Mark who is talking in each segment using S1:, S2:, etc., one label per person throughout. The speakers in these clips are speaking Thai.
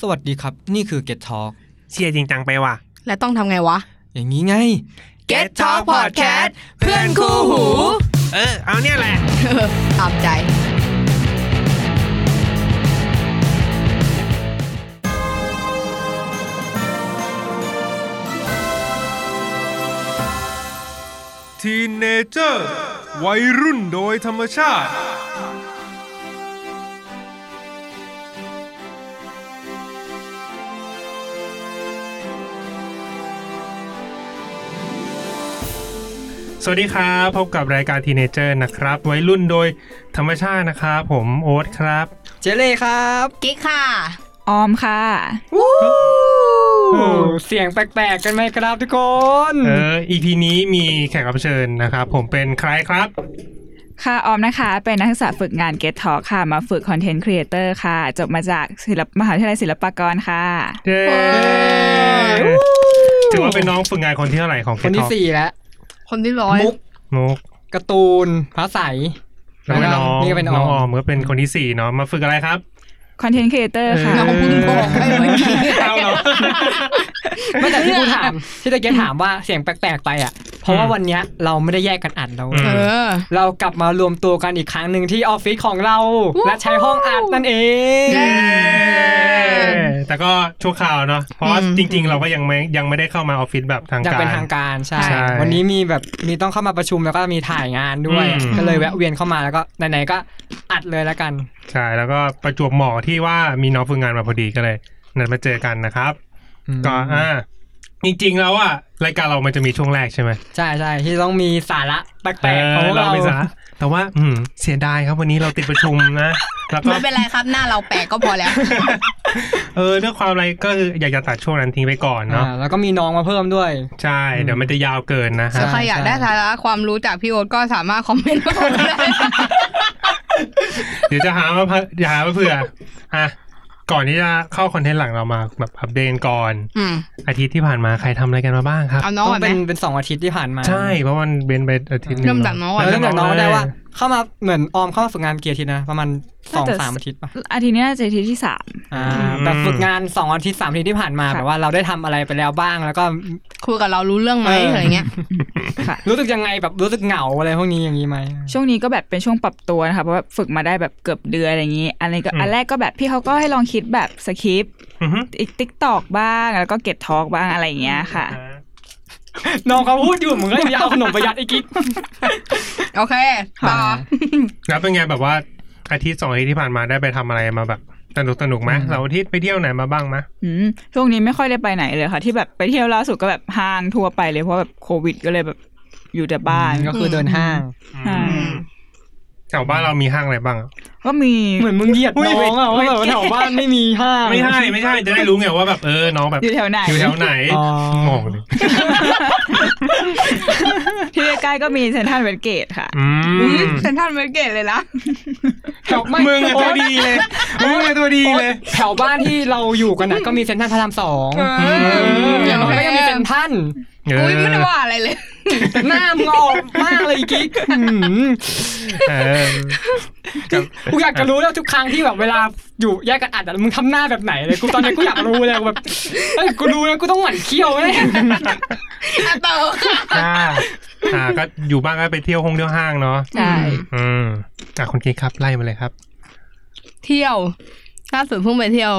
S1: สวัสดีครับ นี่คือ Get Talk
S2: เชียร์จริงจังไปว่ะ
S3: และต้องทำไงวะ
S1: อย่างนี้ไง
S2: Get Talk Podcast เพื่อนคู่หู เออ เอาเนี่ยแหละ
S3: ตามใจ
S4: ทีนเนเจอร์ วัยรุ่นโดยธรรมชาติ
S2: สวัสดีครับ พบกับรายการทีเนเจอร์นะครับ วัยรุ่นโดยธรรมชาตินะครับผมโอ๊ตครับ
S1: เจเล่ครับ
S3: กิ๊กค่ะ
S5: ออมค่ะ
S1: เสียงแปลกๆ กันไหมครับทุกคน
S2: เออ EP นี้มีแขกรับเชิญนะครับ ผมเป็นใครครับ
S5: ค่ะออมนะคะ เป็นนักศึกษาฝึกงานเกตทอค่ะ มาฝึกคอนเทนต์ครีเอเตอร์ค่ะ จบมาจากศิลปมหาวิทยาลัยศิลปากรค่ะ
S2: เย้ถือว่าเป็นน้องฝึกงานคนที่เท่าไหร่ของ
S6: ค
S2: Get
S6: นที่
S2: Talk
S6: สี่แล้ว
S3: คนที่ร้อย
S6: มุก
S2: นุก
S6: การ์ตูนพระใส
S2: แล้วก็น้อง
S6: นี่ก็เป็นออม
S2: น้องออมก็เป็นคนที่สี่เนาะมาฝึกอะไรครับ
S5: คอนเทนต์ครีเอเตอร์ค่ะ
S3: น้องเพึ่งบอกไปเมื่อกี้
S2: เอาเหรอ
S6: ไม่แต่ที่กูถาม ที่ตะเกียบถามว่าเสียงแปลกๆไปอ่ะ เพราะว่าวันเนี้ยเราไม่ได้แยกกันอัดเรา
S2: อืม
S3: เออ
S6: เรากลับมารวมตัวกันอีกครั้งหนึ่งที่ออฟฟิศของเรา
S3: วู้
S6: และใช้ห้องอัดนั่นเอง
S3: เย้
S2: แต่ก็ชั่วคราวเนาะ เพราะว่า
S3: อืม
S2: จริง ๆ เราก็ยังไม่ยังไม่ได้เข้ามาออฟฟิศแบบทาง
S6: อยาก
S2: การ
S6: เป็นทางการใช่
S2: ใช่
S6: วันนี้มีแบบมีต้องเข้ามาประชุมแล้วก็มีถ่ายงานด้วย
S2: อืม
S6: ก็เลยแวะเวียนเข้ามาแล้วก็ไหนๆก็อัดเลยแล้วกัน
S2: ใช่ แล้วก็ประจวบเหมาะที่ว่ามีน้องฝึกงานมาพอดีก็เลยนัดมาเจอกันนะครับ ก็อ่าจริงๆแล้วอ่ะรายการเรามันจะมีช่วงแรกใช่ไหม
S6: ใช่ใช่ที่ต้องมีสาระแปลกๆข
S2: เอ
S6: องพ
S2: อ
S6: วก
S2: เรา
S6: เรา
S2: ไปซะแต่ว่า อืมเสียดายครับวันนี้เราติดประชุมนะ แล้วก็
S3: ไม่เป็นไรครับหน้าเราแปลกก็พอแล้ว
S2: เออเรื่องความอะไรก็คืออยากจะตัดช่วงนั้นทิ้งไปก่อนเนาะ
S6: อ่าแล้วก็มีน้องมาเพิ่มด้วย
S2: ใช่ เดี๋ยวมันจะยาวเกินนะ
S6: ช่
S2: ฮะ
S3: ใครอยากได้สาระความรู้จากพี่โอ๊ตก็สามารถคอมเมนต์มาบอกได้
S2: เดี๋ยวจะหามาเพิ่มเดี๋ยวหามาเผื่ออ่ะก่อนที่จะเข้าคอนเทนต์หลังเรามาแบบอัปเดตกันก่อน
S3: อืม
S2: อาทิตย์ที่ผ่านมาใครทำอะไรกันมาบ้างครับ
S3: เอาน้
S6: ต้
S3: อ
S6: อง ง
S3: ก่อนไหม
S6: เป็นเป็นสองอาทิตย์ที่ผ่านมา
S2: ใช่เพราะมันเบนไปอาทิตย์หนึ
S3: เริ่
S2: ง
S3: มจากน้องก่อน
S6: แล้วตั้งแต่น้อง
S2: เริ่มจก
S6: ได้
S2: เลย
S6: ว่า เข้ามาเหมือนออมเข้ามาฝึกงานเกียร์ทีนะประมาณสอง
S5: น่าจะ
S6: สามอาทิตย์ป่ะ
S5: อาทิตย์นี้น่าจะอาทิตย์ที่สาม
S6: อ่าแบบฝึกงานสองอาทิตย์สามอาทิตย์ที่ผ่านมา
S5: ค่ะ
S6: แบบว่าเราได้ทำอะไรไปแล้วบ้างแล้วก็
S3: คุยกับเรารู้เรื่องไหม
S6: เอออ
S3: อะไรเงี้ย
S5: ค่ะ
S6: รู้สึกยังไงแบบรู้สึกเหงาอะไรพวกนี้อย่างนี้ไหม
S5: ช่วงนี้ก็แบบเป็นช่วงปรับตัวนะคะ เพราะว่าฝึกมาได้แบบเกือบเดือนอะไรอย่างนี้อะไรก็อันแรกก็แบบพี่เขาก็ให้ลองคิดแบบสคริปต์
S2: อือฮึ
S5: ติ๊กตอกบ้าง แล้วก็เก็ตทอกบ้างอะไรอย่างเงี้ยค่ะ
S6: น้องเขาพูดอยู่เหมือนก็จะเอาขนมไปยัดไอ้กิ๊ก
S3: โอเค ต่อ
S2: แล้วเป็นไงแบบว่าอาทิตย์สองอาทิตย์ที่ผ่านมาได้ไปทำอะไรมาแบบสนุกสนุกไหมเราร์อาทิตย์ไปเที่ยวไหนมาบ้างไหม
S5: อืมช่วงนี้ไม่ค่อยได้ไปไหนเลยค่ะ ที่แบบไปเที่ยวล่าสุดก็แบบห้างทัวร์ไปเลยเพราะแบบโควิดก็เลยแบบอยู่แต่บ้าน
S6: ก็คือเดินห้าง
S5: ใช่
S2: แถวบ้านเรามีห้างอะไรบ้างอะ
S5: ก็มี
S6: เหมือนมึงเหยียดน้องอะว่าแบบว่าแถวบ้านไม่มีห้าง
S2: ไม่ใช่ไม่ใช่จะได้รู้ไงว่าแบบเออน้องแบบ
S5: อยู่แถวไหน
S2: อยู่แถวไหน
S6: อ๋อง
S2: งเลย
S5: ที่ใกล้ๆก็มีเซนทรัลเวสเกตค่ะ
S2: อืม
S5: เซนทรัลเวสเกตเลยนะ
S6: แถวไม่
S2: มึงอะตัวดีเลยมึงอะตัวดีเลย
S6: แถวบ้านที่เราอยู่กัน นะก็มีเซ็นทรัลพระรามสอง
S2: อ
S6: อย่างน้อยก็ยังมีเซ็นทรัล
S2: เอ
S3: อุ้ย
S2: อ
S3: ไม่ได้ว่าอะไรเลย
S6: หน้ามึงออกมากเลยกิ๊ก
S2: เออ
S6: กูอยากจะรู้แล้วทุกครั้งที่แบบเวลาอยู่แยกกันอัดอะมึงทำหน้าแบบไหนเลยกูตอนนี้กูอยากรู้เลยแบบเอ้ยกูรู้แล้วกูต้องหมั่นเคี้ยวเลย
S3: อ่ะต่อค่ะ
S2: อ่าอ่าก็อยู่บ้านก็ไปเที่ยวห้องเที่ยวห้างเนาะ
S5: ใช่
S2: อืมอ่ะคุณกิ๊กครับไล่มาเลยครับ
S3: เที่ยวล่าสุดเพิ่งไปเที่ยว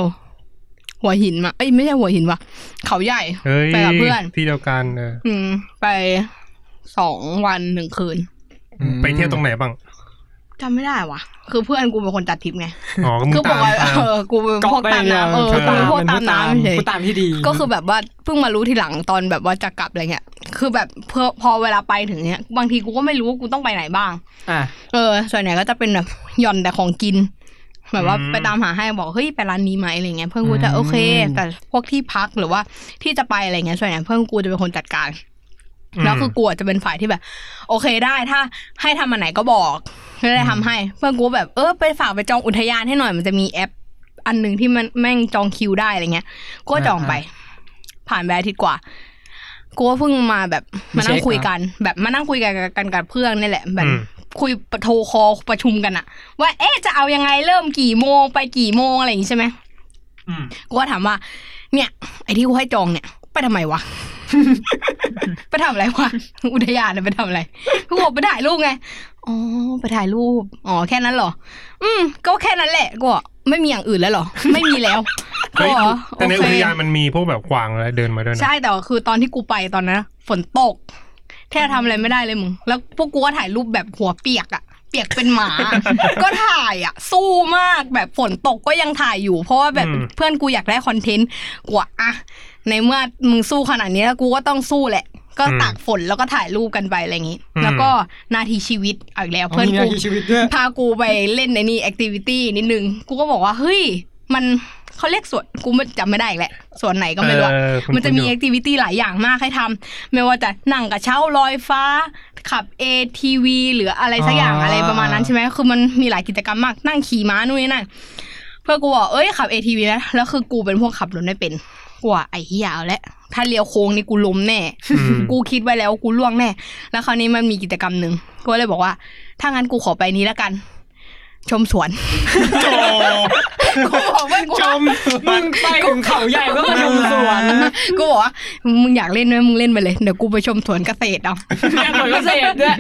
S3: หัวหินมา เอ้ยไม่ใช่หัวหินว่ะ เขาใหญ่
S2: เฮ้ย
S3: ไปกับเพื่อน
S2: ที่เดียวกันเออ
S3: อืม ไปสองวันหนึ่งคืน
S2: อไปเที่ยวตรงไหนบ้าง
S3: จำไม่ได้ว่ะ คือเพื่อนกูเป็นคนจัดทริปไง
S2: อ๋อก็มึ
S3: คื
S2: ง
S3: อป
S2: ตาก ม
S3: ติ
S2: ตาม
S3: เออกูเป็นพวกตามน้ำเออกูเป็นพวกตามน้ำเฉย
S6: กูตามที่ดี
S3: ก็คือแบบว่าเพิ่งมารู้ทีหลังตอนแบบว่าจะกลับอะไรเงี้ย คือแบบเพื่อพอเวลาไปถึงเนี้ย บางทีกูก็ไม่รู้ว่ากูต้องไปไหนบ้าง
S6: อ่ะ
S3: เออ ส่วนใหญ่ก็จะเป็นแบบหย่อนแต่ของกิน แบบว่าไปตามหาให้บอกเฮ้ยไปร้านนี้ไหมอะไรเงี้ยเพื่อนกูจะโอเค แต่พวกที่พักหรือว่าที่จะไปอะไรเงี้ยส่วนใหญ่เพื่อนกูจะเป็นคนจัดการ แล้วคือกลัวจะเป็นฝ่ายที่แบบ โอเคได้ถ้าให้ทำอันไหนก็บอกก็ได้ทำให้ เพื่อนกูแบบเออไปฝากไปจองอุทยานให้หน่อยมันจะมีแอป อันหนึ่งที่มันแม่งจองคิวได้อะไรเงี้ยกูก็จองไป ผ่านไปอาทิตย์กว่ากูก็เพิ่งมาแบบมานั่งคุยกัน แบบมานั่งคุยกันกันกับเพื่อนนี่แหละแบบ
S2: อืม
S3: คุยโทรคอลประชุมกันอะว่าเอ๊ะจะเอายังไงเริ่มกี่โมงไปกี่โมงอะไรอย่างงี้ใช่ไหม
S2: อืม
S3: กูก็ถามว่า เนี่ย ไอ้ที่กูให้จองเนี่ย ไปทำไม วะ ไปทำอะไรวะ อุทยานน่ะไปทำอะไรกูบอกไปถ่ายรูปไง อ๋อ ไปถ่ายรูป อ๋อ แค่นั้นเหรอ อืม ก็แค่นั้นแหละกูบอกไม่มีอย่างอื่นแล้วเหรอ ไม่มีแล้วกู
S2: เฮ้ย
S3: บอกอ๋อ
S2: แต่ใน
S3: โอ
S2: อุ
S3: เค
S2: ทยานมันมีพวกแบบขวางแล้วเดินมาด้วยนะ
S3: ใช่แต่ว่าคือตอนที่กูไปตอนนั้นฝนตก แทบทำอะไรไม่ได้เลยมึง แล้วพวกกูก็ถ่ายรูปแบบหัวเปียกอะเปียกเป็น หมา ก็ถ่ายอะสู้มากแบบฝนตกก็ยังถ่ายอยู่ เพราะว่าแบบเพื่อนกูอยากได้คอนเทนต์กูว่าอะในเมื่อมึงสู้ขนาดนี้แล้วกูก็ต้องสู้แหละ ก็ตากฝนแล้วก็ถ่ายรูปกันไปอะไรอย่างงี้ แล้วก็นาทีชีวิตเอาอีกแล้ว
S6: เพื่
S3: เพื่
S6: อ
S3: อ
S6: น
S3: นกู
S6: กูชีวิตด้วย
S3: พากูไปเล่นในนี่แอคทิวิตี้นิดนึง กูก็บอกว่า เฮ้ย มันเขาเรียกสวนกูไม่จำไม่ได้อีกแหละสวนไหนก็ไม่รู้อะ
S2: เออคุณ
S3: มันจะมี
S2: คุณ
S3: แอ
S2: อยู่
S3: คทิวิตี้หลายอย่างมากให้ทำไม่ว่าจะนั่งกระเช้าลอยฟ้า ขับ ATV หรืออะไรสักอย่าง
S6: อ่า
S3: อะไรประมาณนั้นใช่ไหมคือมันมีหลายกิจกรรมมากนั่งขี่ม้านู่นนี่นั่นเพื่อนกูบอกเอ้ยขับ ATV นะแล้วคือกูเป็นพวกขับรถไม่เป็นกว่าไอ้เหี้ยเอาและถ้าเลี้ยวโค้งนี่กูล้มแน่
S2: อืม
S3: กูคิดไว้แล้วกูล่วงแน่ แล้วคราวนี้มันมีกิจกรรมหนึ่งกูเลยบอกว่า ถ้างั้นกูขอไปนี้แล้วกัน ชมส วนกูบอกไม่กู
S6: ช
S3: ว่า
S6: มมึงไปถึงเขาใหญ่ก็มาชมสวน
S3: กูบอกว่า มึงอยากเล่นไหมมึงเล่นไปเลยเดี๋ยวกูไปชมสวนเกษตรเอา
S6: เนี่ยสวนเกษตรด้วย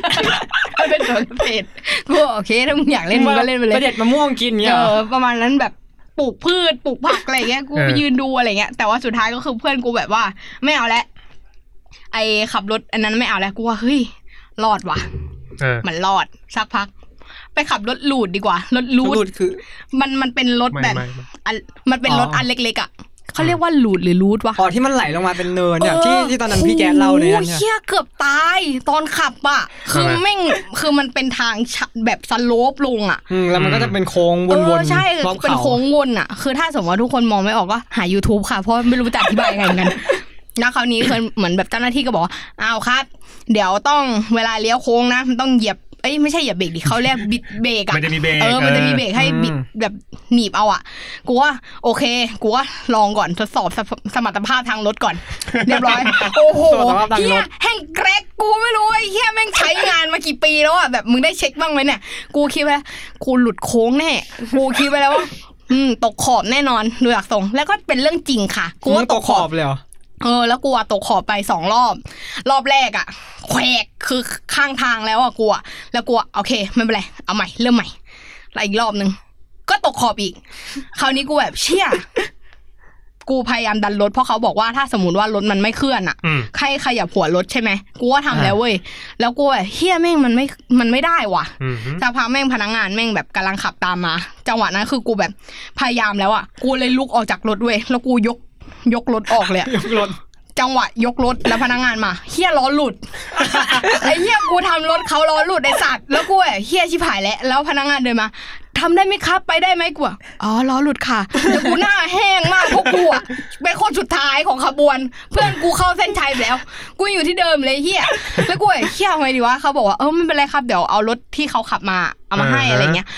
S3: มันเป็นสวนเกษตรกูบอกโอเคถ้ามึงอยากเล่นมึงก็เล่นไปเล
S6: ประ
S3: ย
S6: เด็ดมะม่วงกินเนี่ย
S3: เอ
S6: เหรอ
S3: อประมาณนั้นแบบปลูกพืชปลูกผักอะไรเงี้ยกู
S2: เออ
S3: ไปยืนดูอะไรเงี้ยแต่ว่าสุดท้ายก็คือเพื่อนกูแบบว่า ไม่เอาแล้วไอขับรถอันนั้นไม่เอาแล้วกูว่าเฮ้ยรอดว่ะ
S2: เออ
S3: มันรอดสักพัก ไปขับรถลูดดีกว่ารถลูด
S6: คือ
S3: มันมันเป็นรถ
S2: ไม่
S3: แบบ
S2: ไม่ไม่
S3: อันมันเป็นรถ
S6: อ๋ออั
S3: อันเล็กๆอ่ะเขาเรียกว่าลูดหรือลูดวะ
S6: อ๋อที่มันไหลลงมาเป็นเนินเนี่ย
S3: เ
S6: ที่ที่ตอนนั้นพี่แจ๊ดเล่าในนั้น
S3: โอ้โห
S6: เนี่ย
S3: เชี่ยเกือบตายตอนขับอ่ะ คือ
S2: ทำไม
S3: แม่งคือมันเป็นทางชะแบบสโลปลงอ่ะ
S6: อืมแล้วมันก็จะเป็นโค้งว
S3: เอน อ
S6: ๆ
S3: ใช่
S6: รอบ
S3: เป็น
S6: เขา
S3: โค้งวนอ่ะ คือถ้าสมมติว่าทุกคนมองไม่ออกก็หา YouTube ค่ะ เพราะไม่รู้จะอธิบายยังไงเหมือนกันแล้วคราวนี้เคยเหมือนแบบเจ้าหน้าที่ก็บอกว่าอ้าวครับ เดี๋ยวต้องเวลาเลี้ยวโค้งนะ มันต้องเหยียบเอ้ยไม่ใช่เหยียบเบรกดิเขาเรียกบิดเบรกอ่ะ
S2: มันจะมีเบรก
S3: เออ มันจะมีเบรกให้บิดแบบหนีบเอาอ่ะ กูว่าโอเค กูว่าลองก่อนทดสอบสมสมรรถภาพทางรถก่อน เรียบร้อย โอ้โหเฮียแห่งเกรกกูไม่รู้ไอ้เฮียแม่งใช้งานมากี่ปีแล้วอ่ะ แบบมึงได้เช็คบ้างไหมเนี่ย กูคิดไว้แล้วกูหลุดโค้งแน่ กูคิดไว้แล้วว่า อืม ตกขอบแน่นอนดูจากทรง แล้วก็เป็นเรื่องจริงค่ะ กู
S6: โค้ง
S3: ว่าต
S6: ต
S3: ก
S6: ก
S3: ข
S6: ข
S3: อ
S6: อ
S3: บบ
S6: เลยเหรอ
S3: เออ แล้วกูอะตกขอบไปสองรอบ รอบแรกอ่ะแควกคือข้างทางแล้วอ่ะกูอ่ะแล้วกูอ่ะโอเคไม่เป็นไรเอาใหม่เริ่มใหม่แล้วอีกรอบนึง ก็ตกขอบอีก คราวนี้กูแบบเชี่ยกูพยายามดันรถเพราะเขาบอกว่าถ้าสมมติว่ารถมันไม่เคลื่อนอ่ะ
S2: อืม
S3: ใครขยับหัวรถใช่ไหมกูก็ทำ
S6: อ่า
S3: แล้วเว้ยแล้วกูแบบเฮียแม่งมันไม่มันไม่ได้ว่ะ
S2: อืม
S3: สักพักแม่งพนักงานแม่งแบบกำลังขับตามมา จังหวะนั้นคือกูแบบพยายามแล้วอ่ะกูเลยลุกออกจากรถเว้ยแล้วกูยกยกรถออกเลยอะ
S6: ยกรถ
S3: จังหวะยกรถแล้วพนักงานมาเฮียล้อหลุด ไอ้เฮียกูทำรถเขาล้อหลุดไอสัตว์แล้วกูแบบเฮียชิบหายแล้วแล้วพนักงานเดินมาทำได้ไหมครับไปได้ไหมกูอะอ๋อล้อหลุดค่ะแต่กูหน้าแห้งมากเพราะกูอะเป็นคนสุดท้ายของขบวน เพื่อนกูเข้าเส้นชัยไปแล้ว กูยังอยู่ที่เดิมเลยเฮียแล้วกูแบบเฮียทำไงดีวะเขาบอกว่าเออไม่เป็นไรครับเดี๋ยวเอารถที่เขาขับมาเอามาให้
S2: อ่าฮะ
S3: อะไรเงี้ย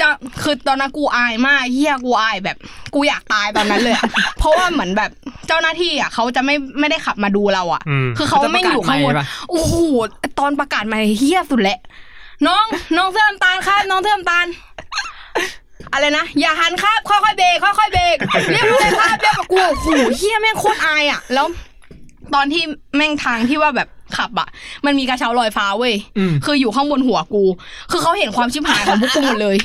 S3: จะคือตอนนั้นกูอายมากเฮียกูอายแบบ กูอยากตายตอนนั้นเลยอะ เพราะว่าเหมือนแบบเจ้าหน้าที่อ่ะเขาจะไม่ไม่ได้ขับมาดูเราอ่ะ
S2: อืม
S3: คือเขาไม่อยู่ข้างบ
S6: เขาจะประกา
S3: น
S6: ศใหม่ปะ
S3: โอ้โหตอนประกาศใหมาเฮียสุดแหละ น้องน้องเสื้อน้ำตาลครับน้องเสื้อน้ำตาล อะไรนะอย่าหันครับค่อยๆเบรกค่อยๆเบร กเรียบร้อยครับเรียบกับกูโอ้โหเฮียแม่งโคตรอายอ่ะ แล้ว ตอนที่แม่งทางที่ว่าแบบขับอ่ะ มันมีกระเช้าลอยฟ้าเว้ย
S6: อืม
S3: คืออยู่ข้างบนหัวกู คือเขาเห็นความชิบหายของพวกกูหมดเลย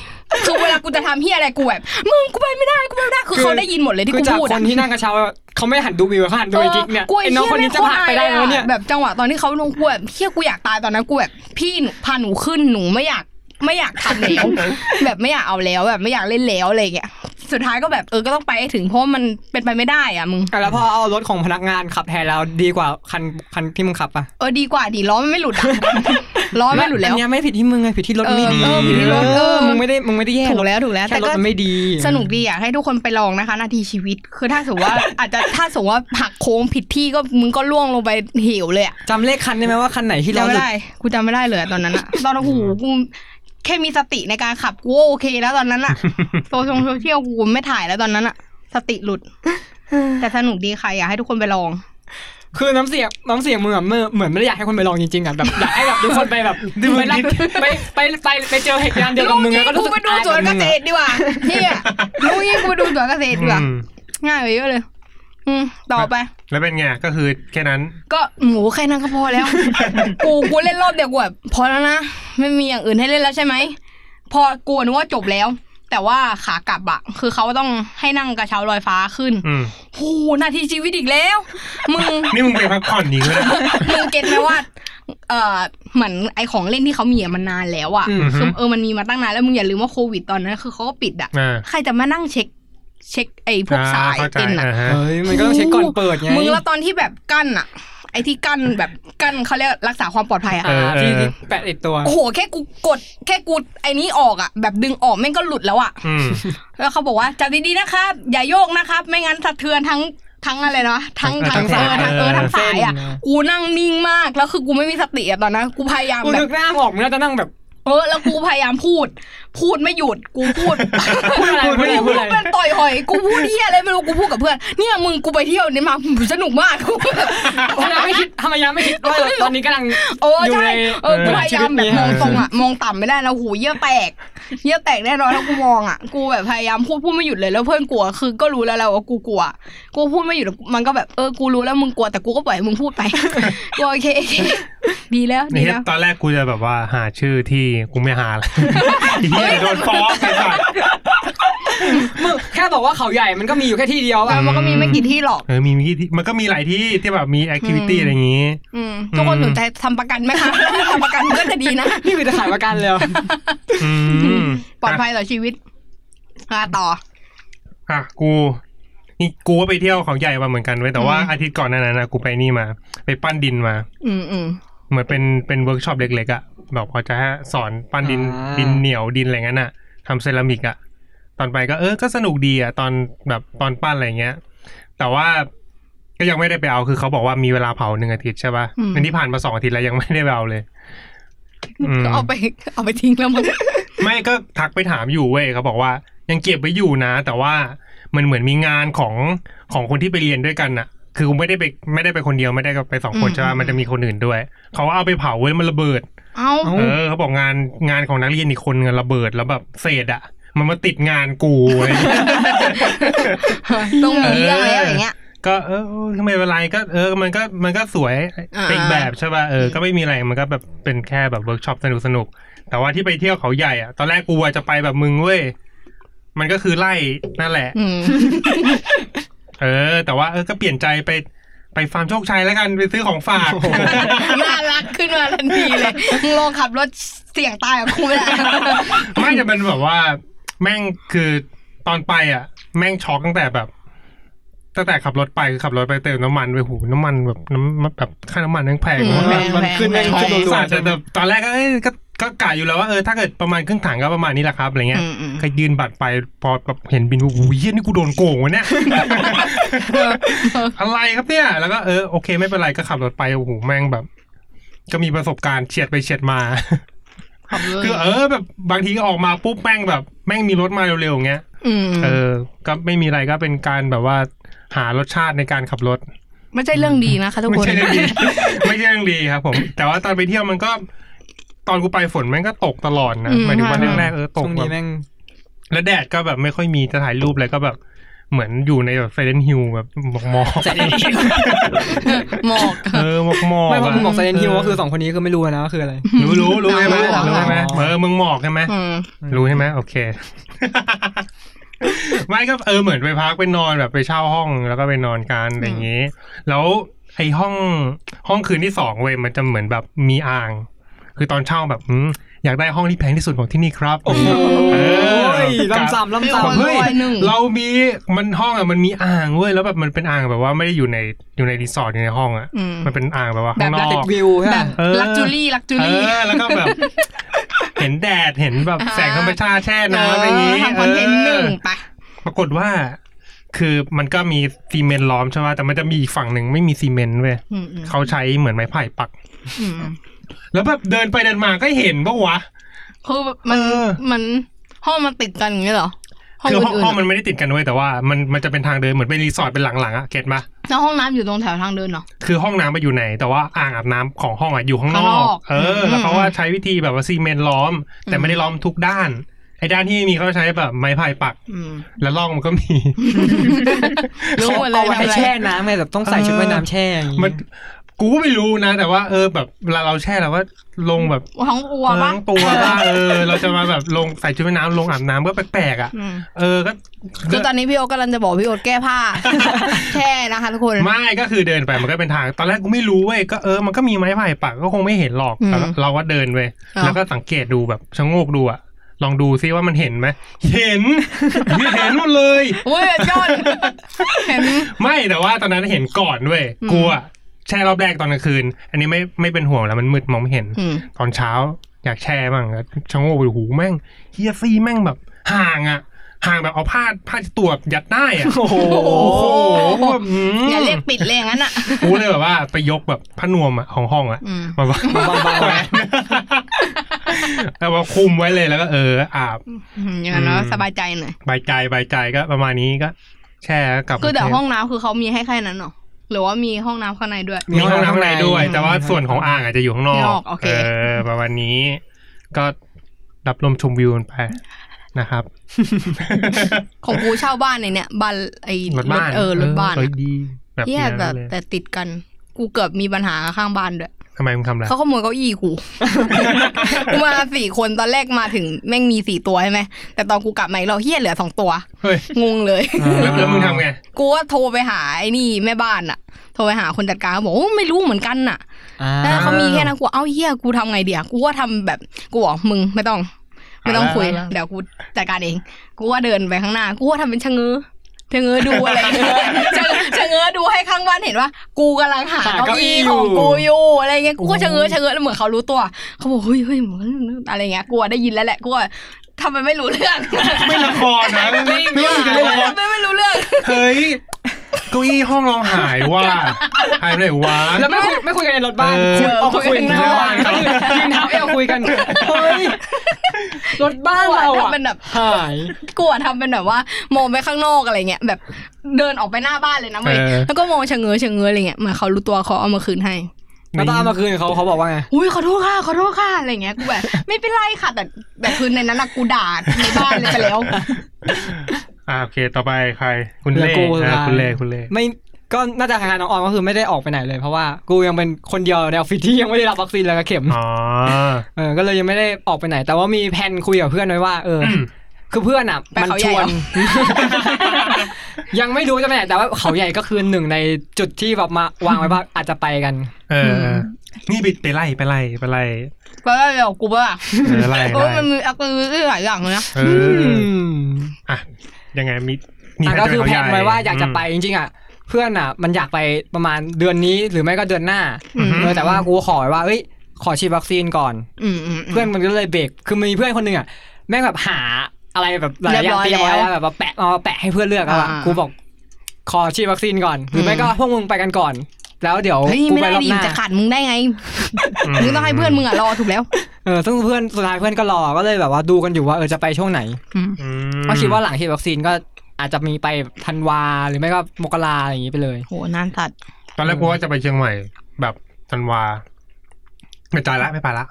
S3: คือเวลากูจะทำเฮียอะไรกูแบบมึงกูไปไม่ได้กูไปไม่ได้คือเขาได้ยินหมดเลยที่
S6: คื
S3: กู
S6: อจาก
S3: พูด
S6: ค
S3: อะ
S6: นที่นั่งกระเช้าเขาไม่หันดูวิวเขาหันดูไอ้กิ๊กเนี่ย
S3: ออกู
S6: ไอ้
S3: ไอ้
S6: น้องคน
S3: เหี้
S6: นี้
S3: ย
S6: จะผ่านไปได้
S3: แม่ง
S6: แล้วเนี่ย
S3: โคตรอายอะแบบจังหวะตอนที่เขาลงกูแบบเฮียกูอยากตายตอนนั้นกูแบบพี่หนูพาหนูขึ้นหนูไม่อยากไม่อยากทำแล้ว แบบไม่อยากเอาแล้วแบบไม่อยากเล่นแล้วอะไรอย่างเงี้ยสุดท้ายก็แบบเออก็ต้องไปให้ถึงเพราะมันเป็นไปไม่ได้อ่ะมึง
S6: อ่ะแล้วพอเอารถของพนักงานขับแทนแล้วดีกว่าคันคันที่มึงขับอ่ะ
S3: เออดีกว่าดีล้อมันไม่หลุดอะ ล้อมันไม่หลุดแล้ว
S6: อันเนี้ยไม่ผิดที่มึงไงผิดที่รถ
S3: เออ
S6: ไม่ดี
S3: เออผิดที่รถเออ
S6: มึงไม่ได้มึงไม่ได้แย่
S3: ถูก
S6: รถ
S3: แล้วถูกแล้ว
S6: แค่
S3: แต่
S6: รถ
S3: ก็
S6: มันไม่ดี
S3: สนุกดีอยากให้ทุกคนไปลองนะคะ นาทีชีวิต คือถ้าสมมติว่า อาจจะถ้าสมมติว่าหักโค้งผิดที่ก็มึงก็ล่วงลงไปเหวเลยอะ
S6: จำเลขคันได้ไหมว่าคันไหนที่เรา
S3: จำไม่ได้ กูจำไม่ได้เลยอะตอนนั้นอะ ตอนนั้นกูกูแค่มีสติในการขับกูโอเคแล้วตอน นั้นอะ โซเชียลโซเชียลกูไม่ถ่ายแล้วตอนนั้นอะสติหลุ ด แต่สนุกดีค่ะอยากให้ทุกคนไปลอง
S6: คือน้ำเสียงน้ำเสียงมึงอะเหมือนเหมือนไม่ได้อยากให้คนไปลองจริงๆอ่ะแบบอยากให้แบบทุกคนไปแบบไปรับไปไปไปไปเจอเหตุการณ์เดียวกับมึงแล้วก็รู้
S3: กู
S6: สึก
S3: ไปดู
S6: อาย
S3: สวน
S6: กับ
S3: เก
S6: มึง
S3: ษ
S6: อะ
S3: ตรดีกว่าเฮียรู้ยิ่งกูไปดูสวนเกษตรดีกว่า ง่ายไปเยอะเลย อืมต่อไป
S2: แล้วเป็นไงก็คือแค่นั้น
S3: ก็หมูแค่นั้นก็พอ แล้ว กูกูเล่นรอบเดียวกูแบบพอแล้วนะไม่มีอย่างอื่นให้เล่นแล้วใช่ไหมพอกูนึกว่าจบแล้ว แต่ว่าขากลับอะคือเขาต้องให้นั่งกระเช้าลอยฟ้าขึ้น
S2: อืม
S3: โหนาทีชีวิตอีกแล้ว มึง
S2: นี่มึงไปพักผ่อนหนีเลย
S3: มึงเก็ตไหมว่า เออเหมือนไอของเล่นที่เขามีอะมันนานแล้วอะ
S2: อืม
S3: คือเออมันมีมาตั้งนานแล้วมึงอย่าลืมว่าโควิดตอนนั้นคือเขาก็ปิดอะ
S2: อ่า
S3: ใครจะมานั่งเช็ค เช็คไอพวกสาย
S2: เข้าใจ
S3: เป็นอะ
S2: อ่าฮะ
S1: เฮ้ยมันก็ต้องเช็คก่อนเปิดไง
S3: มึงแล้วตอนที่แบบกั้นอะไอที่กั้นแบบกั้นเขาเรียกรักษาความปลอดภัยอะ
S2: เออ
S6: อ่าที่ที่แปะไอตัว
S3: โอ้โหแค่กูกด แค่กูไอนี้ออกอะแบบดึงออกแม่งก็หลุดแล้วอะ
S2: อืม
S3: แล้วเขาบอกว่าจับดีๆนะครับ อย่าโยกนะครับ ไม่งั้นสะเทือนทั้งทั้งอะไรเนาะทั้ง
S2: ทั้
S3: ทั้
S2: ง
S3: งเออ
S2: ทั้ง
S3: ทั้งเออทั้ง
S2: เส้น
S3: สายอะ
S6: นะ
S3: กูนั่งนิ่งมากแล้วคือกูไม่มีสติอะตอนนั้นกูพยายาม
S6: กู
S3: แบ
S6: นึ
S3: บ
S6: กหน้าออกมึงน่าจะนั่งแบบ
S3: เออแล้วกูพยายามพูด พูดไม่หยุดกูพูด
S6: พูดอะไร
S3: กู
S6: พูดอะไรพู
S3: พู
S6: ด
S3: ด
S6: อะไร
S3: เป็นต่อยหอยกูพูดเที่ยอะไรไม่รู้กูพูดกับเพื่อนเนี่ยมึงกูไปเที่ยวนี่มาสนุกมากกูแบบ
S6: ทำไมไม่คิดทำไมยังไม่คิดว่าตอนนี้กำลัง
S3: โอ้
S6: อยู่
S3: ใช่
S6: ใน
S3: เออกู
S6: เออ
S3: พยายาม
S6: ชีวิต
S3: แบ
S6: นี้
S3: บมองตรงอะมองต่ำไม่ได้แล้วหูเยื่อแตกเยื่อแตกแน่นอนถ้ากูมองอะกูแบบพยายามพูดพูดไม่หยุดเลยแล้วเพื่อนกลัวคือก็รู้แล้วแหละว่ากูกลัวกูพูดไม่หยุดมันก็แบบเออกูรู้แล้วมึงกลัวแต่กูก็ปล่อยให้มึงพูดไป กูโอเคโอเคดีแล้วดี
S2: นี่
S3: แล้ว
S2: ตอนแรกกูจะแบบว่าหาชื่อที่กูไม่หาเลยเฮียโดนฟ้องไปก่อน
S6: มึงแค่บอกว่าเขาใหญ่มันก็มีอยู่แค่ที่เดียว
S3: เอ
S6: อะ
S3: อมันก็มีไม่กี่ที่หรอก
S2: เออมีมีที่มันก็มีหลายที่ที่แบบมีแอคทิวิตี้
S3: อืม
S2: อะไรอย่างนี้
S3: อืมทุกคนสนใจทำประกันไหมคะ ทำประกันก็จะดีนะ
S6: นี่คือจะขายประกันเลยเหรอ
S2: อืม
S3: ปลอดภัยต่อชีวิตอ่ะต่อ
S2: อ่ะกูนี่กูก็ไปเที่ยวเขาใหญ่มาเหมือนกันไว้ยแต่ว่าอาทิตย์ก่อนหนานั้นนะกูไปนี่มา ไปปั้นดินมา
S3: อืมอืม
S2: เหมือนเป็นเป็นเวิร์กช็อปเล็กๆอะ่ะแบบพอจะสอนปั้นดินดินเหนียวดินอะไรงั้นอะ่ะทำเซรามิกอะ่ะ ตอนไปก็เออก็สนุกดีอะ่ะตอนแบบตอนปั้นอะไรเงี้ย แต่ว่าก็ยังไม่ได้ไปเอาคือเขาบอกว่ามีเวลาเผาหนึ่งอาทิตย์ใช่ปะ่ะอันนี้ผ่านมาสองอาทิตย์แล้วยังไม่ได้ไปเอาเลยอืม
S3: ก็เอาไปเอาไปทิ้งแล้วมั้ง
S2: ไม่ก็ทักไปถามอยู่เว้ยเขาบอกว่า ยังเก็บไว้อยู่นะ แต่ว่ามันเหมือนมีงานของของคนที่ไปเรียนด้วยกันน่ะ คือไม่ได้ไปไม่ได้ไปคนเดียวไม่ได้ไปสองคน
S3: อืม
S2: ใช่ป่ะมันจะมีคนอื่นด้วยเขาเอาไปเผาเว้ยมันระเบิด
S3: เอา
S2: เออเขาบอกงานงานของนักเรียนอีกคนเงินระเบิดแล้วแบบเศษอ่ะ มันมาติดงานกู อะไรเงี้ย
S3: ต้องมีเรื่องแล้วอย่างเงี้ย
S2: ก็เออทำไมเป็นไรก็เออมันก็มันก็สวย
S3: อ่า
S2: เป็นอีกแบบใช่ป่ะเออก็ไม่มีอะไรมันก็แบบเป็นแค่แบบเวิร์กช็อปสนุกสนุกๆแต่ว่าที่ไปเที่ยวเขาใหญ่อะตอนแรกกูอะจะไปแบบมึงเว้ยมันก็คือไล่นั่นแหละ
S3: อืม
S2: เออ แต่ว่าเออก็เปลี่ยนใจไปไปฟาร์มโชคชัยแล้วกันไปซื้อของฝาก
S3: น่ารักขึ้นมาทันทีเลยมึงลองขับรถเสี่ยงตายกับกูไม่ได้
S2: ไม่จะเป็นแบบว่า แม่งคือตอนไปอ่ะ แม่งช็อกตั้งแต่แบบ ตั้งแต่ขับรถไปคือขับรถไปเติมน้ำมันไปหูน้ำมันแบบน้ำแบบค่าน้ำมันแม่งแพง
S3: อื
S2: มาก
S3: แพง
S6: มันขึ้น
S3: แพ
S6: แม่
S3: ง
S6: งขึ้นรัว
S2: สา
S6: ๆจน
S2: แต่ตอนแรกก็เอ้ยก็ก็กะอยู่แล้วว่าเออถ้าเกิดประมาณครึ่งถังก็ประมาณนี้แหละครับอะไรเงี้ย
S3: อืมอืม
S2: ก็ยืนบัตรไปพอแบบเห็นบินว่าอุ้ยเหี้ยนี่กูโดนโกงวะเนี่ย อะไรครับเนี่ย แล้วก็เออโอเคไม่เป็นไรก็ขับรถไปโอ้โหแม่งแบบ ก็มีประสบการณ์เฉียดไปเฉียดมา คือเออแบบบางทีออกมาปุ๊บแม่งแบบ แม่งมีรถมาเร็วๆอย่างเงี้ย
S3: ม
S2: เออ ก็ไม่มีอะไรก็เป็นการแบบว่าหารสชาติในการขับรถ
S3: ไม่ใช่เรื่องดีนะคะทุก
S2: ไม่
S3: คน
S2: ใช่เรื่องดี ไม่ใช่เรื่องดีครับผม แต่ว่าตอนไปเที่ยวมันก็ ตอนกูไปฝนแม่งก็ตกตลอดนะหมายถึงวัน
S6: อืม
S2: แรกๆเออต
S1: ช่
S2: ก
S1: วง
S2: แบ
S1: นี้
S2: บ
S1: แม่ง
S2: แล้วแดดก็แบบไม่ค่อยมีจะถ่ายรูปอะไรก็แบบ เหมือนอยู่ในแบบไซเลนฮิลแบบหมอกหมอกๆ
S3: หมอก
S2: เออหมอกหมอก
S6: ไม่เพราะมึงบอกไซเลนฮิวก็คือสองคนนี้ก็ไม่รู้นะว่าคืออะไร
S2: รู้รู้รู้ใช่ไหม
S3: รู้
S2: รู้ใช่ไหม
S1: อ๋อ
S2: เออมึงหมอกใช่ไหม
S3: อืม
S2: รู้ใช่ไหมโอ เค ไม่ก็เออเหมือนไปพักไปนอนแบบไปเช่าห้องแล้วก็ไปนอนกันอะไรอย่างนี้ แล้วไอ้ห้องห้องคืนที่สองเว้ยมันจะเหมือนแบบมีอ่าง คือตอนเช่าแบบอืมอยากได้ห้องที่แพงที่สุดของที่นี่ครับ
S6: โอ้โหลำซ้ำลำซ้ำ
S2: เฮ้ย
S3: ร้อยหนึ่ง
S2: เรามีมันห้องอ่ะมันมีอ่างเว้ยแล้วแบบมันเป็นอ่างแบบว่าไม่ได้อยู่ในอยู่ในรีสอร์ทอยู่ในห้องอ่ะ
S3: อืม
S2: มันเป็นอ่างแบบว่าข้างน
S6: แบบ
S2: อ
S6: ติ
S2: ก
S6: ดวิวใช่
S3: แบ
S6: ไหม
S3: บ
S2: เออ
S3: ลักจูรี่ลักจู
S2: เอ
S3: รี่
S2: อแล้วก็แบบ เห็นแดดเห็นแบบ
S3: อ่า
S2: แสงธรรมชาติแช่น้ำอะไรอย่างงี้
S3: ทำคอนเทนต์หนึ่ง
S2: เออ
S3: ไป
S2: ปรากฏว่า คือมันก็มีซีเมนต์ล้อมใช่ไหมแต่มันจะมีอีกฝั่งหนึ่งไม่มีซีเมนต์เว้ย
S3: อืมอืม
S2: เขาใช้เหมือนไม้ไผ่ปัก
S3: อืม
S2: แล้วแบบเดินไปเดินมาก็เห็นปะวะ
S3: คือมั
S2: เอ
S3: น
S2: อ
S3: มันห้องมันติดกันอย่างเงี้ยเหรอห้อง
S2: คือห้อง
S3: อื่น
S2: ห้อง
S3: ๆ
S2: มั
S3: อะ
S2: นไม่ได้ติดกันเว้ยแต่ว่ามันมันจะเป็นทางเดินเหมือนเป็นรีสอร์ทเป็นหลังๆอะเก็ตปะ
S3: แล้วห้องน้ำอยู่ตรงแถวทางเดินเหรอ
S2: คือห้องน้ำมาอยู่ไหน แต่ว่าอ่างอาบน้ำของห้องอ่ะอยู่ข้างนอ
S3: ข้างน
S2: ก
S3: อก
S2: เออ
S3: อืม
S2: แล้วเขาว่าใช้วิธีแบบว่าซีเมนต์ล้อม แต่ไม่ได้ล้อมทุกด้าน ไอ้ด้านที่มีเขาใช้แบบไม้พายปัก
S3: อืม
S2: แล้วล่องมันก็มี
S3: รู้หมดเลย
S6: เอาไว้ให้
S3: ทำอะไร
S6: แช่น้ำไงแบบต้องใส่ชุดว่ายน้ำแช่อย่างงี้
S2: มันกูก็ไม่รู้นะ แต่ว่าเออแบบเวลาเราแช่เราก็ลงแบบ
S3: ท้องอัวปะ
S2: ล้างตัวบ้างเออ เราจะมาแบบลงใส่ชุดว่ายน้ำลงอาบน้ำก็แปลกๆอ่ะ
S3: อืม
S2: เออก็
S3: คือตอนนี้พี่โอ๊ตกำลังจะบอกพี่โอ๊ตแก้ ผ้า แช่นะคะทุกคน
S2: ไม่ก็คือเดินไปมันก็เป็นทาง ตอนแรกกูไม่รู้เว้ยก็เออมันก็มีไม้ไผ่ปักก็คงไม่เห็นหรอก
S3: อืม
S2: แต่เราก็เดินเว้ย
S3: อ่ะ
S2: แล้วก็สังเกตดูแบบชะโงกดูอะลองดูซิว่ามันเห็นไหมเห็น เห็นหมดเลย
S3: อุ้ยจอนเห็น
S2: ไม่แต่ว่าตอนนั้นเห็นก่อนเว้ย
S3: อืม
S2: กลัวแช่รอบแรกตอนกลางคืน อันนี้ไม่ไม่เป็นห่วงแล้วมันมืดมองไม่เห็น
S3: อืม
S2: ตอนเช้าอยากแช่บ้างก็ชะโงกไปดูหูแม่งเฮียซี่แม่งแบบห่างอะห่างแบบเอาผ้าผ้าตัวยัดได้อะ
S6: โอ้โห
S2: โอ้โหแบบอืม
S3: อย่าเรียกปิดเลยอย่างนั้นอ่ะ
S2: กูเลยแบบว่าไปยกแบบผ้านวมอะของห้องอะ
S3: อืม
S2: มาบาง
S6: มาบังไว้
S2: แล้วมาคุมไว้เลยแล้วก็เอออาบ
S3: อืมอย่างนั้นเนอะ
S2: อืม
S3: สบายใจหน่อย
S2: บายใจบายใจก็ประมาณนี้ก็ แช่กลับ
S3: คือแต่
S2: กรุเทพ
S3: ห้องน้ำคือเขามีให้แค่นั้นเหรอ หรือว่ามีห้องน้ำข้างในด้วย
S2: มีห้องน้ำข้างในด้วย แต่ว่าส่วนของอ่างอาจจะอยู่ข้างนอก
S3: ข้างนอกโอเค
S2: อประมาณนี้ ก็รับลมชมวิวกันไป นะครับ
S3: ของกูเช่าบ้านในเนี่ยบ้านไอ้
S2: รถบ้าน
S3: เออรถบ้าน
S2: เฮ้ย
S3: อะ
S2: ดีแบบ
S3: แย่
S2: นี้
S3: แต่
S2: เลย
S3: แต่ติดกัน กูเกือบมีปัญหาข้างบ้านด้วย
S2: ทำไมมึงทำอะไร
S3: เขาขโมยเก้าอี้กู กูมาสี่คนตอนแรกมาถึงแม่งมีสี่ตัวใช่ไหมแต่ตอนกูกลับมาอีกเราเฮี้ยเหลือสองตัว
S2: เฮ้ย
S3: งงเลย
S2: แล้วแล้วมึงทำไง
S3: กูก็โทรไปหาไอ้นี่แม่บ้านอะโทรไปหาคนจัดการเขาบอกโอ้ไม่รู้เหมือนกันน่ะ
S6: อ่า
S3: แล้วเขามีแค่นั้นกูเอ้าเฮียกูทำไงเดียกูก็ทำแบบกูบอกมึงไม่ต้อง ไม่ต้องคุย
S2: เอาละ
S3: เดี๋ยวกูจัดการเอง กูว่าเดินไปข้างหน้า กูว่าทำเป็นชะเง้อชะเง้อดู อะไรเงี้ยชะชะเง้อดูให้ข้างบ้านเห็นว่า กูกำลังหาเก้าอี้ของกูอยู่อะไรเงี้ยกูก็ชะเง้อชะเง้อแล้วเหมือนเขารู้ตัวเขาบอกเฮ้ยเฮ้ยเหมือนอะไรเงี้ยกูอะได้ยินแล้วแหละกูว่าทำไมไม่รู้เรื่อง
S2: ไม่ละครนะไม่ว่ามึงจะเล่นละคร
S3: ทำไมไม่รู้เรื่อง
S2: เฮ้ยเก้าอี้ห้องเราหายว่ะหายไปไหนวะ
S6: แล้วไม่คุยไม่คุยกันในรถบ้าน
S2: เออ
S6: คุยเอาคุยกันในรถบ้าน
S3: คุยกันในรถ
S6: ยืน
S3: บ้าน
S6: เท้าเอวคุยกันเฮ้ยรถบ้าน
S3: กูอะ
S6: เราอะ
S3: ทำเป็นแบบ
S6: หาย
S3: กูอะทำเป็นแบบว่ามองไปข้างนอกอะไรเงี้ยแบบเดินออกไปหน้าบ้านเลยนะเว้ย
S2: เออ
S3: แล้วก็มองชะเง้อชะเง้ออะไรเงี้ยเหมือนเขารู้ตัวเขาเอามาคืนให้
S6: แล้วตอนเอามาคืนเขาเขาบอกว่าไง
S3: อุ้ยขอโทษค่ะขอโทษค่ะอะไรเงี้ยกูแบบ ไม่เป็นไรค่ะแต่แบบคืนในนั้นอะกูด่าในบ้านเลยไปแล้ว
S2: อ่าโอเค ต่อไปใคร คุณ
S6: เหลื
S2: เล่
S6: อกู
S2: อ่ะ
S6: สุดท้าย
S2: คุณเล่คุณเล่
S6: ไม่ก็น่าจะทางานน้องออมก็คือไม่ได้ออกไปไหนเลยเพราะว่ากูยังเป็นคนเดียวในออฟฟิศที่ยังไม่ได้รับวัคซีนแล้วก็เข็ม
S2: อ๋อ
S6: เออก็เลยยังไม่ได้ออกไปไหน แต่ว่ามีแผนคุยกับเพื่อนไว้ว่าเออ
S2: อืม
S6: คือเพื่อนอ่ะ
S3: ไป
S6: มัน
S3: เขา
S6: ช
S3: ใหญ่
S6: ว
S3: เหร
S6: น
S3: อ
S6: ยังไม่รู้จะไปไหนแต่ ว่าเขาใหญ่ก็คือหนึ่งในจุดที่แบบมาวางไว้ว่าอาจจะไปกัน
S2: เอออนี่ไปไปไล่ไปไล่ไปไล่
S3: ไปแล้วเดี๋ยวกูว่า
S2: เออไล่
S3: เออ
S2: ไล่
S3: มันมีอะคือหลายอย่างเลยนะ
S2: เอออ่ะยังไงมีมี
S6: อ่ะก็คือแผ
S2: จะ
S6: น
S2: ปเขาใหญ่
S6: ไว้ว่าอยากจะไปจริงๆอ่ะเพื่อนอ่ะ มันอยากไปประมาณเดือนนี้หรือไม่ก็เดือนหน้า
S3: อืม
S6: เออแต่ว่ากูขอไว้ว่าเอ้ยขอฉีดวัคซีนก่อน
S3: อืมอืม
S6: เพื่อนมันก็เลยเบรกคือมีเพื่อนคนหนึ่งอ่ะแม่งแบบหาอะไรแบบหลายอย่าง
S3: เรี
S6: เตรี
S3: ย
S6: ย
S3: บ
S6: ม
S3: ร้อย
S6: ไว้
S3: แล้ว
S6: ว่าแบบว่าแปะเอามาแปะให้เพื่อนเลือกอะ
S3: อ่ากู
S6: กูบอก ขอฉีดวัคซีนก่อน หรือ
S3: ม
S6: ไม่ก็พวกมึงไปกันก่อน แล้วเดี๋ยว
S3: เฮ้ย
S6: กู
S3: ไม่
S6: ไป
S3: ได้
S6: รอบ
S3: ดิ
S6: หน้า
S3: จะขาดมึงได้ไงมึงต้องให้เพื่อนมึงอะรอถูกแล้ว
S6: เออซึ่งเพื่อนสุดท้ายเพื่อนก็รอก็เลยแบบว่าดูกันอยู่ว่าเออจะไปช่วงไหน
S2: อืม
S6: ก็คิดว่าหลังฉีดวัคซีนก็อาจจะมีไปธันวาหรือไม่ก็มกราอะไรอย่างงี้ไปเลย
S3: โหนานสัตว์
S2: ตอนแรกกูว่าจะไปเชียงใหม่ แบบธันวาไม่จ่ายละไม่ไปละ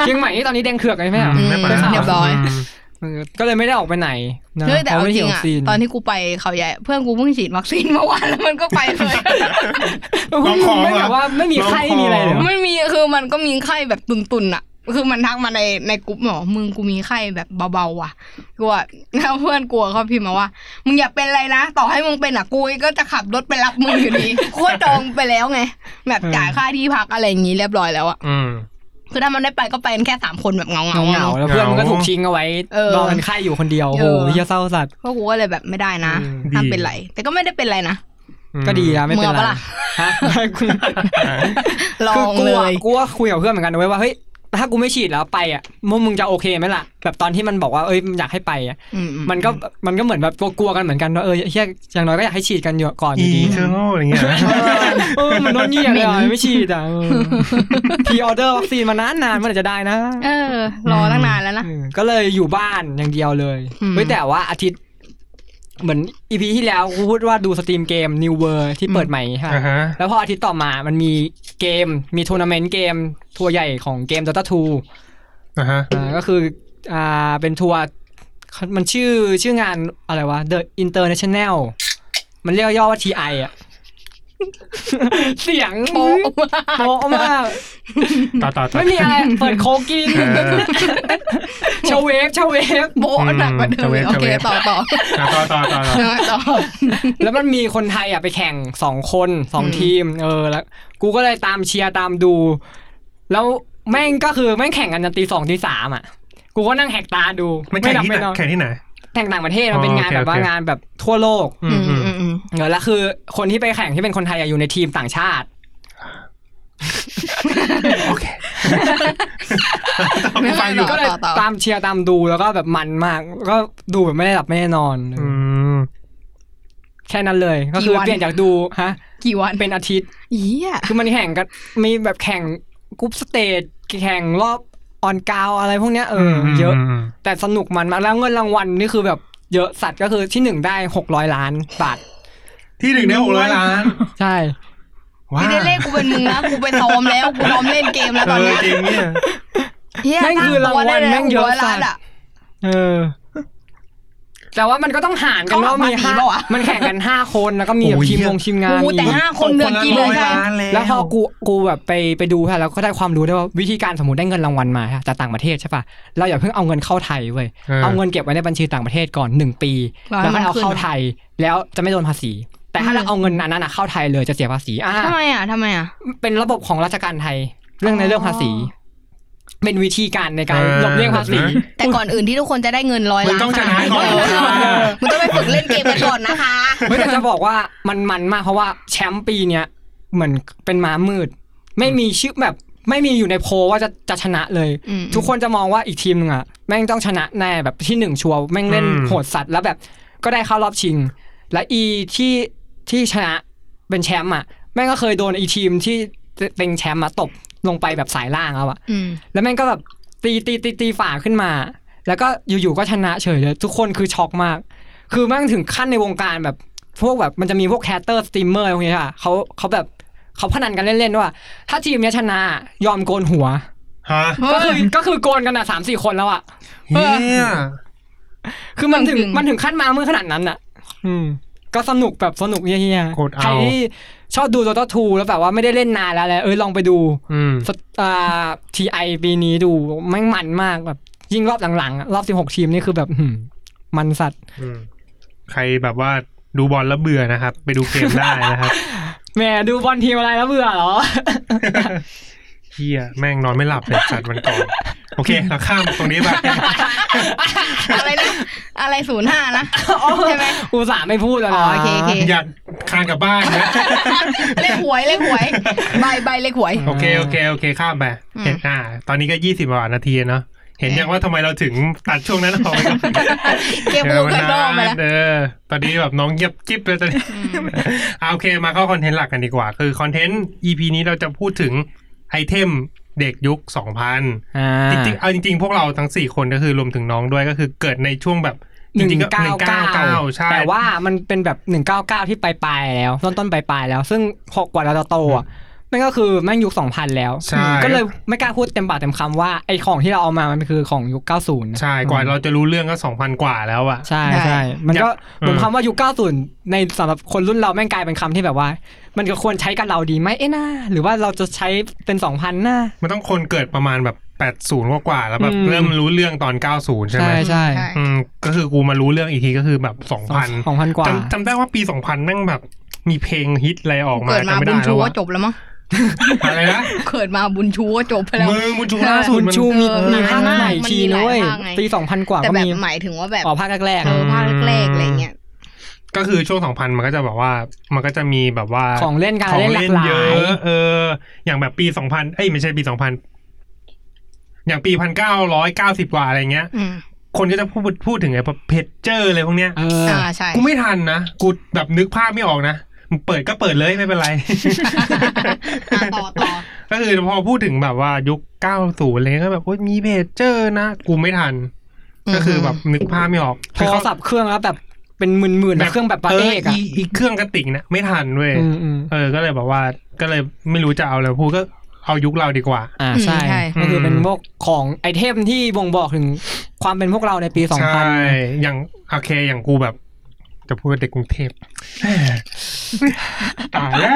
S6: เชียงใหม่นี่ตอนนี้แดงเถือกเลยไหมอ่ะ
S2: อืมไม่ไปละ
S3: เรียบร้อย
S2: ม
S6: เออก็เลยไม่ได้ออกไปไหนนะ
S3: เฮ้ยแต่
S6: พะ
S3: เอา
S6: ไม่
S3: จ
S6: ได้
S3: ริง
S6: ฉีดวัคซีน
S3: อะตอนที่กูไปเขาใหญ่เพื่อนกูเพิ่งฉีดวัคซีนเมื่อวานแล้วมันก็ไปเลย
S6: ไม่
S2: ลองของ
S6: ไม่
S2: เหรอ
S6: แบบว่าไม่มีไข้
S2: ลองของ
S6: มีอะไรเลยเหรอ
S3: ไม่มีคือมันก็มีไข้แบบตุนๆอะคือมันทักมาในในกลุ่มหมอมึงกูมีไข้แบบเบาๆว่ะกูอะ แล้วเพื่อนกลัวเขาพิมพ์มาว่ามึงอย่าเป็นอะไรนะต่อให้มึงเป็นอะกูก็จะขับรถไปรับมึงอยู่ ดีโคตรจองไปแล้วไง แบบจ่ายค่าที่พักอะไรอย่างงี้เรียบร้อยแล้วอะ
S2: อืม
S3: คือถ้ามันได้ไปก็ไปกันแค่สามคนแบบเงาๆ
S6: เหงาๆแล้วเพื่อนมันก็ถูกทิ้งเอาไว้
S3: เออ
S6: รอเป็นไข้อยู่คนเดียวโอ้โห
S3: เออ
S6: เหี้ยเศร้าสัตว์
S3: พวกกูก็เลยแบบไม่ได้นะ
S6: อืม
S3: ห้าม
S2: ดี
S3: เป็นไรแต่ก็ไม่ได้เป็นไรนะ
S6: ก็ดีนะไม่เป็น
S3: มึงเอา
S6: ไร
S3: ปะ ล่ะ
S6: ฮะ
S3: ลอ
S6: คืองกู
S3: เล
S6: อะ
S3: ย
S6: กูว่าคุยกับเพื่อนเหมือนกันนะเว้ยว่าเฮ้ยถ้ากูไม่ฉีดแล้วไปอ่ะมึงมึงจะโอเคไหมล่ะ แบบตอนที่มันบอกว่าเอ้ยอยากให้ไปอ่ะ
S3: อืๆ
S6: มันก็มันก็เหมือนแบบกลัวๆกันเหมือนกันว่าเออเฮียอย่างน้อยก็อยากให้ฉีดกันอยู่ก่อนอ
S2: อี
S6: ยู่ดี
S2: เทอร์โนอะไรเงี้ยนะ
S6: เออเหมือนโดนเหยี่ยงเลยอะไม่ฉีดอ่ะพีออเดอร์วัคซีนมานานนานๆเมื่อไหร่จะได้นะ
S3: เออ รอตั้งนานแล้วนะ
S6: เออก็เลยอยู่บ้านอย่างเดียวเลย
S3: อืม
S6: เฮ้ยแต่ว่าอาทิตย์ เหมือนอีพีที่แล้วกูพูดว่าดูสตรีมเกม New World ที่เปิดใหม่ใช่ปะ
S2: อ่าฮะ
S6: แล้วพออาทิตย์ต่อมามันมีเกม มีทัวร์นาเมนต์เกม ทัวร์ใหญ่ของเกม Dota 2
S2: อ่าฮะ
S6: อ่าก็คืออ่าเป็นทัวร์ มันชื่อชื่องานอะไรวะ The International มันเรียกย่อว่า TI อ่ะ เสียง
S3: โป๊ะ
S6: โป๊ะมาก
S2: ต่อต่อต่อ
S6: ไม่มีอะไร เปิดโคกิน
S2: เออ
S6: ชาเวฟชาเวฟ
S3: โป๊ะหนักกว่าเดิ
S2: จะ
S3: ม
S2: เวฟ
S3: โอ
S2: จะ
S3: เค
S2: เวฟ
S3: ต่อต่อ
S2: อ่ะต่อต่อต่อต่อ
S3: ต่อ
S6: แล้วมันมีคนไทยอ่ะไปแข่งสองคนสอง
S3: อืม
S6: ทีม เออแล้วกูก็เลยตามเชียร์ตามดู แล้วแม่งก็คือแม่งแข่งกันจนตีสองตีสามอ่ะ กูก็นั่งแหกตาดู
S2: ไม่แข่งที่ไหน
S6: ไม่นอน
S2: แข่งที่ไหน
S6: แข่งต่างประเทศมันเป็
S2: อ๋อง
S6: นานแบบว่า
S2: โอเคโอเค
S6: งานแบบทั่วโลก
S2: อื
S3: อื
S2: ม
S3: ม
S2: อืม
S3: อืมอืม
S6: เออแล้วคือคนที่ไปแข่งที่เป็นคนไทยอ่ะอยู่ในทีมต่างชาติ
S2: โอเค
S3: ไม่ฟังอยู่
S6: ก็เลย
S3: ต่อต่อ
S6: ตามเชียร์ตามดูแล้วก็แบบมันมาก ก็ดูแบบไม่ได้หลับไม่ได้นอน
S2: อืม
S6: แค่นั้นเลย ก็คือเปลี่ยนจากดู ฮะ
S3: กี่วัน
S6: เป็นอาทิตย์
S3: เหี้ย
S6: คือมันแข่งกันมีแบบแข่งกรุ๊ปสเตจแข่งรอบออนกราวอะไรพวกเนี้ยเอออเยอะ แต่สนุกมันมากแล้วเงินรางวัลนี่คือแบบเยอะสัตว์ก็คือที่หนึ่งได้หกร้อยล้านบาท
S2: ที่หนึ่งได้หกร้อยล้าน
S6: ใช่
S2: ว้า
S3: ไม่ได้เล่นกูเป็นมึงนะกูไปซ้อมแล้วกูซ้อมเล่นเกมแล้ว
S2: เอ
S3: ตอน
S2: อ
S3: เนี้ย
S2: จริงเนี่ย
S3: เหี้ย
S6: แม่งคือรางวัล
S3: ได้
S6: แม่งเยอะ
S3: ร้ล้า
S6: สั
S3: น
S6: ตว์
S3: อะ
S6: เออ แต่ว่ามันก็ต้องหารกัน
S3: เขา
S6: ว่ามี
S3: หาร
S6: ห้า
S3: เปล่าวะ
S6: มันแข่งกันห้าคนแล้วก็มีแบบ
S2: โอ้ย
S6: ทีม
S2: เหี้ย
S6: งงทีมงาน
S3: กูแต่
S6: อีก
S3: ห้าคนเดือนกี่เลยใช่ไหม
S2: ล้านแล้ว
S6: แล้วพอกูกูแบบไปไปดูค่ะแล้วก็ได้ความรู้ได้ว่าวิธีการสมมติได้เงินรางวัลมาค่ะจากต่างประเทศใช่ปะเราอย่าเพิ่งเอาเงินเข้าไทยเว้ย
S2: เออ
S6: เอาเงินเก็บไว้ในบัญชีต่างประเทศก่อนหนึ่งปี
S3: ร้ย
S6: แล้ว
S3: มั
S6: ให้
S3: น
S6: เอา
S3: ขึ้น
S6: เข้า
S3: หรอ
S6: ไทยแล้วจะไม่โดนภาษี แต่ถ้า
S3: อืม
S6: เราเอาเงินอันนั้นอะเข้าไทยเลยจะเสียภาษีอ่า
S3: ทำไมอ่ะทำไมอ่ะ
S6: เป็นระบบของราชการไทย เรื่องในเรื่องภาษี เป็นวิธีการในการ
S2: เออ
S6: หลบเลี่ยงภาษี
S2: นะ
S3: แต่ก่อนอื่นที่ทุกคนจะได้เงินร้อย
S2: มึง
S3: ล้าน
S2: ต้องชนะ
S3: สาย
S2: ก่อนค่ะ
S3: เอมึงต้องไปฝึกเล่นเกมกันก่อนนะคะ
S6: ไม่แต่จะบอกว่ามันมันมากเพราะว่าแชมป์ปีเนี้ยเหมือนเป็นม้ามืด ไม่มีชื่อแบบไม่มีอยู่ในโพลว่าจะจะชนะเลย
S3: อืม
S6: ทุกคนจะมองว่าอีกทีมหนึงอะแม่งต้องชนะแน่แบบที่หนึ่งชัวร์แม่งเล่น
S2: อืม
S6: โหดสัตว์แล้วแบบก็ได้เข้ารอบชิง และอีที่ที่ชนะเป็นแชมป์อะแม่งก็เคยโดนอีทีมที่เป็นแชมป์มาตบลงไปแบบสายล่างแล้วอะ
S3: อืม
S6: แล้วแม่งก็แบบตีตีตีตีฝ่าขึ้นมา แล้วก็อยู่ๆก็ชนะเฉยเลย ทุกคนคือช็อกมาก คือแม่งถึงขั้นในวงการแบบพวกแบบมันจะมีพวกแคสเตอร์สตรีมเมอร์พวกเนี้ยค่ะเขาเขาแบบเขาพนันกันเล่นๆว่า ถ้าทีมเนี้ยชนะยอมโกนหัว
S2: ฮะ
S6: ก็คือก็คือโกนกันอ่ะสามสี่คนแล้วอ่ะ
S2: เนี่ย
S6: คือมันถึงมันถึงขั้นมาเมื่อขนาดนั้นอ่ะ อืม ก็สนุกแบบสนุกเฮีย
S2: โคตร
S6: ๆใคร
S2: เอา
S6: ที่ชอบดูโ o ต a ทูแล้วแบบว่าไม่ได้เล่นนานแล้วแหละเออลองไปดู
S2: อืม
S6: อ่าทีไอปีนี้ดูแม่งมันมากแบบยิ่งรอบหลังๆอะรอบสิบหกทีมนี่คือแบบหืมมันสัตว์
S2: อืม ใครแบบว่าดูบอลแล้วเบื่อนะครับ ไปดูเกมได้นะครับ
S6: แหมดูบอลทีมอะไรแล้วเบื่อเห รอ
S2: เฮียแม่งนอนไม่หลับเลยจัดวันก่อน โอเค เราข้ามตรงนี้ไป
S3: อะไรนะ อะไรศูนย์ห้านะ ใช่ไหม
S6: อุตส่าห์ไม่พูดแล้ว
S3: อ๋
S6: นะ
S3: อโอเคโอเค
S2: อยากคานกลับบ้านนะ
S3: เลขหวยเลขหวย ใบใบเลขหวย
S2: โอเค โอเค โอเค ข้ามไป
S3: อืม
S2: เห็นอ่า ตอนนี้ก็ยี่สิบกว่านาทีเนาะ เห็นยังว่าทำไมเราถึงตัดช่วงนั้นออกไปก่อน
S3: เกมบูกันดอมไปแล้ว
S2: เออ ตอนนี้แบบน้องเงียบกิ๊บเลยต อนนี้เอาโอเคมาเข้าคอนเทนต์หลักกันดีกว่า คือคอนเทนต์ EP นี้เราจะพูดถึงไอเทมเด็กยุค 2000
S6: อ่า
S2: จริงๆเอาจริงๆ พวกเราทั้ง 4 คนก็คือรวมถึงน้องด้วยก็คือเกิดในช่วงแบบจ
S6: หนึ่ง
S2: ริงๆก็
S6: เก้าเก้า
S2: 199ใช่
S6: แต่ว่ามันเป็นแบบหนึ่งเก้าเก้าที่ปลายปลายๆแล้ว ต้นต้นๆปลายปลายๆแล้ว ซึ่งหกกว่าเราจะโตอ่ะนั่นก็คือแม่งยุคสองพันแล้ว
S2: ใช่
S6: ก็เลยไม่กล้าพูดเต็มปากเต็มคำว่าไอของที่เราเอามามันคือของยุคเก้าศูนย์
S2: ใช่กว่าเราจะรู้เรื่องก็ 2,000 กว่าแล้วอะ
S6: ใช่ใช่มันก็
S2: อืม
S6: เหมือนคำว่ายุคเก้าศูนย์ในสำหรับคนรุ่นเราแม่งกลายเป็นคำที่แบบว่า มันก็ควรใช้กับเราดีไหมเอ๊ะนะหรือว่าเราจะใช้เป็นสองพันนะ
S2: มันต้องคนเกิดประมาณแบบ 80 กว่าๆแล้วแบบ
S6: อืม
S2: เริ่มรู้เรื่องตอน 90 ใช่ไหม
S6: ใช่
S2: อืมก็คือกูมารู้เรื่องอีกทีก็คือแบบ 2,000
S6: สองพันกว่า
S2: จำจำได้ว่าปี 2000 แม่งแบบ มีเพลงฮิตอะไรออกมา
S3: เกิดมา
S2: จำไม่
S3: บุ
S2: ได้แล้
S3: ญชู
S2: ว
S3: ก็
S2: ว่า
S3: จบแล้วมั้ง
S2: อะไรนะ
S3: เกิดมาบุญชูก็จบไปแล้ว
S2: มือบุญชูล่าสุ
S6: คุ
S2: ด
S6: ณ
S2: มัน
S6: ชูมี
S3: เออ
S6: มีภาค
S3: มันมี
S6: ใหม่
S3: มันมี
S6: ทีนะเว้ย
S3: หลายภาคไง
S6: ปีสองพันกว่า
S3: แต่
S6: ก็
S3: แบบ
S6: มี
S3: หมายถึงว่าแบบ
S6: อ๋อภาคแรกๆ
S3: เออภาคแรกๆอะไรเงี้ย
S2: ก็คือช่วง 2000 มันก็จะแบบว่า มันก็จะมีแบบว่า
S6: ของเล่นการ
S2: ของ
S6: เล่นหลากหลา
S2: เย
S6: ย
S2: อะเออ อย่างแบบปี 2000 เอ้ยไม่ใช่ปี 2000 อย่างปี 1990 กว่าอะไรเงี้ย
S3: อืม
S2: คนก็จะพูดพูดถึงไอ้เพจเจอร์อะไรพวกเนี้ย
S6: เออ
S3: อ่าใช่
S2: กูไม่ทันนะ กูแบบนึกภาพไม่ออกนะมึงเปิดก็เปิดเลยไม่เป็นไร
S3: อ่ะต่อต่อ
S2: ก็คือพอพูดถึงแบบว่ายุค 90 อะไรเงี้ยก็แบบโอ้ยมีเพจเจอร์นะ กูไม่ทัน ก็คือแบบนึกภาพไม่ออก
S6: โทรศัพท์เครื่องแล้วแบบเป็นหมื่นๆนะเครื่องแบบปาเอก
S2: อ
S6: อ่ะ
S2: อีอีกเครื่องกระติกเนะไม่ทันเว้ย
S6: อืมอืม
S2: เออ ก็เลยแบบว่า ก็เลยไม่รู้จะเอาอะไรพูดก็ เอายุคเราดีกว่า
S6: อ่า
S3: อืม
S6: ใช่
S3: ใช่
S6: ก็คือเป็นพวกของไอเทมที่บ่งบอกถึงความเป็นพวกเราในปี 2000
S2: ใช่ อย่างโอเค อย่างกูแบบ จะพูดว่าเด็กกรุงเทพ ตายแล้ว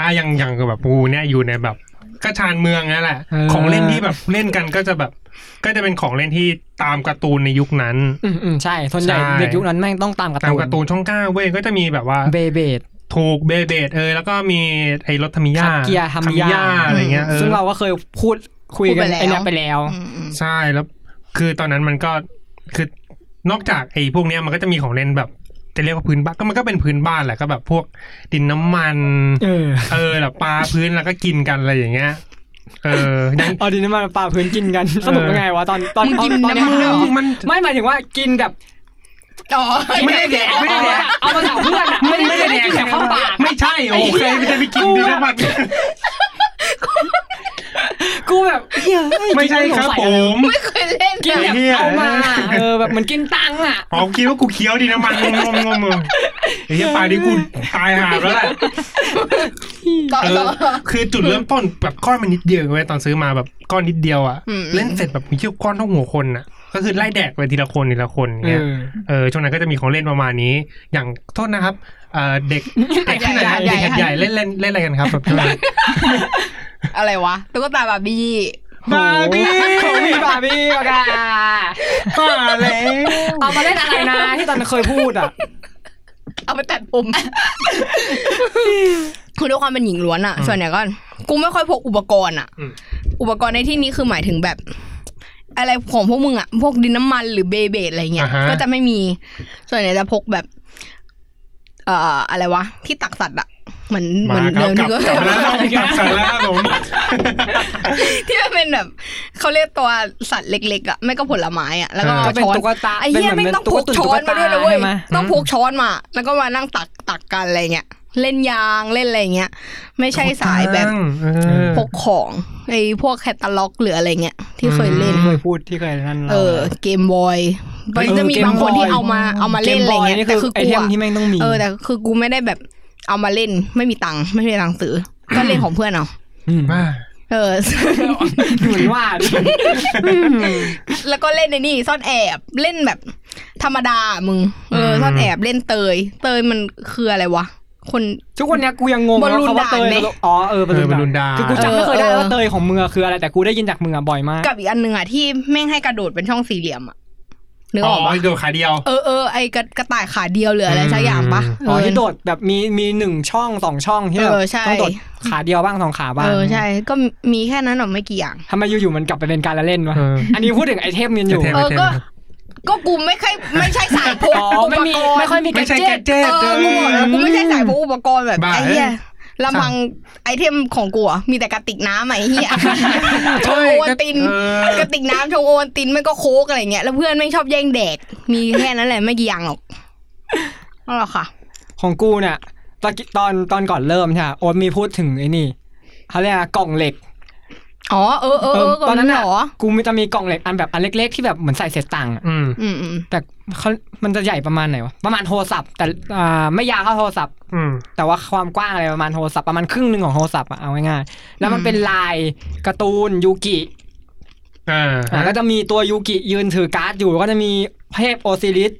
S2: อ่ะอย่างอย่างแบบกูเนี่ยอยู่ในแบบก็ชานเมืองนั่นแหละ
S6: เออ
S2: ของเล่นที่แบบเล่นกันก็จะแบบ ก็จะเป็นของเล่นที่ตามการ์ตูนในยุคนั้น
S6: อืมอืมใช่ส่วนใหญ่
S2: ใช่
S6: เด็กยุคนั้นแม่งต้องตามการ์
S2: ตาม
S6: ตูน
S2: การ์ตูนช่องเก้าเว้ยก็จะมีแบบว่า
S6: เบเบด
S2: ถูกเบเบดเอยแล้วก็มีไอ้รถทามิยา
S6: คับเกียร์ทำยา
S2: อะไรเงี้ยเออ
S6: ซึ่งเราก็เคยพูดคุย
S3: พูด
S6: กั
S3: ไป
S6: น
S3: แล้ว
S6: ไอเนี้ยไปแล้ว
S3: อืมอืม
S2: ใช่แล้วคือตอนนั้นมันก็คือนอกจากไอ้พวกเนี้ยมันก็จะมีของเล่นแบบ จะเรียกว่าพื้นบ้านก็มันก็เป็นพื้นบ้านแหละก็แบบพวกดินน้ำมัน
S6: เออ
S2: เออแบบปลาพื้นแล้วก็กินกันอะไรอย่างเงี้ยเออยัง
S6: เอาดินน้ำมันมาปาพื้นกินกัน สนุกยังไงวะตอนตอน
S3: มึงกิน
S6: ตอน
S3: น้ำมันเหรอ
S6: มึงมันไม่หมายถึงว่ากินแบบ
S3: อ๋อ
S2: ไม่ได้แดกไม่ได้แดก
S6: เอามาจากเพื่อนอะ
S2: ไม่
S6: ไม่
S2: ไม่ได้
S6: ได้กิน
S2: แดก
S6: แต่เข้าปาก
S2: ไม่ใช่โอ้ใครมันจะไปกินดินน้ำมัน
S6: กูแบบเหี้ยเอ้ย
S2: ไม่ใช่ครับผม
S3: ไม่เคยเล่น
S6: กินแบ
S3: อะ
S6: บ
S2: เหี้ย
S6: เอามาเออแบบเหมันกินตังค์อ่ะ
S2: อ๋อคิดว่ากูเคี้ยวดินน้ำมันงงงงงงไอ้เหี้ยปลาดิกูตายหาแล้วแหละ
S3: ต่อ
S2: เอ
S3: ต่อ
S2: อคือจุดเริ่มต้นแบบก้อนมันนิดเดียวเว้ยตอนซื้อมาแบบก้อนนิดเดียวอ่ะ
S3: อืม
S2: เล่นเสร็จแบบมีเชี่ยวก้อนเท่าหัวคนอ่ะ ก็คือไล่แดกไปทีละคนทีละคนเงี้ยเออช่วงนั้นก็จะมีของเล่นประมาณนี้ อย่างโทษนะครับเอ่อเด็กเด็กที่ไหนนะเด็กหัดใหญ่เล่นเล่นเล่นอะไรกันครับแบบช่วงนั้น
S3: อะไรวะตุ๊กตาบาร์บี้
S2: บาร์บี้
S6: ของพี่บาร์บี้ปากกา
S2: บ้าแล้ว
S6: เอามาเล่นอะไรนะที่ตอนเคยพูดอ่ะ
S3: เอาไปตัดผม คือด้วยความเป็นหญิงล้วนอะส่วนใหญ่ก็กูไม่ค่อยพกอุปกรณ์อะอุปกรณ์ในที่นี้คือหมายถึงแบบ อะไรของพวกมึงอะพวกดินน้ำมันหรือเบเบดอะไรเงี้ยก็จะไม่มี ส่วนใหญ่จะพกแบบ เอ่ออะไรวะที่ตักสัตว์อะเหมือนเห
S2: มา
S3: มือน
S2: ครั
S3: เดิ
S2: บ
S3: ม
S2: กลับ
S3: ก็
S2: กลับมาแล้วกลับสาระครับผม
S3: ที่มันเป็นแบบเขาเรียกตัวสัตว์เล็กๆอ่ะไม่ก็ผลไม้อ่ะแล้วก็
S6: ก็เป็น
S3: ช้อน
S6: ตุ๊กตา
S3: ไอ้เหี้ย
S6: เป็นเหมือน
S3: ไม่งต้องพก
S6: เป็นตุ๊
S3: ช้
S6: ก
S3: อน
S6: ตา
S3: มาด้วยนะเว้ย
S6: ใช่ไหม
S3: ต้องพกช้อนมา แล้วก็มานั่งตักตักกันอะไรเงี้ยเล่นยางเล่นอะไรเงี้ยไม่ใช่สายแบบ
S2: เออ
S3: พกของไอ้พวกแคตตาล็อกหรืออะไรเงี้ยที่เคยเล่น
S6: เคยพูดที่เคยนั่น
S3: เออเกมบอยมันจะมี
S6: เออ Game
S3: บางคนที่
S6: Boy
S3: เอามาเอามาเล่น
S6: Game
S3: อะไร
S6: Boy
S3: เงี้ย
S6: นี่
S3: แต่
S6: คือ
S3: คือ
S6: ไอ
S3: กู
S6: เทม
S3: อะ
S6: ที่แม่งต้องมี
S3: เออแต่คือกูไม่ได้แบบเอามาเล่นไม่มีตังค์ไม่มีตังค์ซื้อก็เล่นของเพื่อนเอา
S6: ม
S3: เออ
S6: หนุนว่าด
S3: แล้วก็เล่นในนี่ซ่อนแอบเล่นแบบธรรมดามึง เออ
S2: อืม
S3: ซ่อนแอบเล่นเตย เตยมันคืออะไรวะ คน
S6: ทุกวันเนี้ยกูยังงง
S3: บอลลูน
S6: ว่เตย
S3: ด่านไหม
S6: อ๋อเออบอล
S2: เออบอลลู
S6: ลู
S2: น
S6: น
S2: ด่า
S6: ด่าน คือกูจำไม่เคยได้
S3: เออ
S6: ว่าเตยของเมืองคืออะไรแต่กูได้ยินจากเมืองอะบ่อยมาก
S3: กับอีกอันหนึ่งอ่ะที่แม่งให้กระโดดเป็นช่องสี่เหลี่ยมอ่ะนึก
S2: อ๋
S3: อ
S2: อ
S3: อกปะ
S2: เดียวขาเดียว
S3: เออเออไอกระกระต่ายขาเดียวเหลืออะไรสักอย่างปะ
S6: อ๋อ
S3: เ
S6: ที่โดดแบบมีมีหนึ่งช่องสองช่องที่แบบ
S3: เออใช่
S6: ต้องโดดขาเดียวบ้างสองขาบ้าง
S3: เออใช่ ก็มีแค่นั้นหรอกไม่กี่อย่าง
S6: ทำไมอยู่ๆมันกลับไปเป็นการละเล่นวะ
S2: เอออั
S6: อันนี้พูดถึงไอเทมยันอยู่
S2: ไอเทม
S3: เออก็ ก็กูไม่ค่อยไม่ใช่สายพก
S6: อ๋อไม่มี
S3: ปกรณ์
S6: ไม่ค่อยมี
S2: ไม่ใช่แกดเจ็ต
S3: เออกูบอกแล้วกูไม่ใช่สายพกอุปกรณ์แบบ
S2: บ้า
S3: ไอ้เหี้ย
S2: เอ้ย
S3: ลำพังไอเทมของกูอะมีแต่กระติกน้ำอะไอ้เหี้ยโช
S2: เฮ้
S3: ว์
S2: ย
S3: โอวัลติน
S2: เออ
S3: กระติกน้ำชงโอนตินไม่ก็โค้กอะไรเงี้ยแล้วเพื่อนไม่ชอบแย่งแดก มีแค่นั้นแหละไม่กี่อย่างหรอกนั่นแหละค่ะ
S6: ของกูเนี่ยตอนตอนตอนก่อนเริ่มใช่ปะโอ๊ตมีพูดถึงไอ้นี่เขาเรียกอะไรกล่องเหล็ก
S3: อ๋อเออเออเออก่อนนั้นเหรอ
S6: กูมีจะมีกล่องเหล็กอันแบบอันเล็กๆที่แบบเหมือนใส่เศษตังค์อะ
S2: อืม
S3: อืมอืม
S6: แต่เขามันจะใหญ่ประมาณไหนวะประมาณโทรศัพท์ แต่อ่าไม่ยาวเท่าโทรศัพท์
S2: อืม
S6: แต่ว่าความกว้างอะไรประมาณโทรศัพท์ประมาณครึ่งหนึ่งของโทรศัพท์อะเอาง่ายๆแล้วมันเป็นลายการ์ตูนยูกิ
S2: อ่า
S6: อ่ะก็จะมีตัวยูกิยืนถือการ์ดอยู่แล้วก็จะมีเทพโอซิริส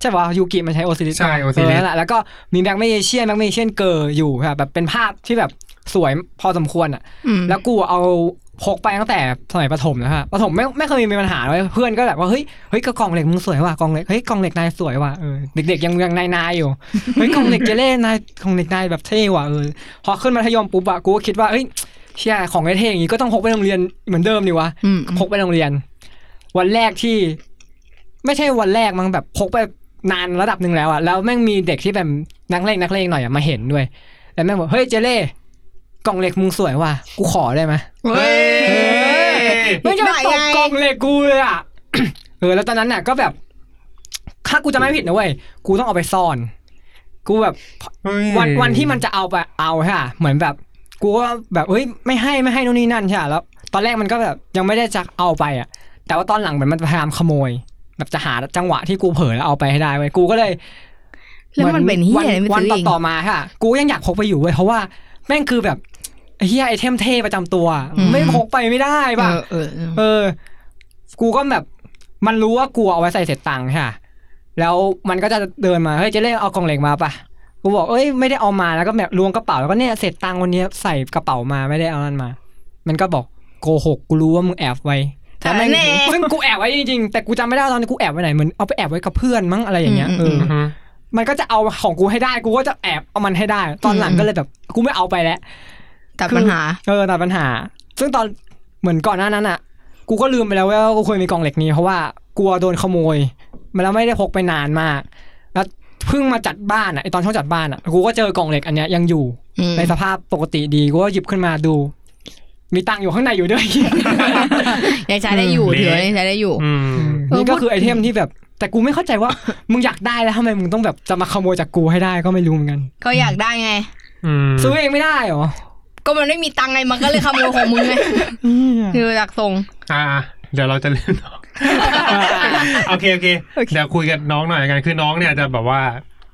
S6: ใช่ป่ะยูกิมันใช้โอซิริส
S2: ใช่โอ
S6: เอ
S2: ซิ
S6: อ
S2: ลิ
S6: นั่
S2: ส
S6: นแหละแล้วก็มีแบ็กเมเชียนแบ็กเมเชียนเกอร์อยู่ค่ะแบบเป็นภาพที่แบบสวยพอสมควรอ่ะ
S3: อืม
S6: แล้วกูเอาพกไปตั้งแต่สมัยประถมนะฮะประถมไม่ไม่เคยมีปัญหาเลยเพื่อนก็แบบว่าเฮ้ยเฮ้ยกระกล่องเหล็กมึงสวยว่ะกล่องเหล็กเฮ้ยกล่องเหล็กนายสวยว่ะเออเด็กๆยังยังนายนายอยู่ เฮ้ยกล่องเหล็กเจเล่นายกล่องเหล็กนายแบบเท่ว่ะเออพอขึ้นมัธยมปุ๊บอะกูก็คิดว่าเฮ้ยเชี่ยของเท่ๆอย่างงี้ก็ต้องพกไปโรงเรียนเหมือนเดิมนี่วะ
S3: อืม
S6: พกไปโรงเรียน วันแรกที่ ไม่ใช่วันแรกมั้งแบบพกไปนานระดับหนึ่งแล้วอะแล้วแม่งมีเด็กที่แบบนักเลงนักเลงหน่อยอะมาเห็นด้วยแล้วแม่งบอกเฮ้ยเจเล่กล่องเหล็กมึงสวยว่ะกูขอได้ไหม
S3: เฮ้ย
S6: ไม่จะ
S3: ได้
S6: มาต
S3: ไง
S6: บกล่องเหล็กกูเลยอะ เออแล้วตอนนั้นน่ะ ก็แบบถ้ากูจะไม่ผิดนะเว้ยกูต้องเอาไปซ่อน กูแบบ
S2: เฮ้ย
S6: วันวันที่มันจะเอาไปเอาค่ะเหมือนแบบกูก็แบบเฮ้ยไม่ให้ไม่ให้นู่นนี่นั่นใช่ปะแล้ว ตอนแรกมันก็แบบยังไม่ได้จะเอาไปอ่ะ แต่ว่าตอนหลังเหมือนมันพยายามขโมย แบบจะหาจังหวะที่กูเผลอแล้วเอาไปให้ได้เว้ยกูก็เลย
S3: แล้วมันเป็นเหี้ยอะไรไม่
S6: วัน
S3: ซื้อ
S6: ต่อ
S3: เอง
S6: ต่อๆมาค่ะ กูยังอยากพกไปอยู่เว้ยเพราะว่าแม่งคือแบบ ไอ้เฮียไอเทมเท่ประจำตัว
S3: อืม
S6: ไม่พกไปไม่ได้ป่ะ
S3: เออเออเออ
S6: เออ กูก็แบบมันรู้ว่ากูเอาไว้ใส่เศษตังค์ค่ะ แล้วมันก็จะเดินมา เฮ้ยเจะเล่นเอากล่องเหล็กมาปะกูบอกเอ้ยไม่ได้เอามาแล้วก็แบบลวงกระเป๋าแล้วก็เนี่ยเศษตังค์วันนี้ใส่กระเป๋ามาไม่ได้เอานั่นมา มันก็บอกโกหกกูรู้ว่ามึงแอบไว้แต่แม่ง
S3: แน่
S6: ซึ่งกูแอบไว้จริงๆแต่กูจำไม่ได้ว่าตอนนี้กูแอบไว้ไหนเหมือนเอาไปแอบไว้กับเพื่อนมั้งอะไรอย่างเงี้ยเอออ
S2: อืม
S6: มันก็จะเอาของกูให้ได้กูก็จะแอบเอามันให้ได้ ตอนหลังก็เลยแบบกูไม่เอาไปแล้ว
S3: แต่ปัญหา
S6: เออตัดปัญหา ซึ่งตอนเหมือนก่อนหน้านั้นอ่ะ กูก็ลืมไปแล้วว่ากูเคยมีกล่องเหล็กนี้เพราะว่ากลัวโดนขโมยมาแล้วไม่ได้พกไปนานมาก แล้วเพิ่งมาจัดบ้านอ่ะไอตอนช่วงจัดบ้านอ่ะกูก็เจอกล่องเหล็กอันเนี้ยยังอยู่
S3: อืม
S6: ในสภาพปกติดีกูก็หยิบขึ้นมาดู มีตังค์อยู่ข้างในอยู่ด้วย
S3: ยังใช้ได้อยู่ถือว่ายังใช้ได้อยู่
S2: อืม
S3: เออ
S6: นี่ก็คือไอเทมที่แบบ แต่กูไม่เข้าใจว่า มึงอยากได้แล้วทำไมมึงต้องแบบจะมาขโมยจากกูให้ได้ก็ไม่รู้เหมือนกัน
S3: ก็อยากได้ไง
S2: อืม
S6: ซื้อเองไม่ได้เหรอ
S3: ก็มันไม่มีตังค์ไงมันก็เลยขโมยของมึงไงคือจากทรง
S2: อ่าเดี๋ยวเราจะเล่นน้อง โอเคโอเค เดี๋ยวคุยกับน้องหน่อยละกันคือน้องเนี่ยจะแบบว่า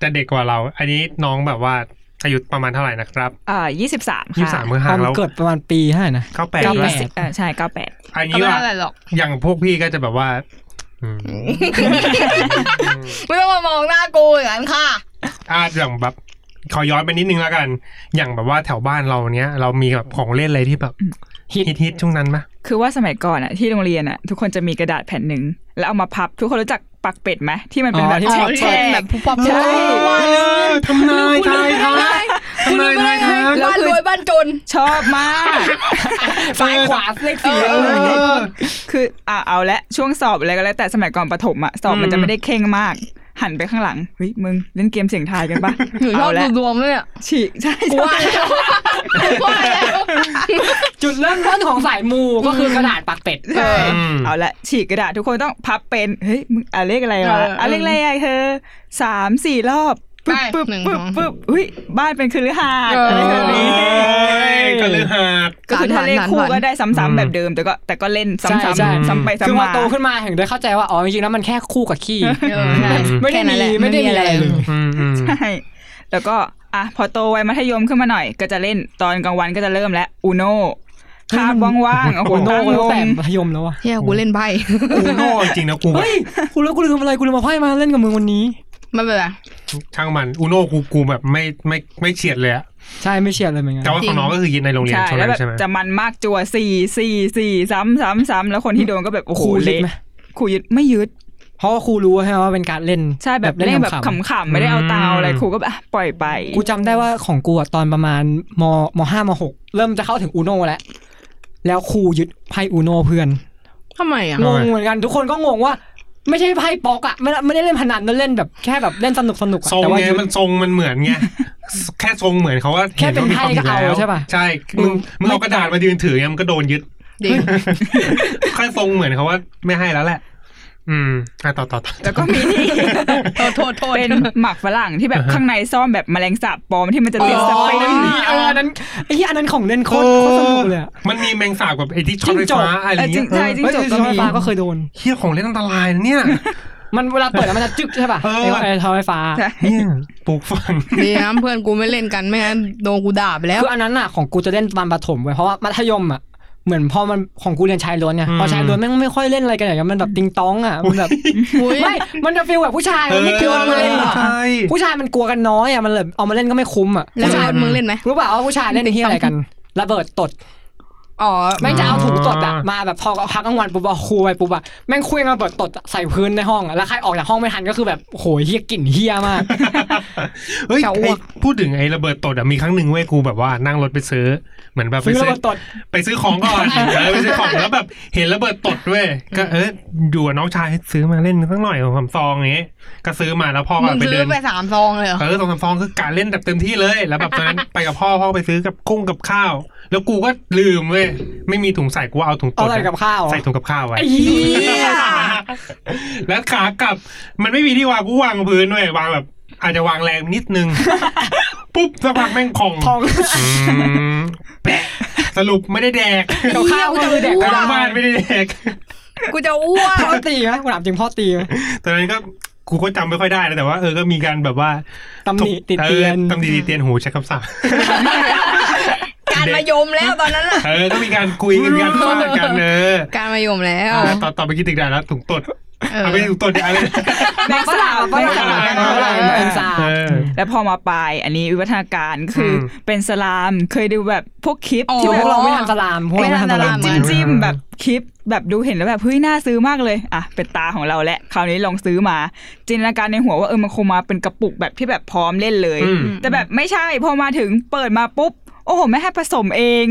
S2: จะเด็กกว่าเรา อันนี้น้องแบบว่าอายุประมาณเท่าไหร่นะครับ
S5: เอ่อยี่สิบสาม
S2: ยี่
S5: ค่ะ
S2: สามเมื่อ
S6: ต
S2: ห่า
S6: อง น
S2: แล้ว
S6: เกิดประมาณปีเท่าไหร่นะ
S2: เข้าแปด
S5: เก้า
S2: แล้ว
S5: แปดเออใช่เก้าแปด
S2: อัน
S3: ก็
S2: นี้
S3: ไม่
S2: ว่า
S3: เท่าไหร่หรอก
S2: อย่างพวกพี่ก็จะแบบว่าอืม
S3: ไม่ต้องมามองหน้ากูอย่างนั้นค่ะ
S2: อ่าอย่างแบบขอย้อนไปนิดนึงแล้วกัน อย่างแบบว่าแถวบ้านเราเนี้ยเรามีแบบของเล่นอะไรที่แบบ
S6: ฮิต
S2: ฮิตฮิตช่วงนั้นไหม
S5: คือว่าสมัยก่อนอ่ะที่โรงเรียนอ่ะทุกคนจะมีกระดาษแผ่นหนึ่งแล้วเอามาพับ ทุกคนรู้จักปักเป็ดไหมที่มันเป็น
S6: อ๋อ
S5: แบบ
S6: ที่
S5: แฉ
S3: เอา
S5: ก
S3: แช
S5: แฉก
S3: ร์
S5: แบ
S3: แบบ บผู้ปรับ
S5: ใช่
S3: ใช่
S2: ทำนายทายทายทำนายทายทาย
S3: บ้านรวยบ้านจน
S5: ชอบมาก
S6: ซ้ายขวาเลขสี่
S3: เออ
S6: อะไรอย่างเงี้ย
S5: คืออ่าเอาละช่วงสอบอะไรก็แล้วแต่สมัยก่อนประถมอ่ะสอบมันจะไม่ได้เข่งมาก หันไปข้างหลังเฮ้ยมึงเล่นเกมเสียงทายกันปะ
S3: หนูชอ
S5: เอา
S3: บ
S5: ละ
S3: ดูดวงเนี่ย
S5: ฉีก ใช่
S3: กู
S5: ใช่
S3: ว่าแล้วกูว่าแล้ว
S6: จุดเริ่มต้นของสายมูก็คือกระดาษปากเป็ด
S5: ใช่
S2: อืม
S5: เอาละฉีกกระดาษทุกคนต้องพับเป็นเฮ้ยมึงอ่ะเลขอะไร
S3: เอ
S5: วะ
S3: อ
S5: อ่ะเลขอะไรอ่ะเธอสามสี่รอบปึ๊บ
S3: ได้
S5: ปึ๊บ
S3: หนึ่ง
S5: ปึ๊บ
S3: สอง
S5: ปึ๊บอุ้ยบ้านเป็นคือลือหาด
S3: เอออ
S5: อะไรแบบนี้
S2: ก็เลยหาด
S5: ก็คือถ้าเลขคู่ก็ได้
S2: อื
S5: ซ้ำ
S2: ม
S5: ๆแบบเดิมแต่ก็แต่ก็เล่นซ้
S6: ใช่ใช่
S5: ำๆซ้ำไป
S6: คือมา
S5: ซ้ำมา
S6: โตขึ้นมาถึงได้เข้าใจว่า อ๋อ จริงๆแล้วมันแค่คู่กับขี้
S3: เออใช่
S6: ไม่ได้
S3: แค่นั้นแหละ
S6: มีไม่ได้มีอะไรเลย
S2: อืมอืม
S5: ใช่แล้วก็อ่ะพอโตวัยมัธยมขึ้นมาหน่อย ก็จะเล่นตอนกลางวันก็จะเริ่มแล้วอูโน่คาบว่างๆโอ้โห
S6: โอ้โห
S5: ตั้งว
S6: ตั้งแต่
S5: ง
S6: มัธยมแล้วอะ
S3: เฮียกูเล่นไพ่
S2: กูโง่จริงนะกูแบบ
S6: เฮ้ยกูแล้วกูลืมอะไร กูลืมมาไพ่มาเล่นกับมึงวันนี้
S3: ไม่เป็นไร
S2: ช่างมันอูโน่กูกูแบบไม่ไม่ไม่เฉียดเลยอะ
S6: ใช่ไม่เชียร์เลยเหมือนกัน
S2: แต่ว่าของน้องก็คือยินในโรงเรียน
S5: ใช่
S2: เท่า
S5: แล้ว
S2: นั้น
S5: แบบ
S2: ใช่ไหม
S5: จะมันมากจัวสี่สี่สี่ซ้ำซ้ำซ้ำแล้วคนที่โดนก็แบบโอ้โห
S6: ครูยึด
S5: เละ
S6: ไหม
S5: ครูยึดไม่ยึด
S6: เพราะว่าครูรู้ใช่ไหมว่าเป็นการเล่น
S5: ใช่แบบเล่นแบบ
S6: ขำ
S5: ขำๆไม่ได้เอาตาวอะไรครูก็แบบอ่ะปล่อยไป
S6: ๆกูจำได้ว่าของกูอะตอนประมาณมมห้ามหกเริ่มจะเข้าถึงอูโน่แล้ว แล้วครูยึดไพ่อูโน่เพื่อน
S3: ทำไมอ่ะ
S6: งงเหมือนกันทุกคนก็งงว่า ไม่ใช่ไพ่ปอกอะไม่ได้ไม่ได้เล่นพนันนะเล่นแบบแค่แบบเล่นสนุกสนุกอะ
S2: ทรง
S6: แต่ว่า
S2: ไง
S6: ยึด
S2: มันทรงมันเหมือนไงแค่ทรงเหมือนเขาว่า
S6: แค่เป็นไพ่ก็เอาใช่ปะ
S2: ใช่มึงมึงเอากระดาษมายืนถือไงมันก็โดนยึด
S3: ดิ
S2: แค่ทรงเหมือนเขาว่าไม่ให้แล้วแหละ อืมอ่ะต่อต่อต่อ
S5: แล้วก็มีที่
S3: โทษโทษโทษ
S5: เป็นหมักฝรั่งที่แบบข้างในซ่อมแบบแมลงสาบปลอมที่มันจะติด
S6: ส
S5: สป
S6: เป
S5: ริง
S6: นเอออันนั้นไอ้ที่อันนั้นของเล่นโคตรโคตรสนุกเลยอะ
S2: มันมีแมงสาบกับไอ้ที่ช็อตไฟ
S6: จิ้งจก
S2: ฟ้าอะไร
S5: เออจริ
S2: เงี้
S5: ง
S2: ย
S5: ใช่จริง
S6: เฮ้ย
S5: จก
S6: จ
S5: ก็
S6: อไฟ
S5: มี
S6: ฟ้าก็เคยโดน
S2: เฮียของเล่นอันตรายนะเนี่ย
S6: มันเวลาเปิดแล้วมันจะจึ๊กใช่ป่ะ
S2: เออ
S6: ไอ้ไอ้ทอไฟฟ้า
S2: เนี่ยปลูกฝัง
S3: ดีนะเพื่อนกูไม่เล่นกันไม่งั้นโดนกูด่าไปแล้ว
S6: คืออันนั้นอ่ะของกูจะเล่นตอนประถมเว้ยเพราะว่ามัธยมอ่ะเหมือนพอมันของกูเรียนชายล้วนเนี่ย
S2: อืม
S6: พอชายล้วนแม่งไม่ค่อยเล่นอะไรกันอย่างเงี้ยมันแบบติงต้องอ่ะมันแบบ
S3: อุ๊ย
S6: ไม่มันจะฟีลแบบผู้ชายมันไม่กลัว
S2: เออ
S6: มันเล่นหรอก
S2: ใช่
S6: ผู้ชายมันกลัวกันน้อยอ่ะมันเลยเอามาเล่นก็ไม่คุ้มอ่ะ
S3: แล้ว
S6: ผู้ชาย
S3: ชายมึงเล่นไหม
S6: รู้เปล่าว่าผู้ชายเล่นไอ้เหียอะไรกันระเบิดตด
S3: อ๋อ
S6: แม่งจะเอาถุงตดอะมาแบบพอพักกลางวันปุ๊บอะครูไปปุ๊บอะแม่งเคว้งระเบิดตดอะใส่พื้นในห้องอะแล้วใครออกจากห้องไม่ทันก็คือแบบโหยเฮียกลิ่นเฮียมาก
S2: เฮ้ย
S3: แถวอ้
S2: ไอ้
S3: วก
S2: พูดถึงไอ้ระเบิดตดอะมีครั้งหนึ่งเว้ยกูแบบว่านั่งรถไปซื้อ เหมือนแบบไป
S6: ซื้อระ
S2: ซื้อ
S6: เบิดตด
S2: ไปซื้อของก่ อนเออไปซื้อของแล้วแบบเห็นระเบิดตดเว้ยก็เออดูกับน้องชายซื้อมาเล่นสักหน่อยของสามซองอย่างเงี้ยก็ซื้อมาแล้วพ่อก็
S3: มึง
S2: ไป
S3: ซื้
S2: เดิ
S3: อน ไปสามซองเลยเหรอ
S2: เออสองสามซองคือการเล่นแบบเต็มที่เลยแล้วแบบตอน นั้น ไปกับพ่อพ่อไปซื้อกับกุ้งกับข้าว แล้วกูก็ลืมเว้ยไม่มีถุงใส่กูเอาถุงต
S6: เอา
S2: ด
S6: อะไรกับข้าวอะ
S2: ใส่ถุงกับข้าวไว้
S6: ไอ้เฮีย
S2: แล้วขากลับมันไม่มีที่วางกูวางกับพื้นด้วยวางแบบ อาจจะวางแรงนิดนึง ปุ๊บสักพักแม่งของ
S6: ทอง
S2: อืมแปะสรุปไม่ได้แดก
S6: กับข้าวก็คือแดก
S2: ก
S6: ไม่
S2: ลา
S6: ได้
S2: งบ้านไม่ได้แดก
S3: กูจะอ้วก
S6: พ่อตีไหมกูถามจริงพ่อตีไหม
S2: ตอนนั้นก็กูก็จำไม่ค่อยได้นะแต่ว่าเออก็มีการแบบว่า
S6: ตำหนิติดเตียน
S2: ออตำหนิติดเตียนหูใช้คำสั่ง
S3: การมายมแล้วตอนนั้นน่ะ
S2: เออต้องมีการคุยกันมีการฟาดกันเออ
S3: การมายมแล้ว
S2: อ่ะต่อต่อไปกินติกได้แล้วถุงตด
S3: เออ
S2: เอาไปถุงตดเนี่ยอะไร
S5: แมงสาบ
S6: แมงสาบ
S5: แมงสาบ
S6: แมงสาบ
S2: เออ
S5: แล้วพอมาปลายอันนี้วิวัฒนาการคืออ
S2: ม
S5: เป็นสลามเคยดูแบบพวกคลิป
S3: อ๋อ
S5: ที่
S6: ที่พ
S5: แบบ
S6: วกเราไม่ทำสลามพวกเราไม่ทำสลาม
S3: ไม่
S5: จิ้ม
S3: ทำสลา
S5: จิ้มๆแบบคลิปแบบดูเห็นแล้วแบบเฮ้ยน่าซื้อมากเลยอ่ะเป็นตาของเราแหละคราวนี้ลองซื้อมา จินตนาการในหัวว่าเออมันคงมาเป็นกระปุกแบบที่แบบพร้อมเล่นเลย
S2: อืม
S5: แต่แบบไม่ใช่พอมาถึงเปิดมาปุ๊บ โอ้โหแม่ให้ผสมเอง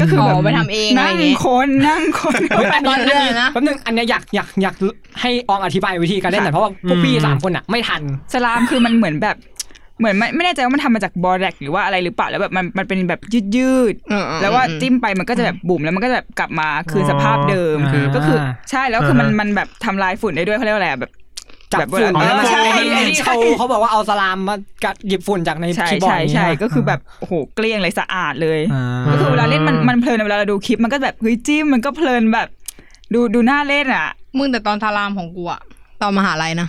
S5: ก็คืออ
S3: ม
S5: แบบ
S3: อ๋อไปทำเองอะไร
S5: นั่
S3: อง ย่างงี้
S5: คนนั่งคน
S3: แต่ตอนเรื่องนะ
S6: แป๊บนึงอันเนี้ยอยากอยากอยากให้ออมอธิบายวิธีการเล่นหน่อยเพราะว่าพวกพี่
S2: อืม
S6: สามคนอ่ะไม่ทัน
S5: สลามคือมันเหมือนแบบเหมือนไม่ไม่แน่ใจว่ามันทำมาจากบอแรกหรือว่าอะไรหรือเปล่าแล้วแบบมันมันเป็นแบบยืดยืดๆ
S3: เออเออ
S5: แล้วว่า
S3: เออ
S5: จิ้มไปมันก็จะแบบบุ๋มแล้วมันก็จะแบบกลับมาคืนสภาพเดิม
S6: อ๋อ
S5: ก็คือ
S6: อ่า
S5: ใช่แล้วคือมัน
S2: อ่าฮะ
S5: มันแบบทำลายฝุ่นได้ด้วยเขาเรียกว่าอะไรอะแบบ
S6: จับ
S5: แบบ
S6: ฝุ่น
S5: เวลา
S6: แล้วมัน
S5: เออใช่ใช่
S6: โชว์เขาบอกว่าเอาสลามมากัดหยิบฝุ่นจากใน
S5: ใช่
S6: คีย์บอร์ด
S5: ใช่
S6: อย่า
S5: ใช่
S6: งเงี้ย
S5: ก็คือแบบโอ้โหเกลี้ยงเลยสะอาดเลย
S6: อ่า
S5: ก็คือเวลาเล่นมันมันเพลินเวลาเราดูคลิปมันก็แบบเฮ้ยจิ้มมันก็เพลินแบบ ดูดูน่าเล่นอ่ะ
S3: มึงแต่ตอนสลามของกูอะตอนมหาลัยนะ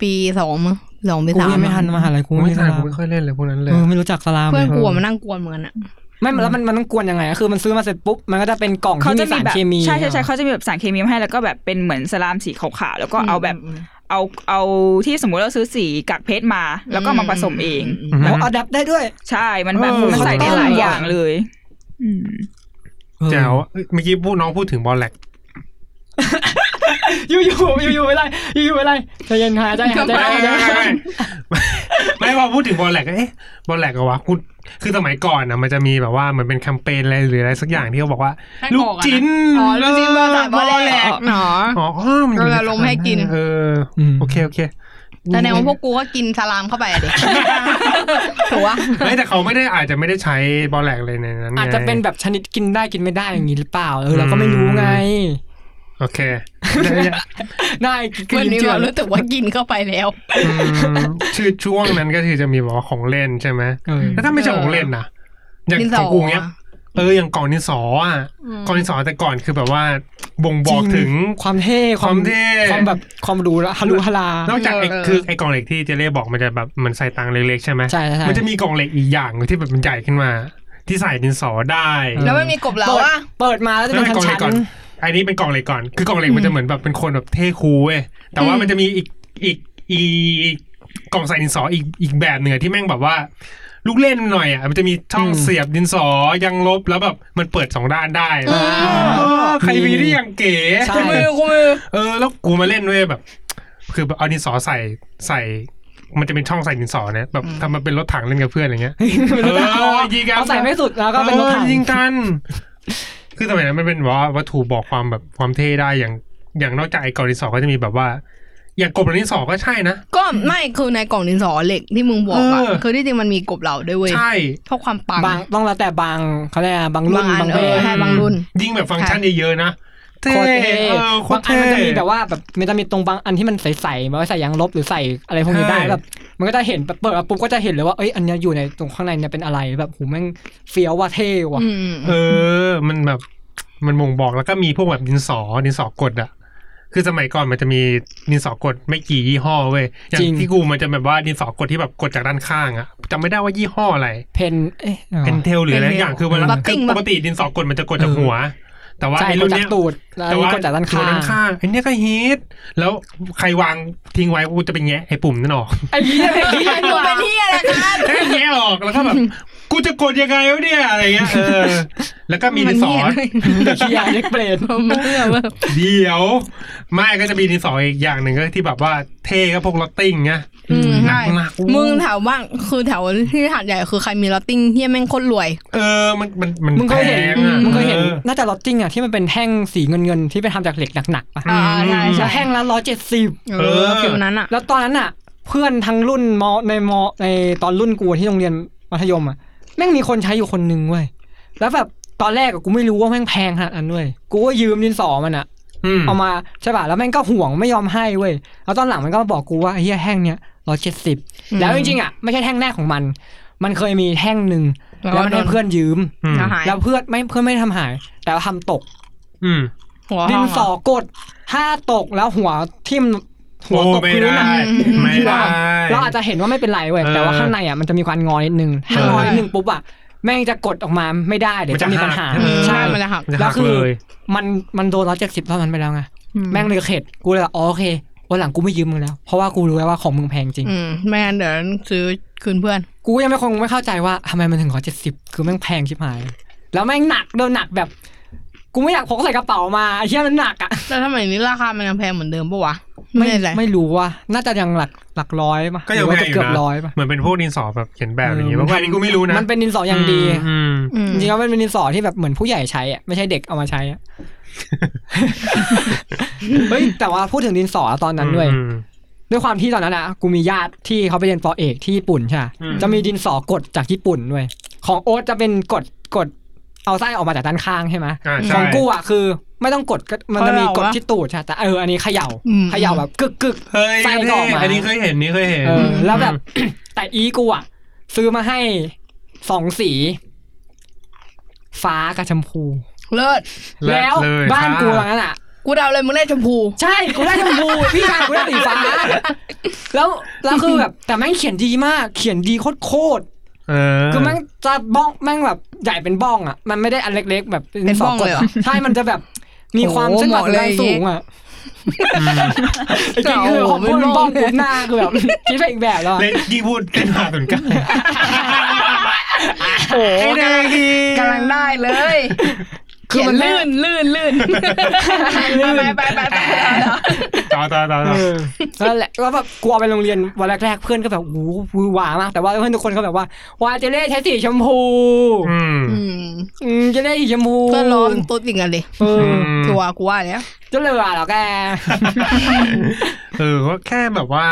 S3: ปีสองมั้งสองปี
S6: กู
S3: สาม
S6: ยังไม่ทันมหาลัยกู
S2: กู
S6: ไม่มีส
S2: ไม่ทัน
S6: ลา
S2: กู
S6: ม
S2: ไม่ค่อยเล่นเลยพวกนั้นเล
S6: เอย อไม่รู้จักสลาม
S3: เพื่อ
S6: ล
S3: น
S6: ย
S3: กูอะมานั่งกวนเหมือนกันอะ
S6: ไม่แล้วมันมันต้องกวนยังไงอะคือมันซื้อมาเสร็จปุ๊บมันก็จะเป็นกล่อง
S5: เขา
S6: ที่มี
S5: จะมี
S6: สาร
S5: แบบ
S6: เคมี
S5: ใช่ใช่ใช่เขาจะมีแบบสารเคมีมาให้แล้วก็แบบเป็นเหมือนสลามสีขาวๆแล้วก็เอาแบบ
S3: ม
S5: เอาเอาที่สมมุติเราซื้อสีกากเพชรมา แล้วก็มาผสมเอง
S2: อืม
S6: แล้วเอาดับได้ด้วย
S5: ใช่มันแบบ
S2: เออ
S5: มันใส่ได้หลายอย่างเลยอืม
S2: แจ๋วเอ้ยเมื่อกี้พูดน้องพูดถึงบอลแหลก
S6: อยู่อยู่อยู่อยู่ไม่ไรอยู่อยู่ไม่ไรใจเย็นหายใจหายใจ
S3: ไม่
S6: หายใจ
S2: ไม่พอพูดถึงบอลแหลกเอ๊ะบอลแหลกอะวะคุณคือสมัยก่อนนะมันจะมีแบบว่าเหมันเป็นแคมเปญอะไรหรืออะไรสักอย่างที่เขาบอกว่า
S3: ให้
S2: ลู
S3: ออก อะนะ
S2: จิ้น
S3: อ๋อลูกจิ้นบอลแหลกบอลแหลก
S5: อ๋อ
S3: หนอ
S2: อ๋ออ๋อมันอยู่
S3: เราลงให้กิน
S2: เออโอเคโอเค
S3: แต่แนวว่าพวกกูก็กินสลามเข้าไปอะเด็กถูกปะ
S2: ไม่แต่เขาไม่ได้อาจจะไม่ได้ใช้บอลแหลกเลยในนั้นไง
S6: อาจจะเป็นแบบชนิดกินได้กินไม่ได้อย่างนี้หรือเปล่าเออเราก็ไม่รู้ไง
S2: โอเค ได้ได้
S6: ได้กิ
S3: วัน
S6: น
S3: นี้
S6: เจือ
S3: เรา
S6: น
S3: รู้สึกว่ากินเข้าไปแล้ว
S2: อืมชื่อช่วงนั้นก็คือจะมีบอกว่าของเล่นใช่ไหม
S6: เออ
S2: แล้วถ้าไม่ใช่ของเล่นนะอย่าง
S3: ดินส
S2: ข
S3: อ
S2: องกูเนี้ย เอออย่างกล่องดินสออ่ะกล่องดินสอแต่ก่อนคือแบบว่า บ่งบอก
S6: จริง
S2: ถึง
S6: ความเท่
S2: ความเท่
S6: ความแบบความดูแล้วฮารุฮาราน
S2: อกจากไอ้
S3: เออ
S2: คือไอ้กล่องเหล็กที่เจเล่บอกมันจะแบบมันใส่ตังค์เล็กๆใช่ไหม
S6: ใช่ใช่ใช่
S2: มันจะมีกล่องเหล็กอีกอย่างที่แบบมันใหญ่ขึ้นมา ที่ใส่ดินสอได้
S3: แล้วไม่มีกบเหลา
S6: เปิด
S3: อะ
S6: เปิดมาแล้วจะเป็น
S2: กล่องเหล็
S6: ชั้น
S2: กก่อนอันนี้เป็นกล่องเหล็กก่อน คือกล่องเหล็กมันจะเหมือนแบบเป็นคนแบบเท่คูลเว้ยแต่ว่ามันจะมีอีกอีกอีกกล่องใส่ดินสออีกอีกแบบหนึ่งอะที่แม่งแบบว่า ลูกเล่นหน่อยอ่ะมันจะมีช่องเสียบดินสอยังลบแล้วแบบมันเปิดสองด้านได้
S3: อืม
S2: เออใครมีได้อย่างเก๋
S6: ๆใช่
S3: มือกูมือ
S2: เออแล้วกูมาเล่นด้วยแบบ คือแบบเอาดินสอใส่ใส่ มันจะเป็นช่องใส่ดินสอเนี่ยแบบทำมาเป็นรถถังเล่นกับเพื่อนอะไรเงี้ย
S6: เป็นรถถัง
S2: เออยิงกัน
S6: เขาใส่ไม่สุดแล้วก็เป็นรถถัง
S2: ออยิงกัน คือสมัยนั้นมันเป็นว่าวัตถุบอกความแบบความเท่ได้อย่างอย่างนอกจากไอ้กล่องดินสอก็จะมีแบบว่า อย่างกบหรือดินสอก็ใช่นะ
S3: ก็ไม่คือในกล่องดินสอเหล็กที่มึงบอกอะ
S2: เออ
S3: คือที่จริงมันมีกบเหลาด้วยเว้ย
S2: ใช่
S3: เพราะความปัง
S6: บางต้องแล้วแต่บางเขาเรียกอะไรบางรุ่น
S3: บางอัน
S6: บางเบ
S3: เออให้ บางรุ่น
S2: ยิ่งแบบฟังก์ชันเยอะๆนะเท่
S6: โคตรเท่
S2: เออโค
S6: บา
S2: ต
S6: งอัน
S2: รเท่
S6: มันจะมีแบบว่าแบบมันจะมีตรงบางอันที่มันใสๆแบบว่าใส่ยางลบหรือใส่อะไรพวกนี้ได้
S2: ใช่
S6: แบบมันก็จะเห็นแบบเปิดมาปุ๊บก็จะเห็นเลยว่าเอ้ยอันเนี้ยอยู่ในตรงข้างในเนี่ยเป็นอะไรแบบหูแม่งเฟี้ยวว่ะเท่ว่ะ
S3: อืม
S2: เออ มันแบบ มันม่งบอกแล้วก็มีพวกแบบดินสอ ดินสอกดอะคือสมัยก่อนมันจะมีดินสอกดไม่กี่ยี่ห้อเว้ย อย่างที่กูมันจะแบบว่าดินสอกดที่แบบกดจากด้านข้างอะจำไม่ได้ว่ายี่ห้ออะไร
S6: เพนเอ๊ะ
S2: เพนเทลหรืออะไรสักอย่าง
S3: Pentel
S2: คือมัน
S3: บัต
S2: คื
S3: ติ้
S2: อง
S3: ปะ
S2: ปกติดินสอกดมันจะกดจากหัว แต่ว่า
S6: ใช่
S2: ไอ้
S6: ก
S2: รุ่
S6: ด
S2: น
S6: จาก
S2: เนี้ย
S6: ตูดแล้ว
S2: แต่
S6: อันนี้
S2: ว่า
S6: กดจากด้าน
S2: ตัว
S6: ข้าง
S2: ข้างไอ้เนี้ยก็ฮิตแล้วใครวางทิ้งไว้กูจะไปแงะไอ้ปุ่มนั่นออก
S6: ไอ้เหี้ยไอ้เหี้ย
S3: มึงเป็นเฮียนะครับ
S2: แค่แงะออกแล้วก็แบบกูจะกดยังไงวะเนี่ยอะไรเงี้ยเออ แล้วก็มีดินสอ
S3: มันเหี้ย
S6: เหี้ยเล็กเบรน
S2: เดี๋ยว ไม่ก็จะมีดินสออีกอย่างหนึ่งก็ที่แบบว่าเท่ก็พวกลอตติ้งไง
S3: อืม
S2: หนั
S3: ใช่
S2: กหนัก
S3: มึงแถวบ้างคือแถวที่หาดใหญ่คือใครมีลอตติ้งเฮียแม่งโคตรรวย
S2: เออมันมันมัน
S6: มึงเคยเห็น
S2: แพอะ
S6: มึงเคยเห็น
S2: ออ
S6: น่าจะลอตติ้งอ่ะที่มันเป็นแท่งสีเงินๆที่เป็นทำจากเหล็กหนักๆป่ะ
S3: อ่าใช่
S6: จะ
S3: ใช่
S6: แท่งละร้อยเจ็ดสิบ
S3: เอ
S2: เอ
S3: อ
S2: อ
S3: ฟิวนั้นอะ
S6: แล้วตอนนั้นอ่ะ เพื่อนทั้งรุ่นมในมในตอนรุ่นกูที่โรงเรียนมัธยมอ่ะแม่งมีคนใช้อยู่คนหนึ่งเว้ยแล้วแบบตอนแรกอะกูไม่รู้ว่าแม่งแพงขนาดนั้นเว้ยกูก็ยืมดินสอมันอ่ะ
S2: อืม
S6: เอามาใช่ป่ะแล้วแม่งก็ห่วงไม่ยอมให้เว้ยแล้วตอนหลังมันก็มาบอกกูว่าไอ้เฮียแท่งเนี้ยร้อยเจ็ดสิบแล้วจริงๆอ่ะไม่ใช่แท่งแรกของมัน มันเคยมีแท่งหนึ่ง
S3: แล้ว
S6: แล้ว
S3: ก็โด
S6: ให้
S3: น
S6: เพื่อนยืม
S2: อืม
S3: แล้วหาย
S6: แล้วเพื่อนไม่เพื่อนไม่ได้ทำหาย แต่ว่าทำตก
S2: อืม
S3: หัว
S6: ดิ
S3: ห้อน ง
S6: สอ
S3: อะ
S6: กดห้าตกแล้วหัวทิ่มหัว
S2: โอ้
S6: ตก
S2: ไม่
S6: พื้นอะ
S2: ได้ ไม่ได้
S6: เราอาจจะเห็นว่าไม่เป็นไรเว้ย
S2: เออ
S6: แต่ว่าข้างในอ่ะมันจะมีการงอนิดนึงถ้างอนิดนึงปุ๊บอ่ะ แม่งจะกดออกมาไม่ได้เดี๋ยวจะมีปัญหา
S2: มันจะหัก
S3: ใช่มันเลยหัก
S2: จะ
S6: แล้ว
S2: หัก
S6: คือ
S2: เลย
S6: มันมันโดนร้อยเจ็ดสิบเท่านั้นไปแล้วไง
S3: อืม
S6: แม่งเลยเข็ดกูเลยแบบอ๋อโอเควันหลังกูไม่ยืมมึงแล้ว เพราะว่ากูรู้แล้วว่าของมึงแพงจริง
S3: อืมไม่งั้นเดี๋ยวซื้อคืนเพื่อน
S6: กูยังไม่คงไม่เข้าใจว่าทำไมมันถึงร้อยเจ็ดสิบคือแม่งแพงชิบหาย แล้วแม่งหนักโดนหนักแบบ กูไม่อยากพกใส่กระเป๋ามาไอ้เฮียมันหนักอ่ะ
S3: แล้วทำไมนี้ราคามันยังแพงเหมือนเดิมปะวะไม่
S6: ไม่
S3: ได้แหละ
S6: ไม่รู้ว่า น่าจะยังหลักหลักร้อยป่ะ
S2: ก็ยัง
S6: หรื
S2: แพ
S6: ว่าง จะ
S2: อยู่
S6: เกือบ
S2: นะ
S6: ร้อยป่ะ
S2: เหมือนเป็นพวกดินสอแบบเขียนแบบอย่างงี้บ้างอันนี้กูไม่รู้นะ
S6: มันเป็นดินสออย่างดี
S2: อืม
S3: อืม
S6: จริงๆแล้วมันเป็นดินสอที่แบบเหมือนผู้ใหญ่ใช้อะไม่ใช่เด็กเอามาใช้อะ เฮ้ยแต่ว่าพูดถึงดินสอตอนนั้นด้วย
S2: อืม
S6: ด้วยความที่ตอนนั้นอะกูมีญาติที่เขาไปเรียนปอเอกที่ญี่ปุ่นใช่ปะ
S2: อืม
S6: จะมีดินสอกดจากญี่ปุ่นด้วย ของโอ๊ตจะเป็นกดกดเอาไส้ออกมาจากด้านข้างใช่ไหม
S2: อ่า
S6: ข
S2: ใช่
S6: องกูอะคือไม่ต้องกดก็มันจะมีกดที่ตูดใช่ปะแต่เอออันนี้เขย่า
S3: อืม
S6: เขย่าแบบกึกกึก
S2: เฮ้ย
S6: ไส้ก็ออกมา
S2: อันนี้เคยเห็นนี่เคยเห็น
S6: เออ
S3: ม
S6: แล้วแบบ แต่อีกูอะซื้อมาให้สองสี ฟ้ากับชมพู
S3: เลิศ
S2: เลิศ
S6: แล้ว
S2: เลย
S6: บ้าน
S2: ค่ะ
S6: กูตอนนั้นอ่ะ
S3: กูเดาเลยมึงได้ชมพู
S6: ใช่กูได้ชมพู พี่ชายกูได้สีฟ้า แล้วแล้วคือแบบแต่แม่งเขียนดีมาก เขียนดีโคตร
S2: เออ
S6: ๆคือแม่งจะบ้องแม่งแบบใหญ่เป็นบ้องอ่ะ มันไม่ได้อันเล็ก ๆ แบบ
S3: เป็นบ้องเลยเหรอ
S6: ใช่มันจะแบบมีความ
S3: โอ้โห
S6: เส้นผ่าศูนย์กลางสูงอ่ะไอ้จริงคือของ
S3: เป็
S6: พู
S3: น
S6: ด
S3: บ้อง
S6: บ้องปุ๊บหน้าคือแบบ คิดไปอีกแบบแล้วอะ
S2: เล่นที่พูดเป็นหาตุนกัน
S3: โอ้
S2: ไอ้แดงดี
S3: กำลังได้เลย
S6: คือมัน
S3: เขียลื่นลื่นลื่นไปไปไปไปเอาเหรอ
S2: ต่อต่อต่อต่อ
S6: เออนั่นแหละก็แบบกูเอาไปโรงเรียนวันแรกๆเพื่อนก็แบบโอ้โหวือหวามากแต่ว่าเพื่อนทุกคนเขาแบบว่าวาเจเล่ใช้สีชมพู
S2: อืม
S3: อืม
S6: อืมเจเล่สีชมพู
S3: เพื่อนร้อเป็นตุ๊ดอีกอันเลย
S6: เออ
S2: ม
S3: ตัวกูว่าแล้ว
S6: จะเหลือเหรอแก
S2: เออก็แค่แบบว่า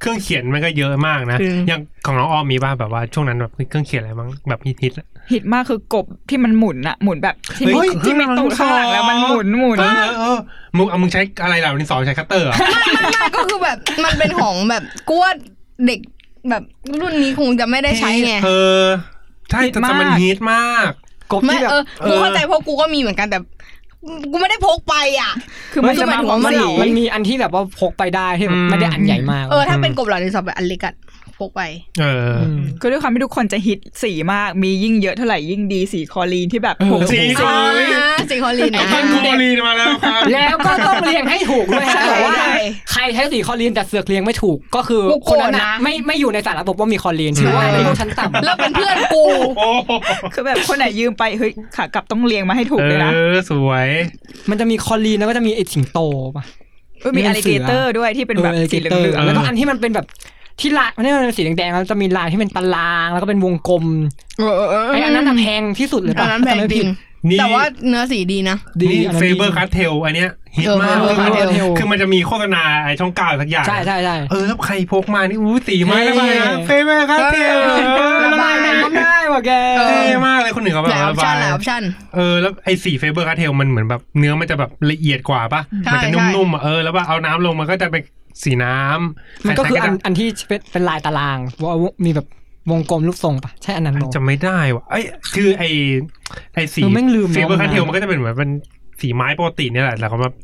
S2: เครื่องเขียนมันก็เยอะมากนะ
S3: จริง
S2: อย่างของน้องออมมีบ้างแบบว่าช่วงนั้นแบบเครื่องเขียนอะไรมั้งแบบฮิตๆอะ
S5: ฮิตมากคือกบที่มันหมุนอะหมุนแบบที่
S2: เฮ้
S5: มี
S2: ย
S5: ที่มี
S2: เฮ้ย
S5: ตูดข้างหลังแล้วมันหมุนหมุน
S2: เออเออเออมึงเอามึงใช้อะไรเหล่านี้สอนใช้คัตเตอร์เหรอ
S3: ไม่ไม่ก็คือแบบมันเป็นของแบบกวาเด็กแบบรุ่นนี้คงจะไม่ได้ใช้ไง
S2: เออใช่แต่แต่มันฮิตมาก
S6: กบ
S3: ไม่
S6: ที่แบบ
S3: เออกูเข้าใจเพราะกูก็มีเหมือนกันแต่กูไม่ได้พกไปอ่ะ
S5: คือมันจะมาพร้อม
S3: มัน
S5: สี
S3: เหลา
S6: มันมีอันที่แบบว่าพกไปได้ที่แบบ
S2: อืม
S6: ไม่ได้อันใหญ่มาก
S3: เออถ้าเป็นกบเหล่าดินสอแบบอันเล็กอะพกไป
S2: เออ
S6: อืม
S5: คือด้วยความที่ทุกคนจะฮิตสีมากมียิ่งเยอะเท่าไหร่ยิ่งดีสีคลอรีนที่แบบโอ้โห
S2: สีโค
S3: อ่า
S2: ลิน
S3: สีคอลิน
S2: ไอ้
S3: นะ
S2: ต้นโคลินมาแล้วครับ
S6: แล้วก็ต้องเรียงให้ถูกด้วยฮะ
S3: ใช่
S6: แต่ว่า
S3: ใช่
S6: ใครใช้สีคอลีนแต่เสือกเรียงไม่ถูกก็คือ
S3: กูโก
S6: ค
S3: รธ
S6: น
S3: นะ
S6: นั้นนะไม่ไม่อยู่ในสารระบบว่ามีคอลีนชื่อว่าเป็นพวกชั้นต่ำ
S3: แล้วเป็นเพื่อนกู
S2: โอ้โห
S5: คือแบบคนไหนยืมไปเฮ้ยขากลับต้องเรียงมาให้ถูก
S2: เอ
S5: เลยนะ
S2: อสวย
S6: มันจะมีคอลีนแล้วก็จะมีไอสิงโตป่ะ
S5: เออมี
S6: มี
S5: อ
S6: หนั
S5: ลิ
S6: งสื
S5: เก
S6: อ
S5: เตอร์ด้วยที่เป็นแบบสีเหลือง
S2: เออ
S6: แล้วก็อันที่มันเป็นแบบที่ลายไม่ใช่มันเป็นสีแดงๆแล้วจะมีลายที่เป็นตารางแล้วก็เป็นวงกลมไอ้อันนั้นน่ะแพงที่สุดเลย
S3: อั
S6: ป่ะ
S3: นนั้นแพง
S6: ถ้าจำไม่
S3: จริ
S6: ผิ
S3: ง
S6: ด
S2: นี่
S3: แต่ว่าเนื้อสีดีนะ
S6: ดี
S2: นี่
S6: อันนั้น
S2: เฟ
S6: ดี
S2: เบอร์คัตเทลอันเนี้ยฮิตมาก
S3: เออ Faber
S2: คือ
S6: Cartel
S2: คือมันจะมีโฆษณาไอ้ช่องเก้าสักอย่าง
S6: ใช่ใช่ใช่
S2: เออแล้วใครพกมานี่อู้ตีไม้
S6: เท่
S2: ระบายนะเท่มากครับเท่เออระบายน้ำ
S6: ได้ว่ะแก
S2: เท่มากเลยคนหนึ่งเขาแบ
S3: หลาย
S2: บ
S3: ออ
S2: ระ
S3: ป
S2: บา
S3: ชั่
S2: น ย
S3: หลายออปชั่น
S2: เออแล้วไอ้สีเฟเบอร์คาเทลมันเหมือนแบบเนื้อมันจะแบบละเอียดกว่าปะ
S3: ใช่
S2: มัจะนุ่มๆอ่ะเออแล้วว่าเอาน้ำลงมันก็จะเป็นสีน้ำ
S6: มันก็คืออัน
S2: ใส่
S6: อันที่เป็นเป็นลายตารางว่ามีแบบวงกลมรูปทรงปะใช่อันนั้น
S2: ๆ
S6: ไห
S2: ก็
S6: ม
S2: จะจะไม่ได้ว่ะไอ้ยคือไอ้ไอ้สี
S6: เออแม่งลืม
S2: เฟเบอร์คาเทล
S6: มองนะ
S2: มันก็จะเป็นเหมือนเป็นสีไม้ปกติเนี่ยแหละแต่เขาแบบ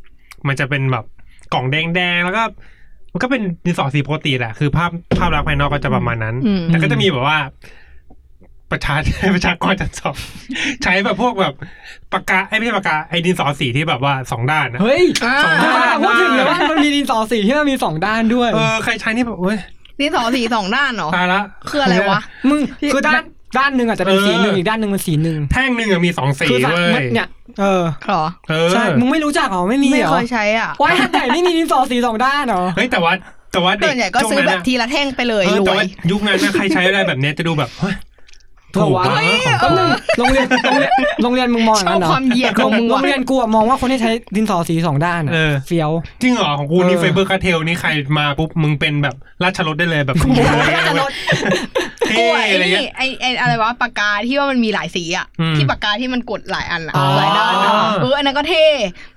S2: มันจะเป็นแบบกล่องแดงๆแล้วก็ มันก็เป็นดินสอสีปกติแหละคือภาพภาพลักษณ์ภายนอกก็จะประมาณนั้น
S3: อืม
S2: แต่ก็จะมีแบบว่า ประชา ประชากรจันสองใช้แบบพวกแบบปากกาไอ้ยไม่ใช่ปากกาไอ้ดินสอสีที่แบบว่าสองด้านนะ
S6: เฮ้ย
S3: อ่า
S2: สอง
S6: ก
S2: ด้
S6: ำลังพูดถึงเลยว่ามันมีดินสอสีที่มันมีสองด้านด้วย
S2: เออใครใช้นี่แบบเว้ย
S3: นี่สอสีสองด้านเหรอ
S2: ตายละ
S3: คืออะไรวะ
S6: มึงคือด้านด้านหนึ่งอาจจะเป็นสีหนึ่งอีกด้านหนึ่งเป็นสีหนึ่ง
S2: แท่งหนึ่งอะมีสองสี
S6: คือสาม
S2: เว้
S6: มัด
S2: ย
S6: เนี่ยเออ
S3: หรอ
S2: เออ
S6: ใช่มึงไม่รู้จักเหรอไม่มี
S3: ไม่
S6: เหรอ
S3: เคยใช้อ่ะ
S6: ว้ายหัดใหญ่ไม่มีดินสอสีสองด้านเหรอ
S2: เฮ้ยแต่ว่าแต่ว่า
S3: ส่
S2: เด็ก
S3: วนใหญ่ก็
S2: ช่วงนั้
S3: ซื้อ
S2: น
S3: แบบ
S2: อะ
S3: ทีละแท่งไปเลย
S2: เออ
S3: ร
S2: แต่
S3: ว
S2: ว่าย ยุคนั้นนะใครใช้อะไรแบบเนี้ยจะดูแบบเฮ้ย
S6: ถู
S2: ถู
S6: ก
S2: ก
S6: วะ
S2: วะ
S6: แป๊บนึงโรงเรียนโรงเรียนโรงเรียนมึงมองอย่างนั้นเหร
S3: ช
S6: อ
S3: อบความเหยียดของมึง
S6: โร
S3: ว่ะ
S6: งเรียนกูอะมองว่าคนที่ใช้ดินสอสีสองด้านอะ
S2: เออ
S6: เฟี้ยว
S2: จริงเหรอของกูนี่
S6: เออ
S2: เฟเบอร์คาเทลนี่ใครมาปุ๊บมึงเป็นแบบราชรถได้เลยแบบ
S6: น่าจะลด
S2: เท่
S3: กูไอ้
S2: อะไร
S3: นี่
S2: เงี้ย
S3: ไอ้ไอ้อะไรวะปากกาที่ว่ามันมีหลายสีอ่ะ
S2: อืม
S3: ที่ปากกาที่มันกดหลายอันอะ
S6: อ๋อ
S3: หลายด้านอะเอออันนั้นก็เท่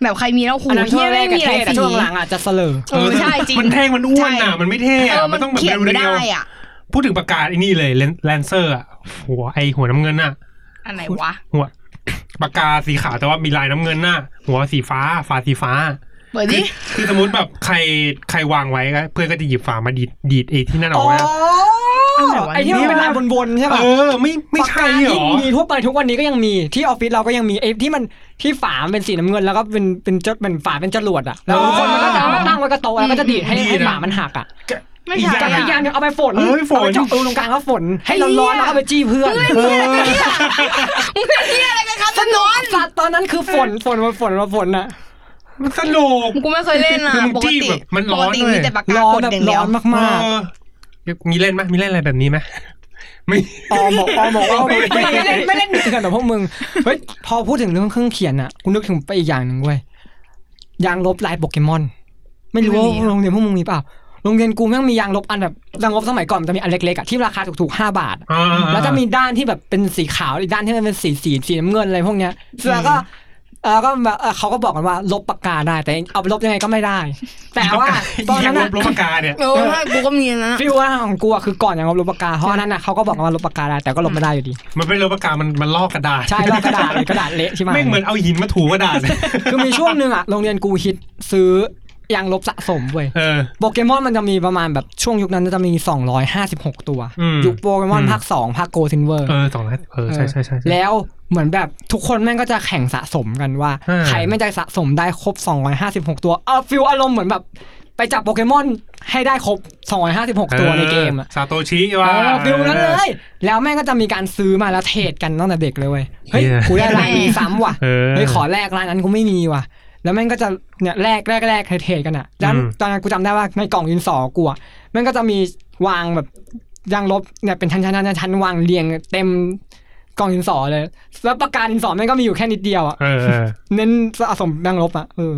S3: แบบใครมีแล้วหู
S6: อันนั้นช่
S3: เฮี
S6: วง
S3: ย
S6: แร
S3: ไม่
S6: ก
S3: ง
S6: กับ
S3: มีห
S6: เทศอะ
S3: ลายสี
S6: ช่วงหลังอาจจะเสลอ
S3: เออใช่จริง
S2: มันแท่งมันอ้วนอ่ะ
S3: ใช่
S2: มันไม่เท่
S3: เอ
S2: อะ
S3: อ
S2: มั
S3: มัน น
S2: ต้องแบบ
S3: เขียนไม่
S2: เรีย
S3: ได้
S2: ว
S3: อ่ะ
S2: ๆพูดถึงปากกาไอ้นี่เลยแลนเซอร์อ่ะหัวไอหัวน้ำเงินน่ะ
S3: อันไหนวะ
S2: หัว ปากกาสีขาวแต่ว่ามีลายน้ำเงินน่ะ หัวสีฟ้าฝาสีฟ้า
S3: เปิดดิ
S2: คือสมมติแบบใครใครวางไว้ก็เพื่อนก็จะหยิบฝามาดีดดีดไอ้ที่นั่นออกไว้อะ
S6: ไอที่มันเป็นลายวนๆใช่ป่ะ
S2: เออ ไม่ไม่ใช่เหร
S6: ปากกา
S2: อ
S6: ที่มีทั่วไปทุกวันนี้ก็ยังมีที่ออฟฟิศเราก็ยังมีไอที่มันที่ฝามันเป็นสีน้ำเงินแล้วก็เป็นเป็นจดเป็นฝาเป็นจรวดอ่ะแล้วทุกคนมันก็จะเอามาตั้งไว้กระโตะแล้วก็จะดีดให้
S2: ดีดอะ
S6: ให้ฝามันหักอ่ะ
S3: ไม่ใช่
S2: อีก
S6: แต่
S2: ย่าง
S6: อีกอย่างหนึงเอาไปฝน
S2: เอ้ยฝน
S6: าไปเจาะรูตรงกลางแล้วฝน ให้ร้อนๆแล้วเอาไปจี้เพื่อน
S2: เออ
S3: มึงเป็นที่อะไรกันครับ
S6: ส
S3: ส
S6: นุก
S3: นุก
S6: สัตว์ตอนนั้นคือฝนฝนมาฝนมาฝนอ่ะ
S2: มันสนุก
S3: กูไม่เคยเล่นนะ
S2: คือมึง
S3: ปก
S2: จี้
S3: ติ
S2: แบบมันร้
S3: ป
S2: อน
S3: กติ
S2: ด้วย
S3: มีแต่ปากกา
S6: ร้อก น
S3: ด
S6: แบบ
S3: อย่างเดี
S6: ร้
S3: ย
S6: อ
S3: วน
S6: มาก
S2: เออมีเล่นไหมมีเล่นอะไรแบบนี้ไหมไม่
S6: ๆออบอกออบอกว่าไม่ไม่ไม่เล่นไม่เล่นถึงกันหรอกพวกมึงเฮ้ยพอพูดถึงเรื่องเครื่องเขียนอ่ะกูนึกถึงไปอีกอย่างหนึ่งเว้ยยางลบลายโปเกมอน ไม่รู้ว่าโรงเรียนพวกมึงมีเปล่าโรงเรียนกูแม่งมียางลบอันแบบยางลบสมัยก่อนมันจะมีอันเล็กๆอะที่ราคาถูกๆห้าบาท
S2: อ่าอ่าอ่า
S6: แล้วจะมีด้านที่แบบเป็นสีขาวอีกด้านที่มันเป็นสีสีสีน้ำเงินอะไรพวกเนี้ยแล้วก็เออก็แบบเอ่อเขาก็บอกกันว่าลบปากกาได้ แต่เอาไปลบยังไงก็ไม่ได้ แต่ว่าตอนนั้น
S2: แย
S6: อะ
S2: กลบปากกาเนี่ย
S3: เออใช่กูก็มีอันนนอะ
S6: ฟิวว่าของกูอะคือก่อนยังลบปากกาเพราะอันนั้นอะเขาก็บอกกันว่าลบปากกาได้แต่ก็ลบไม่ได้อยู่ดี
S2: มันเป็นลบปากกามันมันลอกกระดาษ
S6: ใช่ลอกกระดาษเลยกระดาษเละใช่ไหม
S2: ไม่งเหมือนเอาหินมาถูกระดา ษเลย
S6: คือมีช่วงหนึ่งอะโรงเรียนกูฮิตซื้อยางลบสะสมเว้ย
S2: เออ
S6: โปเกมอนมันจะมีประมาณแบบช่วงยุคนั้นมันจะมี 256 ตัว
S2: อืม
S6: ยุคโปเกมอน
S2: อืม
S6: ภาค2ภาคโกซินเวอร์
S2: เออสองร้อยเออใช่ใช่ใช่ใช่
S6: แล้วเหมือนแบบทุกคนแม่งก็จะแข่งสะสมกันว่า
S2: เออ
S6: ใครแม่งจะสะสมได้ครบ 256 ตัวเอาฟิลอารมณ์เหมือนแบบ ไปจับโปเกมอนให้ได้ครบ 256 ตัวในเกมอะ
S2: ซาโตชิว่า
S6: เออฟิลนั้นเลย แล้วแม่งก็จะมีการซื้อมาแล้วเทรดกันตั้งแต่เด็กเลยเว้ยเฮ้ย
S2: เหี้ย
S6: กู ได้ลายนี้ซ้ำว่ะ
S2: เออ
S6: เฮ้ยขอแลกร้านนั้นกูไม่มีว่ะ แล้วแม่งก็จะเนี่ยแลกแลกแลกเทรดๆกันอ่ะแล้ว
S2: อืม
S6: ตอนนั้นกูจำได้ว่าในกล่องยินสอกูอ่ะแม่งก็จะมีวางแบบยางลบเนี่ยเป็นชั้นชั้นชั้นชั้นวางเรียงเต็มกล่องยินสอเลย แล้วประการยินสอแม่งก็มีอยู่แค่นิดเดียวอ่ะ
S2: เออเออ
S6: เน้นสะสมยางลบอ่ะเออ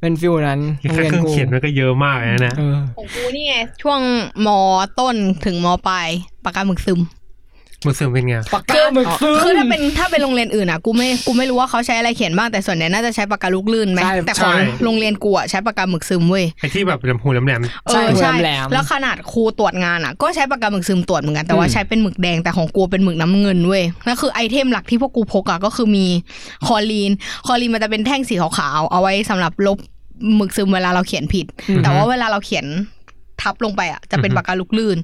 S6: เป็นฟิลนั้น
S2: แค่เครื่องเขียนมันก็เยอะมากเลยนะ
S6: เออ
S3: ของกูนี่ไงช่วงมต้นถึงมปลายปากกาหมึกซึม
S2: มือเสริมเป็นไง
S6: ปากกาหมึกซึ้ง
S3: คือถ้าเป็นถ้าเป็นโรงเรียนอื่นอ่ะกูไม่กูไม่รู้ว่าเขาใช้อะไรเขียนบ้างแต่ส่วนใหญ่น่าจะใช้ปากกาลูกลื่นไหม
S6: ใช่
S3: แต่ของ
S2: ใช่
S3: โรงเรียนกูอ่ะใช้ปากกาหมึกซึมเว้ย
S2: ไอ้ที่แบบลำหูลำแหลม
S3: เออ
S6: ใช่
S3: ใช่
S6: แหลมๆ
S3: แล้วขนาดครูตรวจงานอ่ะก็ใช้ปากกาหมึกซึมตรวจเหมือนกันแต่ว่า
S6: อืม
S3: ใช้เป็นหมึกแดงแต่ของกูเป็นหมึกน้ำเงินเว้ยแล้วคือไอเทมหลักที่พวกกูพกอ่ะก็คือมีคอลีน คอลีนมันจะเป็นแท่งสีขาวๆเอาไว้สำหรับลบหมึกซึมเวลาเราเขียนผิด
S6: อือฮึ
S3: แต่ว่าเวลาเราเขียนทับลงไปอ่ะจะเป็น
S2: อือฮึ
S3: ปากกาลูกลื่น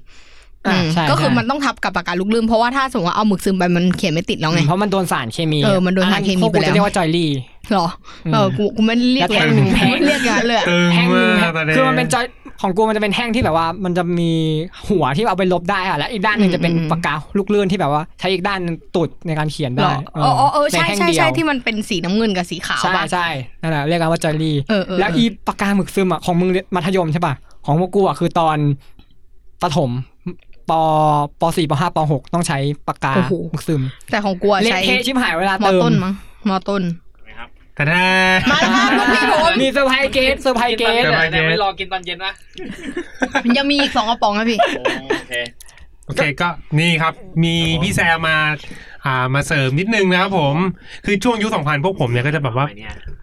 S6: อ่า
S3: อืม
S6: ใช่
S3: ก็คือ
S6: ใช่
S3: มันต้องทับกับปากกาลูกลื่นเพราะว่าถ้าสมมติว่าเอาหมึกซึมไปมันเขียนไม่ติดแล้วไง
S6: เพราะมันโดนสารเคมี
S3: เออมันโดนสารเคมี
S6: พวกกู
S3: ไปแล้ว
S6: จะเรียกว่าจอยลี่
S3: หรอเออกูกูไม่เรียก
S6: แล้วแท่ง
S3: เลย
S6: แพง
S3: ไม่เรียกงานเลยอะ
S2: ตึง
S6: แท่ง
S2: มา
S6: นึง
S2: กตอน
S6: คือมันเป็นจอยของกูมันจะเป็นแท่งที่แบบว่า มันจะมีหัวที่เอาไปลบได้อะแล้วอีกด้านหนึงจะเป็นปากกาลูกเลื่อนที่แบบว่า ใช้อีกด้านหนึ่งตุดในการเขียน
S3: หร
S6: ได้
S3: อเออเออเออใช่
S6: นแท่ง
S3: ใช่
S6: เดียว
S3: ใช่ที่มันเป็นสีน้ำเงินกับสีขาว
S6: ใช่
S3: ป่ะ
S6: ใช่นั่นแหละเรียกกันว่าจอยลี่
S3: เออเออ
S6: แล้วอีปากกาหมึกซึมอ่ะของมึงเรียนมัธยมใช่ป่ะของพวกกูอ่ะคือตอนประถมปปสี่ปห้าปหกต้องใช้ปากกา
S3: โอ้โห
S6: หมึกซึม
S3: แต่ของกูอะ
S6: เละ
S3: ใช้
S6: เทะชิบหายเวลาม
S3: อ
S6: เติม
S3: ต้นมั้งมอต้น
S2: แต่ถ้า
S3: มาแล้วครับลูกพี่ผม
S6: มีเซอร์ไพรส์เกสเซอร์ไพรส์เกส
S2: เซอร์พรส์
S7: แต่ไม่รอกินตอนเย็นนะ
S3: มันยังมีอีกสองกระป๋องนะพี่
S7: โอเค
S2: โอเคก็นี่ครับ มีพี่แซมมา อ่ามาเสริมนิดนึงนะครับผม คือช่วงยุคสองพันพวกผมเนี่ยก็จะแบบว่า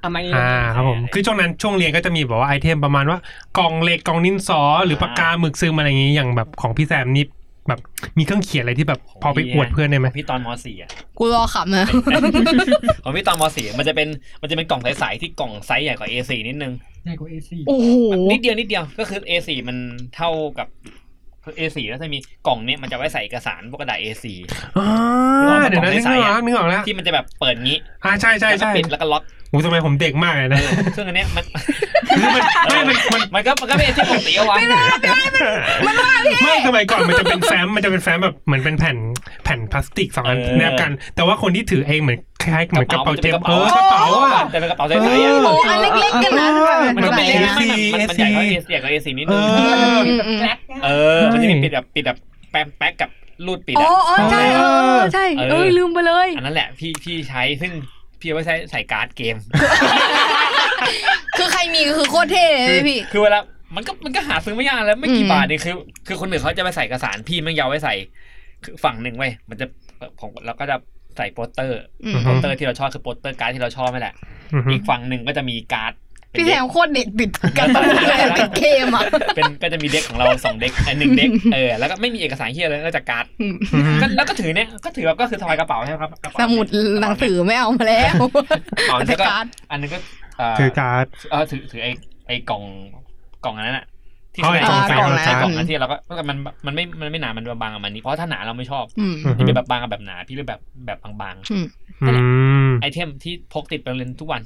S6: ทำไม
S2: อ่าครับผม คือช่วงนั้นช่วงเรียนก็จะมีแบบว่าไอเทมประมาณว่ากล่องเหล็กกล่องนินสอหรือปากกาหมึกซึมอะไรอย่างงี้อย่างแบบของพี่แซมนี่แบบมีเครื่องเขียนอะไรที่แบบพอไปอวดเพื่อนได้ไหม
S7: พี่ตอนม .4 อ่ะ
S3: กูรอขับนะ
S7: ของพี่ตอนม .4 มันจะเป็นมันจะเป็นกล่องใสๆที่กล่องไซส์ใหญ่กว่า A4 นิดนึง
S6: ใหญ่กว่าเอซี
S3: โอ้โห
S7: นิดเดียวนิดเดียวก็คือ A4 มันเท่ากับคือ A4 แล้วจะมีกล่องเนี้ยมันจะไว้ใส่เอกสารพวกกระดาษ A4
S2: อ่าเดี๋ยวนะนึกออกแล้วนึกออกแล้ว
S7: ที่มันจะแบบเปิดงี้
S2: อ่าใช่ใช่
S7: แล้วก็
S2: ใช่
S7: ปิดแล้วก็ล็อก
S2: โอ้ทำไมผมเด็กมากเลยนะ
S7: ซึ่งอันเนี้ยมัน
S2: คือมันไม่มันมัน
S7: มันก็มันก็เป็นที่ปกติเอาไว้
S2: ไม่สมัยก่อนมันจะเป็นแฟ้มมันจะเป็นแฟ้มแบบเหมือนเป็นแผ่นแผ่นพลาสติกสองอันแนบกัน แต่ว่าคนที่ถือเองเหมือนคล้ายๆเหมือนกระเป๋าเจมเออกระเป๋าอ่ะ
S7: แต่เป็นกระเป๋าใสๆอ่ะ
S3: โอ้อันเล็กๆกันนะ
S7: มันก็
S3: แบ
S7: ไม่
S3: บ
S7: เล็กนะ
S3: นี้
S7: มั
S3: นะ
S7: นมันมันใหญ่กว่า A4 กับ A4 นิดนึง
S2: เออ
S3: อืมอืม
S7: เออ มันจะมีปิดแบบปิดแบบแป๊บแป๊กกับรูดปิด
S3: อ๋อ
S7: อะ
S3: อ๋อใช่เออใช่
S7: เออ
S3: เอ้ยลืมไปเลย
S7: อันนั้นแหละพี่พี่ใช้ซึ่งพี่เอาไว้ใช้ใส่การ์ดเกม
S3: คือใครมีก็คือโคตรเท่เลย
S7: คือ
S3: นะพี่
S7: คือเวลา มันก็มันก็หาซื้อไม่ยากแล้วไม่กี่
S3: อืม
S7: บาทเองคือ คือคนอื่นเขาจะไปใส่เอกสารพี่แมันยาวไว้ใส่คือฝั่งหนึ่งไว้ยมันจะผมเราก็จะใส่โปสเตอร์
S3: อืม
S2: อือ
S7: โป
S2: ฮึ
S7: สเตอร์ที่เราชอบคือโปสเตอร์การ์ดที่เราชอบนั่นแหละ
S2: อือฮึ
S7: อีกฝั่งหนึ่งก็จะมีการ์ดเป็น
S3: พี่แซ
S7: เด็ก
S3: มโคตรเด็กติดกันตลอดเลยอะติดเกมอ่ะ
S7: เป็นก็จะมีเด็กของเราสองเด็กอันหนึ่งเด็กเออแล้วก็ไม่มีเอกสารเฮียเลยก็จะการ์ด
S3: อืม
S2: อือฮึ
S7: ก็แล้วก็ถือเนี่ยก็ถือแบบก็คือสะพายกระเป๋าใช่ไหมครับกระเป๋า
S3: สมุดหนังสือไม่เอามาแล้ว
S7: กระเป๋า
S3: เอา
S7: แล้ว
S3: แต่
S7: ก็
S3: การ์ด
S7: อันหนึงก็เอ่อ
S2: ถือการ์ด
S7: เออถือถือไอ้ไอ้กล่องกล่องอันนั้นอะ ที่
S2: อ๋อ
S7: ใช้กล่องใส่
S2: กล่องนั้น
S7: ใช้กล่องนั้นที่เราก็เพราะมันมันไม่มันไม่หนามันบางๆกับมันนี้เพราะถ้าหนาเราไม่ชอบ
S3: อืม
S7: ที่เป็นแบบบางกับแบบหนาพี่เลยแบบแบบบาง
S3: อืม
S2: อืม
S7: ๆไอเทมที่พกติดไปโรงเรียนทุกวัน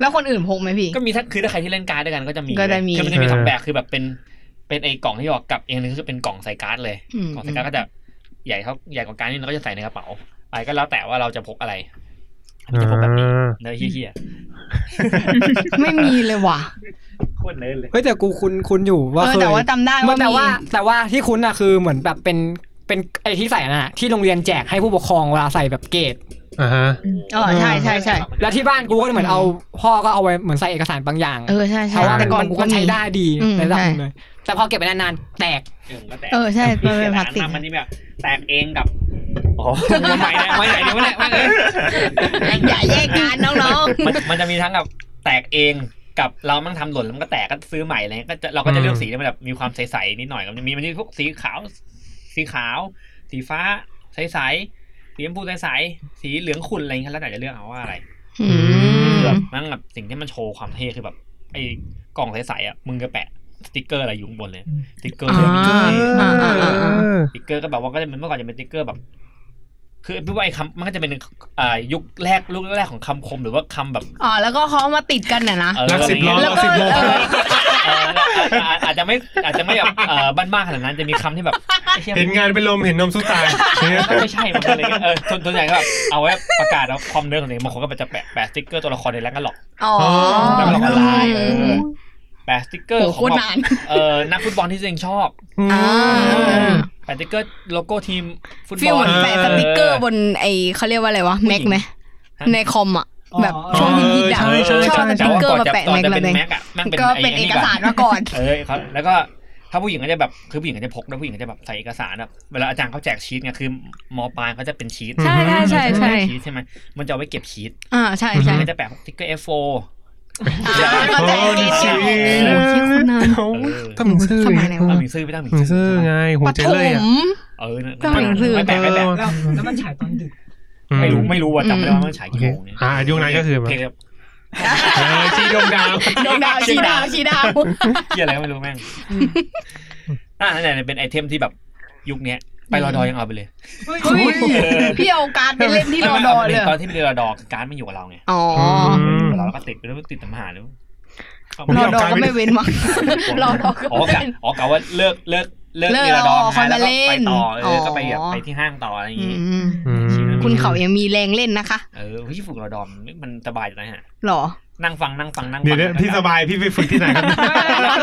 S3: แล้วคนอื่นพกไหมพี่
S7: ก็มีถ้าคือถ้าใครที่เล่นการ์ดด้วยกันก็จะมี
S3: ก็จะมี
S7: คือมันจะมี
S2: เออ
S7: สองแบบคือแบบเป็นเป็นไอกล่องที่ออกกับเองนึงคือเป็นกล่องใส่การ์ดเลย
S3: อืม
S7: กล่องใส่การ์ดก็จะใหญ่เท่าใหญ่กว่าการ์ดนี่เราก็จะใส่ในกระเป๋าไปก็แล้วแต่ว่าเราจะพกอะไรอันนี้จะพกแบบนี้
S2: อ่า
S7: เนื้อเฮี้ย
S3: ไม่มีเลยว่ะ
S7: ๆโคตรเนื้อเลย
S6: เฮ้ยแต่กูคุ้นคุ้นอยู่ว่า
S3: เออ
S6: เคย
S3: แต่ว่าจำได้
S6: แต่ว่า
S3: มี
S6: แต่ว่าที่คุ้นอะคือเหมือนแบบเป็นเป็นไอที่ใส่น่ะที่โรงเรียนแจกให้ผู้ปกครองเวลาใส่แบบเกรด
S2: อ่าฮะ
S3: เออใช่ใช่ใช่
S6: แล้วที่บ้านกูก็เหมือนเอาพ่อก็เอาไว้เหมือนใส่เอกสารบางอย่าง
S3: เออใช่
S6: เพ
S3: ใช่
S6: ราะว่ามั
S3: แต่
S6: น
S3: ก่อน
S6: มัน
S3: กู
S6: มั
S3: ก็
S6: น
S3: มี
S6: ใช้ได้ดี
S3: อืม
S6: ในระดับหนึง
S3: ใช่
S6: เลย แต่พอเก็บไปนานๆ แตก
S7: เออก็แตก
S3: เออใช่มันเป็นพลาสติก
S7: เสียดยมันนี่แบบแตกเองกับโอ้โหไม่ไหวนะไม่ไหวเดี๋ยวเนี่ยไม่ไหว
S3: อย่าแยกงานน้อง
S7: มันมันจะมีทั้งกับแตกเองกับเรามั่งทำหล่นแล้วมันก็แตกก็ซื้อใหม่อะไรเงี้ยก็จะเราก็จะเลือกสีที่มันแบบมีความใสๆนิดหน่อยก็มีมันจะมีพวกสีขาว สีขาว สีฟ้าใสๆสีชมพูใสๆสีเหลืองขุ่นอะไรเงี้ยแล้วแต่จะเลือกเอาว่าอะไร
S3: ๆอืม
S7: คือแบบมั่งแบบสิ่งที่มันโชว์ความเท่คือแบบไอ้กล่องใสๆอ่ะมึงก็แปะสติกเกอร์อะไรอยู่ข้างบนเลยสติกเกอร์
S3: อ่า
S7: เท่ๆ
S3: อ่าอ่าอ่า
S7: สติกเกอร์ก็แบบว่าก็จะเป็นเมื่อก่อนจะเป็นสติกเกอร์แบบ คือพี่ว่าไอ้คำมันก็จะเป็นอ่ายุคแรกลูกแรกของคำคมหรือว่าคำแบบ
S3: อ๋อแล้วก็เขาเอามาติดกันน่ะนะ
S7: เออ
S2: รักสิบล้อ
S7: ะไร
S3: แล้
S7: เงี้ยว
S3: ก็
S2: เอาสิบโล
S3: เออ
S7: เอออาจอาจจะไม่อาจจะไม่แบบเอ่อบ้านมากขนาดนั้นจะมีคำที่แบบไอ้เหี้ย
S2: เห็นงานเป็นลมเห็นนมสู้ตายเนี่ย
S7: ไม่ใช่มันอะไรเงี้ยเออส่วนส่วนใหญ่ก็แบบเอาไว้ประกาศเอาความเนื้อของตัวเองบางคนก็แบบจะแปะแปะสติกเกอร์ตัวละครในแรงกันหรอก
S3: อ๋อ
S7: แล้วมันออนไลน์เออ แปะสติกเกอร์
S3: โห
S7: ข
S3: โค
S7: อง
S3: ตร
S7: แบบ
S3: นาน
S7: เออนักฟุตบอลที่ตัวเองชอบ
S3: อ่า
S7: แปะสติกเกอร์โลโก้ทีมฟุตบ
S3: ฟิล
S7: อ
S3: เหมื
S7: ล
S3: อนแปะสติกเกอร์บนไอเขาเรียกว่าอะไรวะแม็กไหม
S7: ฮะ
S3: ในคอมอ่ะ แบบ
S2: อ๋อ
S3: ช่วงที่ฮิต
S2: ใช่
S3: อ่ะ
S2: ใช่
S3: ช
S2: ใช่
S3: อบ
S2: ใช่
S3: สติกเกอร์มาแปะ
S7: ตอนจะเป็น
S3: ในกระเบน
S7: แม็กอะแม่งเป็น
S3: ก็
S7: ไ
S3: เป็นเอ
S7: ไนี่
S3: ก
S7: ว่
S3: สารมาก่อน
S7: เออเขาแล้วก็ถ้าผู้หญิงก็จะแบบคือผู้หญิงก็จะพกแล้วผู้หญิงก็จะแบบใส่เอกสารแบบเวลาอาจารย์เขาแจกชีตไงคือมอปลายเขาจะเป็นชีต
S3: ใช่ใช่ใช่ใช่
S7: ชีตใช่ไหมมันจะเอาไว้เก็บชีต
S3: อ่าใช่ใช่
S7: มันจะแปะพวกติ๊กเกอร์ F4
S3: เข้าใจเก็ตแล้วโอ้โหคิดคนนาน
S2: เขา
S7: เออ
S2: ต้องมีชื่อ
S3: เข้า
S2: ไง
S3: มาแล้ว
S7: เอาหมิงซื่อไม่ได้หมิง
S2: มี
S7: ซื่
S2: ชื่อไงหัว
S3: ป
S2: ใจ
S3: ฐ
S2: เลยอะ
S3: ม
S7: เออเนี่ย
S3: ก็หมิงซื่อ
S7: ไม่แปะไม่แปะ
S2: เออ
S6: แล้วแล้วมันฉายตอนดึก
S7: ไม่รู้ไม่รู้ว่าจำไม่ได้ว่ามันฉายกี่โมงเนี่ย
S2: อ่ายุคนั้นก็คือแบบ
S7: เพลงแบบ
S2: เออจีดงดาว
S3: ดวงดาวชีดาวชีดาว
S7: เหี้ยอะไรก็ไม่รู้แม่งอ่านั่นแหละเป็นไอเทมที่แบบยุคเนี้ยไปรอดอยังเอาไปเลย
S3: เฮ้ยพี่เอาการ์ดไปเล่นที่รอดอเลยเหร
S7: ต
S3: อ
S7: อนที่ไปรอดอการ์ดไม่อยู่กับเราไง
S3: อ๋อ
S2: ม
S7: เราก็ติดไปด้วยติดตามหาหรือ
S2: ผม
S3: ร
S2: ย
S3: อ
S2: ม
S3: ดอ
S2: การ์ด
S3: ก็
S2: ไม่
S3: ไม่เว้นมั้งรอดอก็
S7: อ๋อ
S3: ไม่
S7: กะ
S3: เว้น
S7: อ๋อกะว่าเลิกเลิกเลิก
S3: เลิก
S7: เรียนระดอง
S3: แล้ว
S7: ไง
S3: ค่อยมา
S7: แล้วก็ไป
S3: เล่น
S7: ต่อเออก็ไปแบบ
S3: อ๋อ
S7: ไปที่ห้างต่ออะไรอย่าง
S3: อื
S7: งี้
S3: ม
S2: อืม
S3: คุณเขายังมีแรงเล่นนะคะ
S7: เออเฮ้ยฝึกระดอมมันมันสบายจังนะฮะ
S3: หรอ
S7: นั่งฟังนั่งฟังนั่งฟั
S2: เดี๋ยวเดี๋ยวพี่สบายพี่ไปฝึกที่ไหนครับ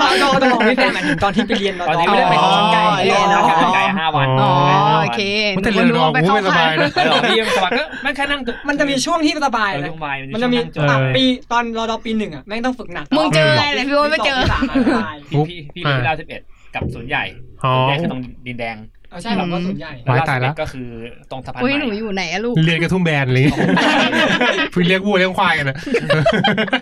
S6: รอรอตลอดไม่ได้หมายถึงตอนที่ไปเรียนรอ
S7: ตอนนี้
S6: ร
S7: ไม่ได้ไป
S6: อ
S7: ออกกำลังกาย
S3: อ๋อ
S7: เรียนออกกำลังกายห้าวัน
S2: อ๋
S3: อ๋อ
S2: อ
S3: โอเค
S2: มันจะเรียนรอ
S3: ไป
S2: กู
S3: เข้า
S2: ไม่ส
S3: ค่า
S2: บาย
S3: ย
S2: นะ
S7: เออพี่ยังสบายก็มันแค่นั่ง
S6: มันจะมีช่วงที่สบาย
S7: เออ
S6: นะ
S7: ลงไป
S6: มันจะมี
S7: ช่วง
S6: อ่ะ
S7: นั่ง
S6: ปีตอนรอรอปีหนึ่งอ่ะแม่งต้องฝึกหนัก
S3: มึงเจออะไรเลยพี่ว่าไม่เจอ
S6: สงที่สามะ
S7: จบพี่พี่พี่เล่าสิบเอ็ดกับศูนย์ใหญ่
S2: อ๋อ
S7: ศูนย์ใหญ่คือตรงดินแดง
S6: เอาใช่เราก็ส่วนใหญ่
S2: ว้ายตายละ
S7: เก้สิบเอ็ดก็คือตรงสะพาน
S3: อุ้ย
S7: ให
S3: หนู
S7: ม่
S3: อยู่ไหนอะลูก
S2: เรียนกระทุ่มแบนอะไรอย่างเลยเพิ่งเรียกวัวเรียกควายกันนะ
S7: ะ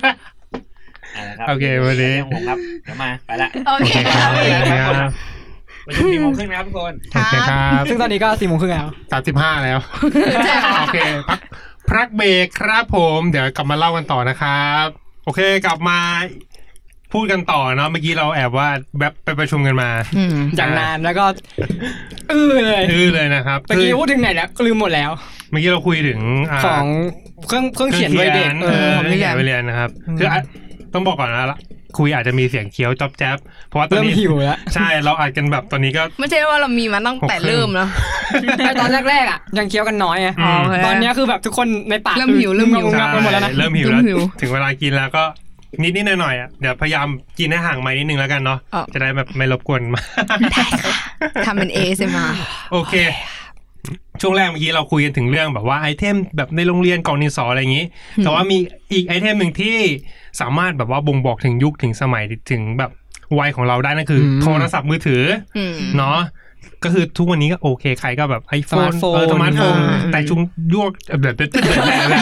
S7: นะรับ
S2: โอเควันนี้
S7: เรื่องผมครับเดี๋ยวมาไปละ
S3: โอเคครับ
S7: โอเค
S2: ครับ
S7: ประชุมสี่โมงครึ่งนะครับทุกคน
S2: โอเคครับ
S6: ซึ่งตอนนี้ก็สี่โมงครึ่งแล้ว
S2: สามสิบห้าแล้ว
S3: ใช่ค่ะ
S2: โอเคพักพักเบรกครับผม เดี๋ยวกลับมาเล่ากันต่อนะครับ โอเคกลับมาพูดกันต่อเนาะเมื่อกี้เราแอบว่าแบบไปประชุมกันมา
S3: อืม
S6: อย่างนานแล้ว ก็เออเลย
S2: ดื้อเลยนะครับ
S6: ตะกี้พูดถึงไหนแล้วลืมหมดแล้ว
S2: เมื่อกี้เราคุยถึงา
S6: ของเครื่องเครื่องเขียนไว้เด็ก
S2: เอ
S6: เอ
S2: อ
S6: อ
S2: ไม่
S6: ไม่
S2: เขี
S6: ใช่
S2: ยนไปเรียนนะครับ
S6: อืม
S2: คืออ่ะต้องบอกก่อนนะละคุยอาจจะมีเสียงเคี้ยวจ๊อบแจ๊บเพราะว่าตอน
S6: เริ่ม
S2: นี้
S6: หิวแล้ว
S2: ใช่เราอัดกันแบบตอนนี้ก็
S3: ไม่ใช่ว่าเรามีมาตั้งแต่เริ่มแล้ว
S6: ไอ้ตอนแรกๆอ่ะยังเคี้ยวกันน้อยไง
S2: อืม
S6: ตอนเนี้ยคือแบบทุกคนในปาก
S3: เริ่มหิวเริ่มหิว
S6: งง
S2: ใช่
S6: งับไปหมดแล้วนะ
S2: เริ่มหิวแล้ว
S3: เริ่มหิว
S2: ถึงเวลากินแล้วก็นิดนิดหน่อยหน่อยๆอ่ะเดี๋ยวพยายามกินให้ห่างไม้นิดนึงแล้วกันเนาะ
S3: อ๋อ
S2: จะได้แบบไม่รบกวนมาก
S3: ทำเป็น ASMR
S2: โอเค ช่วงแรกเมื่อกี้เราคุยกันถึงเรื่องแบบว่าไอเทมแบบในโรงเรียนกล่องดินสออะไรอย่างนี้ แต่ว่ามีอีกไอเทมหนึ่งที่สามารถแบบว่าบ่งบอกถึงยุคถึงสมัยถึงแบบวัยของเราได้นั่นคืออโทรศัพท์มือถือ
S3: อืม
S2: เนาะก็คือทุกวันนี้ก็โอเค ใครก็แบบไอโฟนเออสมาร์ทโฟน
S3: อ่า
S2: แต่ชุงยุคแบบ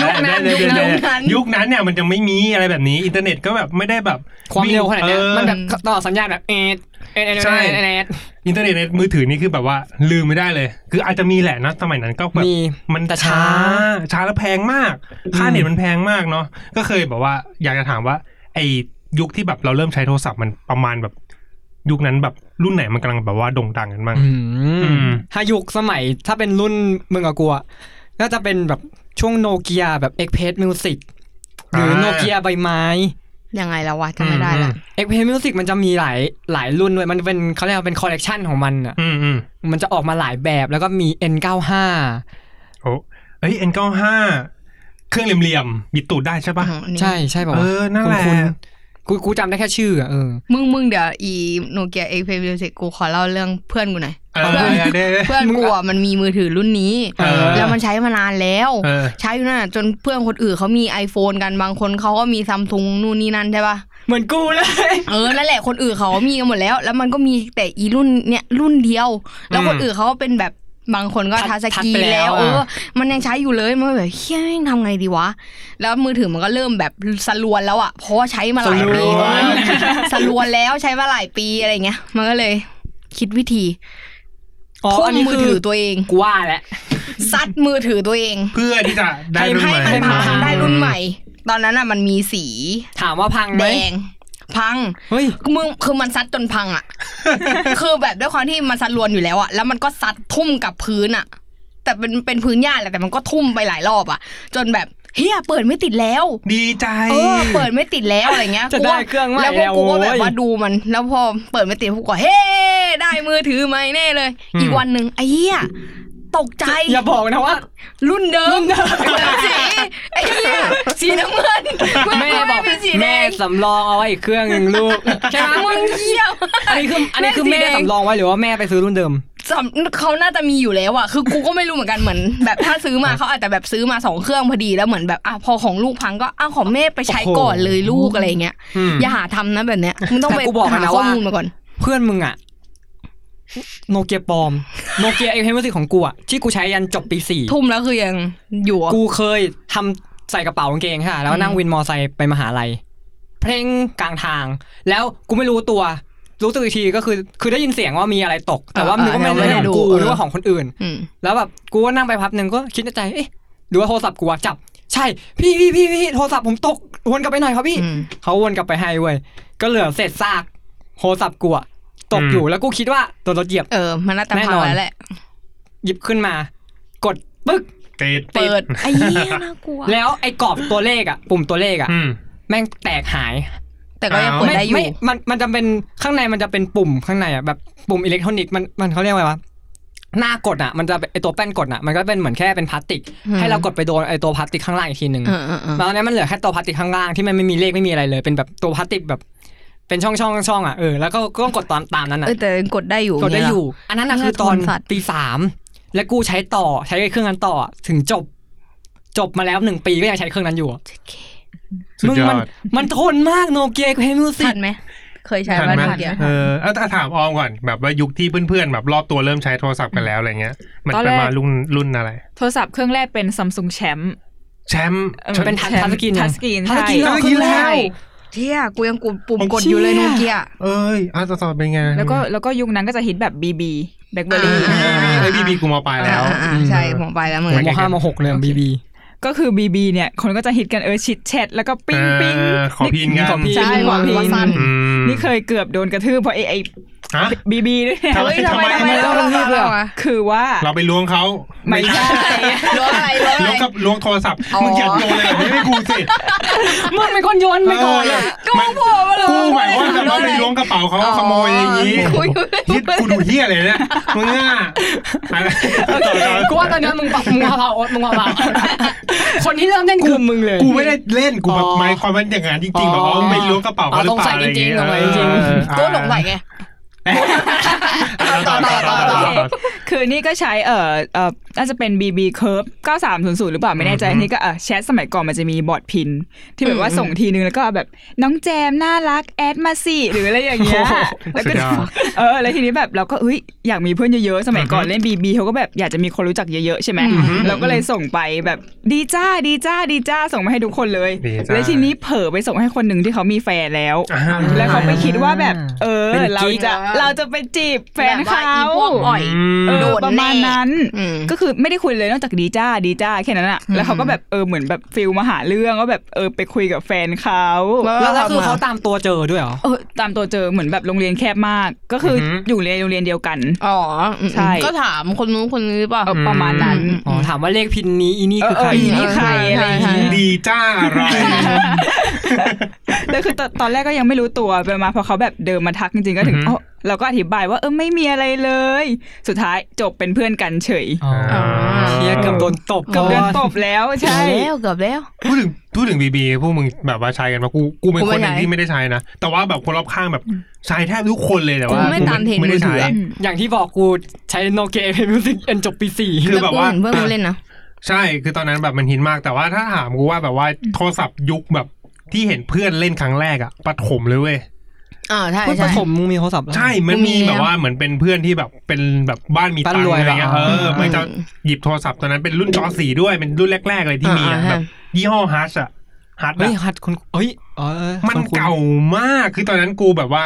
S2: ยุคนั้นเนี่ยมันยังไม่มีอะไรแบบนี้ อินเทอร์เน็ตก็แบบไม่ได้แบบ
S6: ความเร็วขนาดเนี้ย
S2: ออ
S6: มันแบบต่อสัญญาณแบบเอ็ดเอ็ดเอ็ด
S2: ใช่
S6: เอ็ดเอ็ด
S2: อินเทอร์เน็ตในมือถือนี่คือแบบว่าลืมไม่ได้เลย คืออาจจะมีแหละนะสมัยนั้นก็แบบ
S6: มี
S2: มัน
S6: แต่ช้า
S2: ช้าแล้วแพงมาก ค่าเน็ตมันแพงมากเนาะก็เคยแบบว่า อยากจะถามว่า ไอยุคที่แบบเราเริ่มใช้โทรศัพท์มันประมาณแบบ ยุคนั้นแบบรุ่นไหนมันกำลังแบบว่าโด่งดังกันบ้าง
S6: อื
S2: อื
S6: ม
S2: ม
S6: ฮายุกสมัยถ้าเป็นรุ่นมึงกับกูอะน่าจะเป็นแบบช่วงโนเกียแบบเอ็กเพสมิวสิกหรือโนเกียใบไม้
S3: ยังไงแล้ววะจำไม่ได้ละ
S6: เอ็กเพนมิวสิกมันจะมีหลายหลายรุ่นเลยมันเป็นเขาเรียกว่าเป็นคอลเลกชันของมันอ่ะ
S2: อืมอืม
S6: มันจะออกมาหลายแบบแล้วก็มี N95
S2: โอ้เอ้ย N95 เครื่องเหลี่ยมๆบิดตูดได้ใช่ปะ
S3: อืมนี่
S6: ใช่ใช่ป่าวะ
S2: เออนั่นแหละ
S6: คุณกูกูจำได้แค่ชื่ออะเออ
S3: มึงมึงเดี๋ยวอีโนเกียเอ็กเพมิวสิกกูขอเล่าเรื่องเพื่อนกูหน่อย
S2: เออได้ได้ได้
S3: เพื่อนกูอะมันมีมือถือรุ่นนี้
S2: เออ
S3: แล้วมันใช้มานานแล้ว
S2: เออ
S3: ใช้อยู่น่ะจนเพื่อนคนอื่นเขามี iPhone กันบางคนเขาก็มีซัมซุงนู่นนี่นั่นใช่ปะ
S6: เหมือนกูเลย
S3: เออ นั่นแหละ คนอื่นเขามีกันหมดแล้ว แล้วมันก็มีแต่อีรุ่นเนี่ยรุ่นเดียว แล้วคนอื่นเขาเป็นแบบบางคนก็
S6: ทั
S3: ทั
S6: ด
S3: สกี
S6: ทัดไปแล้
S3: แล้วว
S6: อะ
S3: เออ มันยังใช้อยู่เลย มันแบบเฮ้ยแม่งทำไงดีวะ แล้วมือถือมันก็เริ่มแบบสลวนแล้วอ่ะ เพราะว่าใช้มาหลายปี
S2: สลวน
S3: สลวนแล้วใช้มาหลายปีอะไรเงี้ย มันก็เลย คิดวิธี
S6: อ๋อ
S3: ทุ่
S6: อัน
S3: ม
S6: นี้
S3: มือ
S6: คื
S3: ถื
S6: อ
S3: อตัวเอง
S6: กูว่าแหละ
S3: ซัดมือถือตัวเอง
S2: เพื่อที่จะได้
S3: ให้
S2: รุ่น
S3: ให้
S2: ใหม่
S6: ให้
S3: มันพังได้รุ่นใหม่ ตอนนั้นอ่ะมันมีสี
S6: ถามว่าพังไห
S3: แด
S6: ม
S3: ง พัง
S6: เฮ้ย
S3: มึงคือมันซัดจนพังอ่ะ คือแบบด้วยความที่มันซัดรวนอยู่แล้วอ่ะ แล้วมันก็ซัดทุ่มกับพื้นอ่ะ แต่เป็นเป็นพื้นหญ้าแหละแต่มันก็ทุ่มไปหลายรอบอ่ะ จนแบบเฮียเปิดไม่ติดแล้ว
S2: ดีใจ
S3: เออเปิดไม่ติดแล้วอะไรเงี้ย
S6: จะ
S3: กู
S6: ได้
S3: ว่า
S6: เครื่องใหม่
S3: แล้วพวกกูก็
S6: แล้ว
S3: แบบ
S6: โว้
S3: ว่า
S6: ย
S3: ดูมัน แล้วพอเปิดไม่ติดพวกกูก็เฮ้ได้มือถือไหมแน่เลย อีกวันหนึ่งไอ้เหี้ยตกใจ
S6: อย่าบอกนะว่า
S3: รุ่นเดิมสีไอ้เหี้ยสีน้ำเงินกู
S6: แม่
S3: ไม่
S6: บอก
S3: เป็นสีแด
S6: แม่
S3: ง
S6: สำรองเอาไว้อีกเครื่องหนึ่งลู กใช่ไหม
S3: มึงเหี้ย
S6: อันนี้คืออันนี้คือ
S3: แม่
S6: แม่
S3: สีแดง
S6: สำรองไว้หรือว่าแม่ไปซื้อรุ่นเดิม
S3: สำเขาน่าจะมีอยู่แล้วอะคือกูก็ไม่รู้เหมือนกันเหมือน แบบถ้าซื้อ มาเขาอาจจะแบบซื้อมาสองเครื่องพอดีแล้วเหมือนแบบอ่ะพอของลูกพังก็อ้าวของแม่ไปใช้ก่อนเลยลูกอะไรอย่างเงี้ยอย่าหาทำนะแบบเนี้ยมึงต้องไป
S6: แต่กูบอกนะ
S3: หาข้อ
S6: ว่า
S3: มูลมาก่อน
S6: เพื่อนมึงอะโนเกียปลอมโนเกียเอ็กเพนสิของกูอะที่กูใช้ยันจบปีสี่
S3: ทุ่มแล้วคือยังอยู่อะ
S6: กูเคยทำใส่กระเป๋ากางเกงค่ะ แล้วก็นั่งวินมอไซค์ไปมหาลัย เพลงกลางทาง แล้วกูไม่รู้ตัว รู้ตัวอีกทีก็คือคือได้ยินเสียงว่ามีอะไรตก แต่ว่า
S3: อ่า
S6: นึกว่าไม่
S3: เราไม่
S6: ใช่ข
S3: ได้
S6: อง
S3: ดู
S6: กู
S3: เออ
S6: นึกว่าของคนอื่น
S3: อืม
S6: แล้วแบบกูก็นั่งไปพับหนึ่งก็คิดในใจเอ๊ะหรือว่าโทรศัพท์กูอะจับ ใช่พี่พี่พี่พี่โทรศัพท์ผมตกวนกลับไปหน่อยครับพี่
S3: อืม
S6: เขาวนกลับไปให้เว้ยก็เหลือเศษซากโทรศัพท์กูอะตกอยู่แล้วกูคิดว่าโดนรถเหยียบ
S3: เออ มันน่าจะ
S6: แน่
S3: พั
S6: น
S3: ง
S6: อน
S3: แล้วแหละ
S6: หยิบขึ้นมา กดปึ๊ก
S2: ติด
S3: เปิดไอ้เหี้ยน่าก ลัว
S6: แล้วไอ้กรอบตัวเลขอะปุ่มตัวเลขอะ
S2: อืม
S6: แม่งแตกหาย
S3: แต่ก็ยัง
S2: เอา
S3: เปิดได้อยู่
S6: มันมันจะเป็นข้างในมันจะเป็นปุ่มข้างในอ่ะแบบปุ่มอิเล็กทรอนิกส์มันมันเขาเรียกว่าไงวะหน้ากดอ่ะ มันจะเป็นไอตัวแป้นกดอ่ะ มันก็เป็นเหมือนแค่เป็นพลาสติก
S3: อืม
S6: ให้เรากดไปโดนไอตัวพลาสติกข้างล่างอีกทีหนึ่ง
S3: เออเออเออ
S6: ตอนนี้มันเหลือแค่ตัวพลาสติกข้างล่างที่มันไม่มีเลขไม่มีอะไรเลย เป็นแบบตัวพลาสติกแบบ เป็นช่องช่องช่องๆอ่ะเออแล้วก็ก็ต้องกดตามตามนั้นอ่ะ
S3: เออแต่กดได้อยู่
S6: กดได้
S3: เนี่
S6: อย ยู่ อันนั้นน่ะ
S3: น่า
S6: คือตอน
S3: ทนสัตว์
S6: ตีสามและกูใช้ต่อใช้เครื่องนั้นต่อถึงจบ จบมาแล้วหนึ่งปีก็ยังใช้เครื่องนั้นอยู่อะ
S2: สุด
S6: มึง
S2: ยอ
S6: มัน
S2: ด
S6: มันทนมากโนเกียเพมิวสิ
S3: ทันไหมเคยใช้
S2: ทัน
S3: บ้าน
S2: ไหม
S3: เมื่อกี้
S2: เออเอาแต่ถามออมก่อนแบบว่ายุคที่เพื่อนๆ แบบรอบตัวเริ่มใช้โทรศัพท์กันแล้วอะไรเงี้ย มัน
S5: ตอน
S2: ป
S5: แรก
S2: ระมาณรุ่นรุ่นอะไร
S5: โทรศัพท์เครื่องแรกเป็นซัมซุงแชมป์
S2: แชมป์
S6: เป็นทัชทัชสกรีน
S5: ทัชสกรีน
S6: ทัชสกรีน
S5: ใช่
S6: เราขึ้นแล้ว
S3: เที่ยกูยังกดปุ่มกด
S6: เชี่ย
S3: อยู่เลยโนเกีย
S2: เอ้ยอ่ะต่อๆเป็นไง
S5: แล้วก็แล้วก็ยุคนั้นก็จะฮิตแบบบีบีแบล็คเบอร์รี่
S3: อ่า
S2: ไอ้บีบีกูมาปลายแล้ว
S3: อ่าอ่าอ่าใช่ผมไปแล้วเหมือน
S6: มห้ามหกเลยบีบี
S5: ก็คือบีบีเนี่ย คนก็จะฮิตกันเออชิดแชทแล้วก็ปิ้ง
S2: เออ
S5: ปิ้ง
S2: ขอพินกัน
S5: ขอพิ
S3: ใช่
S5: ขอพิ
S3: ว่าสั้น
S2: อืม
S5: นี่เคยเกือบโดนกระทืบเพราะไอไอ
S2: ฮะ
S5: บีบีด้วยเนี่ย
S2: ทำไม
S3: เฮ้ยทำไมทำไมเราเราเราอ่ะ
S5: คือว่า
S2: เราไปล้วงเขา
S5: ไม่ใช่
S3: ล้วงอะไรล้วงอะ
S2: ล้ว
S3: ไรง
S2: กับล้วงโทรศัพท์
S3: อ๋อ
S2: มึงอย่าโยนอะไรแบบนี้ให้กูสิ
S6: มึงเป็นคนโยนไปก่อนอะ
S3: ก็มึงโผล่มาเลย
S2: กูหมายว่าแบบว่าไปล้วงกระเป๋าเขาขโมยอย่างนี้
S3: กู
S2: ยิดกูดูเฮี้ยอะไรเนี่ยมึงอ่ะอะไรต่อต่อ
S6: กูว่าตอนเนี้ยมึงปรับมึงเอาเผาอดมึงเอา เผาคนที่เริ่มเล่นคือมึงเลย
S2: กูไม่ได้เล่นกูแบบ
S6: อ๋อ
S2: หมายความว่าอย่างนั้นจริงๆแบบ
S6: อ๋อ
S2: ว่าไม่ล้วงกระเป๋าเขาหรือเปล่า
S6: เอาตรงใส่
S2: อะไรอย่าง
S6: จริง
S2: เงี้
S6: ๆ
S2: ย
S6: เอาไว้จริง
S3: กูหลงไหลไง
S2: ต่อต่อต่อต่อต่อ
S5: คือนี่ก็ใช้เอ่อเอ่อน่าจะเป็น BB Curve 9300 หรือเปล่าไม่แน่ใจ
S2: อืม
S5: อันนี่ก็เอ่อแชทสมัยก่อนมันจะมีบอร์ดพิน ที่แบ
S3: อื
S5: บ
S3: ม
S5: ว่าส่งทีนึงแล้วก็แบบน้องแจมน่ารักแอดมาสิหรืออะไรอย่างเงี้ย
S2: โอ้โห
S5: แล้วก็
S2: สุดยอด
S5: เออแล้วทีนี้แบบเราก็เฮ้ยอยากมีเพื่อนเยอะๆ สมัยก่อนเล่น BB เขาก็แบบอยากจะมีคนรู้จักเยอะๆ ใช่ไหม
S2: อือหือ
S5: เราก็เลยส่งไปแบบดีจ้าดีจ้าดีจ้าส่งมาให้ทุกคนเลย
S2: ดีจ้า
S5: แล้วทีนี้เผลอไปส่งให้คนหนึ่งที่เขามีแฟนแล้ว
S2: อ่า
S5: แล้วเขาไปคิดว่าแบบ เออ
S6: เป็น
S5: เรา
S6: กิ๊ก
S5: จะเราจะไปจีบแฟนเขา
S3: แบบว่าอีพวกอ่อย
S5: เอ
S3: โดน
S5: ประ
S3: แน่
S5: มาณนั้น
S3: อืม
S5: ก็คือไม่ได้คุยเลยนอกจากดีจ้าดีจ้าแค่นั้นอะ
S3: อืม
S5: แล้วเขาก็แบบเออเหมือนแบบฟิลมาหาเรื่องก็แบบเออไปคุยกับแฟนเขา
S6: แล้วแล้วคือเขาตามตัวเจอด้วยเหรอ
S5: เออตามตัวเจอเหมือนแบบโรงเรียนแคบมาก ก็คือ
S2: อหือ
S5: อยู่เรียนโรงเรียนเดียวกัน
S3: อ๋ออืม
S5: ใช่
S3: ก็ถามคนนู้นคนนี้หรือเปล่า
S5: เออประมาณนั้น
S3: อืม
S6: อ๋อถามว่าเลขพินนี้อีนี่
S5: เอ
S6: คือ อ
S5: เอ
S6: ใคร
S5: ออีนี่ใครอะไรอย่าง
S3: ใช่
S5: งี้
S2: ดีจ้าอะไร
S5: แล้วคือตอนตอนแรกก็ยังไม่รู้ตัวไปมาพอเขาแบบเดินมาทักจริงๆก็ถึง
S2: อือหือ
S5: เอ้าเราก็อธิบายว่าเออไม่มีอะไรเลย สุดท้ายจบเป็นเพื่อนกันเฉย
S6: อ๋อ
S2: อ่า
S6: เชียเกือบโดนตบ
S5: เกือบโดนตบแล้ว
S3: เกือ
S5: ใช่
S3: บแล้วเกือบแล้ว
S2: พูดถึงพูดถึงบีบีพวกมึงแบบว่าใช้กันปะกูกูเป็น
S3: กู
S2: ค
S3: ไม่
S2: นหนึ่ง
S3: ใช้
S2: ที่ไม่ได้ใช้นะ แต่ว่าแบบคนรอบข้างแบบใช้แทบทุกคนเลยแต่ว่า
S3: กูไม่ตามเทรนด์
S2: ไม่ได้
S3: มือถื
S2: ใช้
S3: ออะ
S6: อย่างที่บอกกูใช้โนเกียเป็นมิวสิกเอ็นจบปีสี่
S2: คือแบบว่า
S3: ล้กูเห็นเพื่อนกูเล่นนะ
S2: ใช่คือตอนนั้นแบบมันหินมากแต่ว่าถ้าถามกูว่าแบบว่าโทรศัพท์ยุคแบบที่เห็นเพื่อนเล่นครั้งแรกอะปฐมเลยเว้ย
S3: อ่าใช่
S6: พูด
S3: ใช่
S6: ผสมมึงมีโทรศัพท์แล้ว
S2: ใช่ มันมี
S3: มี
S2: แบบ
S3: แล้ว
S2: ว่าเหมือนเป็นเพื่อนที่แบบเป็นแบบบ้านมีตั
S6: บ้างนร
S2: ค์
S6: วย
S2: อะไรเงี้ย
S6: เหร
S2: เอ
S6: อ
S2: อมันจะหยิบโทรศัพท์ตอนนั้นเป็นรุ่นจอสีด้วยเป็นรุ่นแรก ๆ เลยที่มีอะ
S3: อ่าๆ
S2: แบบยี่ห้อฮัชอะฮัช
S6: เฮ้ยหัดคนเฮ้ยอ๋อ
S2: มันเก่ามากคือตอนนั้นกูแบบว่า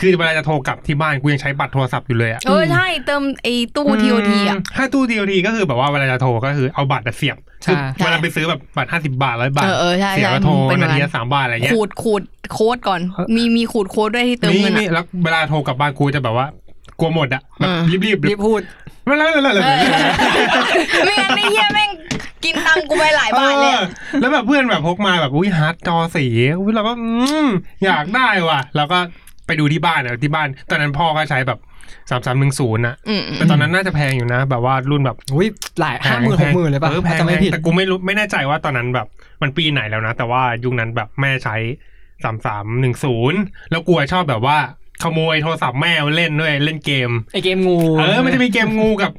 S2: คือเวลาจะโทรกลับที่บ้านกูยังใช้บัตรโทรศัพท์อยู่เลยอะ
S3: เออใช่เติมไอ้ตู้ทีโอทีอ่ะ
S2: ถ้าตู้ทีโอทีก็คือแบบว่าเวลาจะโทรก็คือเอาบัตรอะเสียบ
S6: ใช่
S2: คือเวลาไปซื้อแบบบัตรห้าสิบาทร้อยบาท
S3: เออเออใช่
S2: เสียบแล้วโทร
S3: ใช่เป็นแบบ
S2: นาที
S3: นั้
S2: ละ
S3: น
S2: สามบาทอะไรเงี้ย
S3: ขูดขูดโค้ดก่อน มีมีขูดโค้ดด้วยที่เติม
S2: นี่
S3: เงิน
S2: นี่
S3: อ่ะ
S2: แล้วเวลาโทรกลับบ้านกูจะแบบว่ากลัวหมดอะแบบ
S3: อ่า
S2: รีบๆ
S6: รีบพูด
S2: ไม่แล้วแล้วแล้ว
S3: ไม่งั้นไอ้เหี้ยแม่งกินตังค์กูไปหลายบาทเลย
S2: อ
S3: อะ
S2: อแล้วแบบเพื่อนแบบพกมาแบบอุ้ยฮาร์ดจอสีอุ้ยเราก็อืมอยากได้ว่ะ แล้วก็ไปดูที่บ้านอะที่บ้าน ตอนนั้นพ่อก็ใช้แบบสามสามหนึ่งศูนย์อะ
S3: อืมอืม
S2: แต่ตอนนั้นน่าจะแพงอยู่นะ แบบว่ารุ่นแบบ
S6: อุ้ยหลายห้าหมื่นหกหมื่นเลยป่ะ
S2: ออแพง
S6: จะไม่ผิด
S2: แต่กูไม่รู้ไม่แน่ใจว่าตอนนั้นแบบมันปีไหนแล้วนะ แต่ว่ายุคนั้นแบบแม่ใช้สามสามหนึ่งศูนย์แล้วกูอะชอบแบบว่าขโมยโทรศัพท์แม่มาเล่นด้วยเล่นเกม
S6: ไอเกมงู
S2: เออมันจะมีเกมงูกับ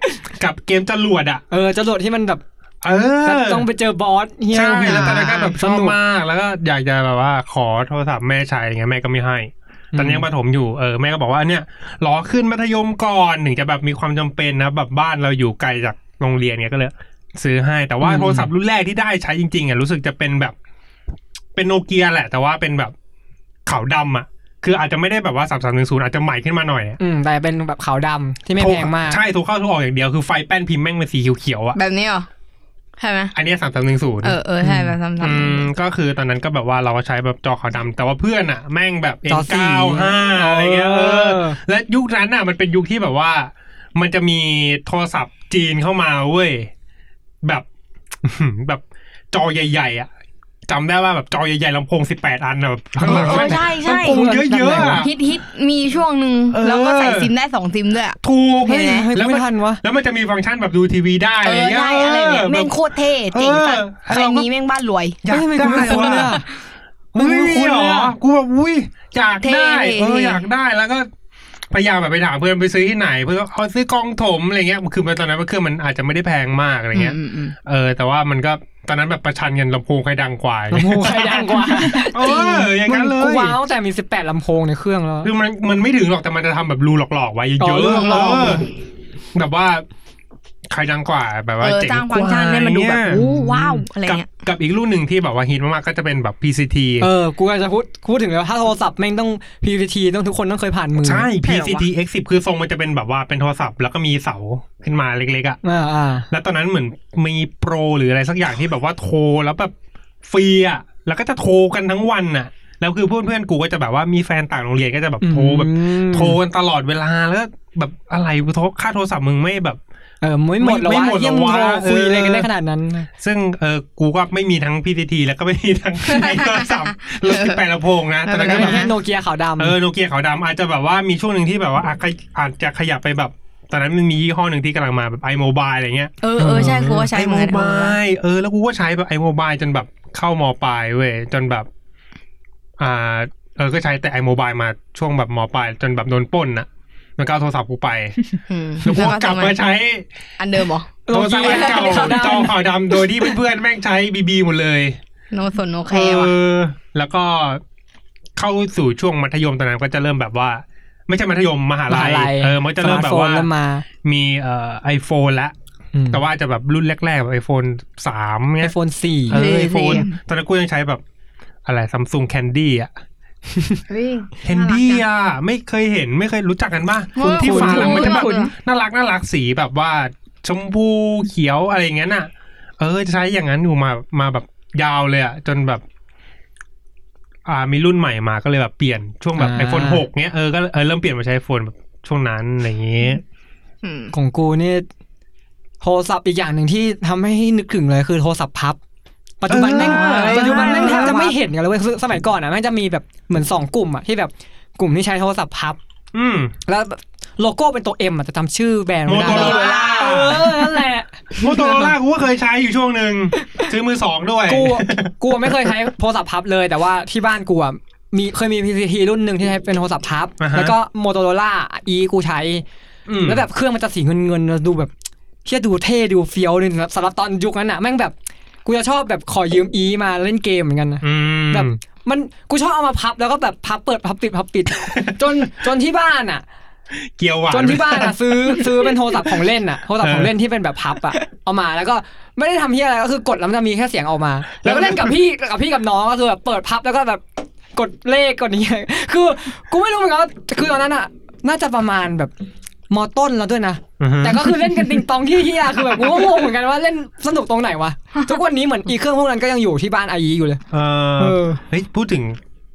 S2: กับเกมจรวดอะ
S6: เออจะโหลดที่มันแบบ
S2: เออ
S6: ต้องไปเจอบอสเฮีย
S2: ใช่แล้วตอนนั้นก็แบบชอบ
S6: สนุก
S2: มากแล้วก็อยากจะแบบว่าขอโทรศัพท์แม่ใช้อย่างเงี้ยแม่ก็ไม่ให้ ตอนนี้ยังประถมอยู่เออแม่ก็บอกว่าเนี่ยรอขึ้นมัธยมก่อนถึงจะแบบมีความจำเป็นนะแบบบ้านเราอยู่ไกลจากโรงเรียนเงี้ยก็เลยซื้อให้แต่ว่า
S6: อืม
S2: โทรศัพท์รุ่นแรกที่ได้ใช้จริงๆอ่ะรู้สึกจะเป็นแบบ เป็นโนเกียแหละ แต่ว่าเป็นแบบขาวดำอ่ะ คืออาจจะไม่ได้แบบว่าสามสามหนึ่งศูนย์อาจจะใหม่ขึ้นมาหน่อยอะ
S6: อืมแต่เป็นแบบขาวดำที่ไม่แพงมาก
S2: โทรใช่โทรเข้าโทรออกอย่างเดียวคือไฟแป้นพิมพ์แม่งเป็นสีเขียวๆอ่ะ
S3: แบบนี้เหรอ ใช่ไหม
S2: อันเนี้สามสามหนึ่งศูนย์
S3: เออเออใช่แบบซ้
S2: อืมก็คือตอนนั้นก็แบบว่าเราก็ใช้แบบจอขาวดำแต่ว่าเพื่อนอ่ะ แม่งแบบเอ็
S6: จ
S2: น
S6: อสี
S2: เก้าห้าอะไรเงี้ยเออ
S6: เออ
S2: และยุคนั้นอ่ะมันเป็นยุคที่แบบว่า มันจะมีโทรศัพท์จีนเข้ามาเว้ยแบบ แบบจอใหญ่ ๆ อ่ะจำได้ว่าแบบจอใหญ่ๆลำโพงสิบแปดอันอะแบบ
S3: ำ
S2: ข้างหลัง
S3: เออ
S2: แม่ง
S3: ใช่ใช่
S2: ลำโพงเยอะๆอะ
S3: ฮิตฮิตมีช่วงหนึ่ง
S2: เออ
S3: แล้วก็ใส่ซิมได้สองซิมด้วยอะ
S2: ถูก
S6: เฮ้ยเฮ้ย
S2: แล้ว
S6: ไม่
S2: มัน
S6: ทันวะ
S2: แล้วมันจะมีฟังก์ชันแบบดูทีวีได้
S3: เอ
S2: อะไร
S3: อ
S2: เงี้ย
S3: ใช่อะไรเนี่ยแม่งโคตรเท่เจ๋งสัส
S2: เออ
S3: ใครมีแม่งบ้านรวย
S2: อยาก
S6: เฮ้ยทำไม
S2: ได้
S6: กูไม่คุ้นเลย
S2: ว่ะ
S6: อะ
S2: มึงไม่มีเหรอ กูแบบอุ้ยอยากได้
S3: เท่
S2: เออ
S3: เท่
S2: อยากได้แล้วก็พยายามแบบไปถามเพื่อนไปซื้อที่ไหน เพื่อนก็เอาซื้อกองถมอะไรเงี้ยคือตอนนั้นเครื่องมันอาจจะไม่ได้แพงมากอะไรเงี้ย
S3: อืมอืม
S2: เออแต่ว่ามันก็ตอนนั้นแบบประชันกันลำโพงใครดังกว่า
S6: ลำโพงใครดังกว่า
S2: เอออย่างนั้นเล
S6: กู
S2: ย
S6: ว้าวแต่มีสิบแปดลำโพงในเครื่องแล้ว
S2: คือมันมันไม่ถึงหรอกแต่มันจะทำแบบรูหลอกๆไว้เยอะ
S6: อ๋อรูหลอกๆ
S2: เออแบบว่าใครดังกว่าแบบ
S3: เอ
S2: ว่า
S3: อ
S2: เจ๋ง
S3: จ้าง
S2: ก
S3: ฟัง
S2: ว่า
S3: ก์ชันให้มันดูแบบ
S2: เนี่ย
S3: อู้ว้าวอะไร
S2: กับ
S3: เงี้ย
S2: กับอีกรุ่นหนึ่งที่แบบว่าฮิตมากๆก็จะเป็นแบบ PCT
S6: เออ กูอาจจะพูดพูดถึงแล้วาถ้าโทรศัพท์แม่งต้อง PPT ต้องทุกคนต้องเคยผ่านมือ
S2: ใช่
S3: ใช่เหรอวะ
S2: PCT X10 คือทรงมันจะเป็นแบบว่าเป็นโทรศัพท์ แล้วก็มีเสาขึ้นมาเล็กๆอะ่ะ
S6: อ่าอ่า
S2: แล้วตอนนั้นเหมือนมีโปรหรืออะไรสักอย่างที่แบบว่าโทรแล้วแบบฟรีอะ่ะ แล้วก็จะโทรกันทั้งวันน่ะ แล้วคือเพื่อนเพื่อนๆกูก็จะแบบว่ามีแฟนต่างโรงเรียนก็จะแบบโทรแบบ
S6: อืม
S2: โทรกันตลอดเวลาแล้วก็แบบอะไรโทรค่าโทรศัพท์มึงไม่แบบ
S6: เออไม่หมดแล้ว
S2: ไม่
S6: วะ
S2: หมดหรอวะ
S6: เหี้ยังโทรคุย
S2: เอออ
S6: อะไรกันได้ขนาดนั้น
S2: ซึ่งเออกูก็ไม่มีทั้ง PCT แล้วก็ไม่มีทั้ง โทร ศัพท์รถสิบแปดลำโพงนะตอนนั้น
S6: ก็
S2: ก็
S6: เป็
S2: แบบ
S6: นแค่โนเกียขาวดำ
S2: เออโนเกียขาวดำอาจจะแบบว่ามีช่วงหนึ่งที่แบบว่าอาจอาจจะขยับไปแบบ ตอนนั้นมันมียี่ห้อหนึ่งที่กำลังมาแบบไอโมบายอะไรเงี้ย
S3: เออเออใช่กูก็ใช้
S2: ไอ
S3: เห
S2: โม
S3: มือนกัน
S2: บายเออแล้วกูก็ใช้แบบไอโมบายจนแบบเข้ามปลายเว้ยจนแบบ อ่า เออก็ใช้แต่ไอโมบายมาช่วงแบบมปลายจนแบบโดนปล้นอะมันก็เอาโทรศัพท์กู ไป
S3: อืม
S2: แล้วกูก็กลับมาใช้
S3: อันเดิมเหรอ
S2: โทรศัพท์อันเก่าจอขาวดำโดยที่เพื่อนๆแม่งใช้บีบีหมดเลย
S3: โนสนโนแค
S2: เอ
S3: ว่ะ
S2: อแล้วก็เข้าสู่ช่วงมัธยมตอนนั้นก็จะเริ่มแบบว่า ไม่ใช่มัธยมมหาลัยเออมันจะเริ่มแบบว่า
S6: สร์ทโฟนแล้วมา
S2: มีเอ่อไอโฟนละแต่ว่าจะแบบรุ่นแรกๆแบบไอโฟนสาม
S6: ไอ
S2: เนี้ย
S6: โฟนสี่
S2: เออไอโฟนตอนนั้นกูยังใช้แบบอะไรซัมซุงแคนดี้อะ
S3: เฮ้ย
S2: เฮนดี้อ่ะไม่เคยเห็นไม่เคยรู้จักกันป่ะ
S3: น่ารักนะ
S2: ที่ฝาหลังมันจะแบบ
S5: คุ้น
S2: น่ารักน่ารักสีแบบว่า ชมพูเขียวอะไรอย่างเงี้ยน่ะ เออใช้อย่างนั้นอยู่มามาแบบยาวเลยอ่ะจนแบบ อ่ามีรุ่นใหม่มาก็เลยแบบเปลี่ยนช่วงแบบ
S6: อ่า
S2: ไอโฟนหกเนี้ยเออก็เออเริ่มเปลี่ยนมาใช้ไอโฟนแบบช่วงนั้นอะไรอย่างเงี้ย
S3: อืม
S6: ของกูนี่โทรศัพท์อีกอย่างหนึ่งที่ทำให้นึกถึงเลยคือโทรศัพท์พับ ปัจจุบันแม่งปัจจุบันแม่งแทบจะไม่เห็นกันเลยเว้ยคือสมัยก่อนอ่ะแม่งจะมีแบบเหมือนสองกลุ่มอ่ะที่แบบกลุ่มที่ใช้โทรศัพท์พับ
S2: อืม
S6: แล้วโลโก้เป็นตัวเอ็มอ่ะจะจำชื่อแบรนด์ไม่ได้
S2: Motorola
S6: เออนั่นแหละ
S2: โมโตโรล่ากูก็เคยใช้อยู่ช่วงหนึ่งซื้อมือสองด้วย
S6: กูกูไม่เคยใช้โทรศัพท์พับเลย แต่ว่าที่บ้านกูอะมีเคยมี PCT รุ่นหนึ่งที่ใช้เป็นโทรศัพท์พับ แล้วก็ Motorola E กูใช้
S2: อืม
S6: แล้วแบบเครื่องมันจะสีเงินเงินๆดูแบบเชี่ยดูเท่ดูเฟี้ยวเลยนะสำหรับตอนยุคนั้นอะแม่งแบบ กูจะชอบแบบขอยืมอีมาเล่นเกมเหมือนกันนะ
S2: อืม
S6: แบบมันกูชอบเอามาพับแล้วก็แบบพับเปิดพับปิดพับปิด จนจนที่บ้านอะ
S2: เกียวหวาน
S6: จนที่บ้านอะซื้อซื้อเป็นโทรศัพท์ของเล่นอะโทรศัพท์ของเล่นที่เป็นแบบพับอะเอามาแล้วก็ไม่ได้ทำเฮียอะไรก็คือกดแล้วมันจะมีแค่เสียงออกมา แล้วก็เล่นกับพี่กับพี่กับน้องก็คือแบบเปิดพับแล้วก็แบบกดเลขกดนี้ยคือ กูไม่รู้เหมือนกันว่าคือตอนนั้นอะน่าจะประมาณแบบมต้นแล้วด้วยนะ
S2: อือฮึ
S6: แต่ก็คือเล่นกันติงตองที่เฮียคือแบบกูก็งงเหมือนกันว่าเล่นสนุกตรงไหนวะ ทุกวันนี้เหมือนอีเครื่องพวกนั้นก็ยังอยู่ที่บ้านอายีอยู่เลย
S2: เอ
S6: เอ
S2: อ
S6: อ
S2: เฮ้ยพูดถึง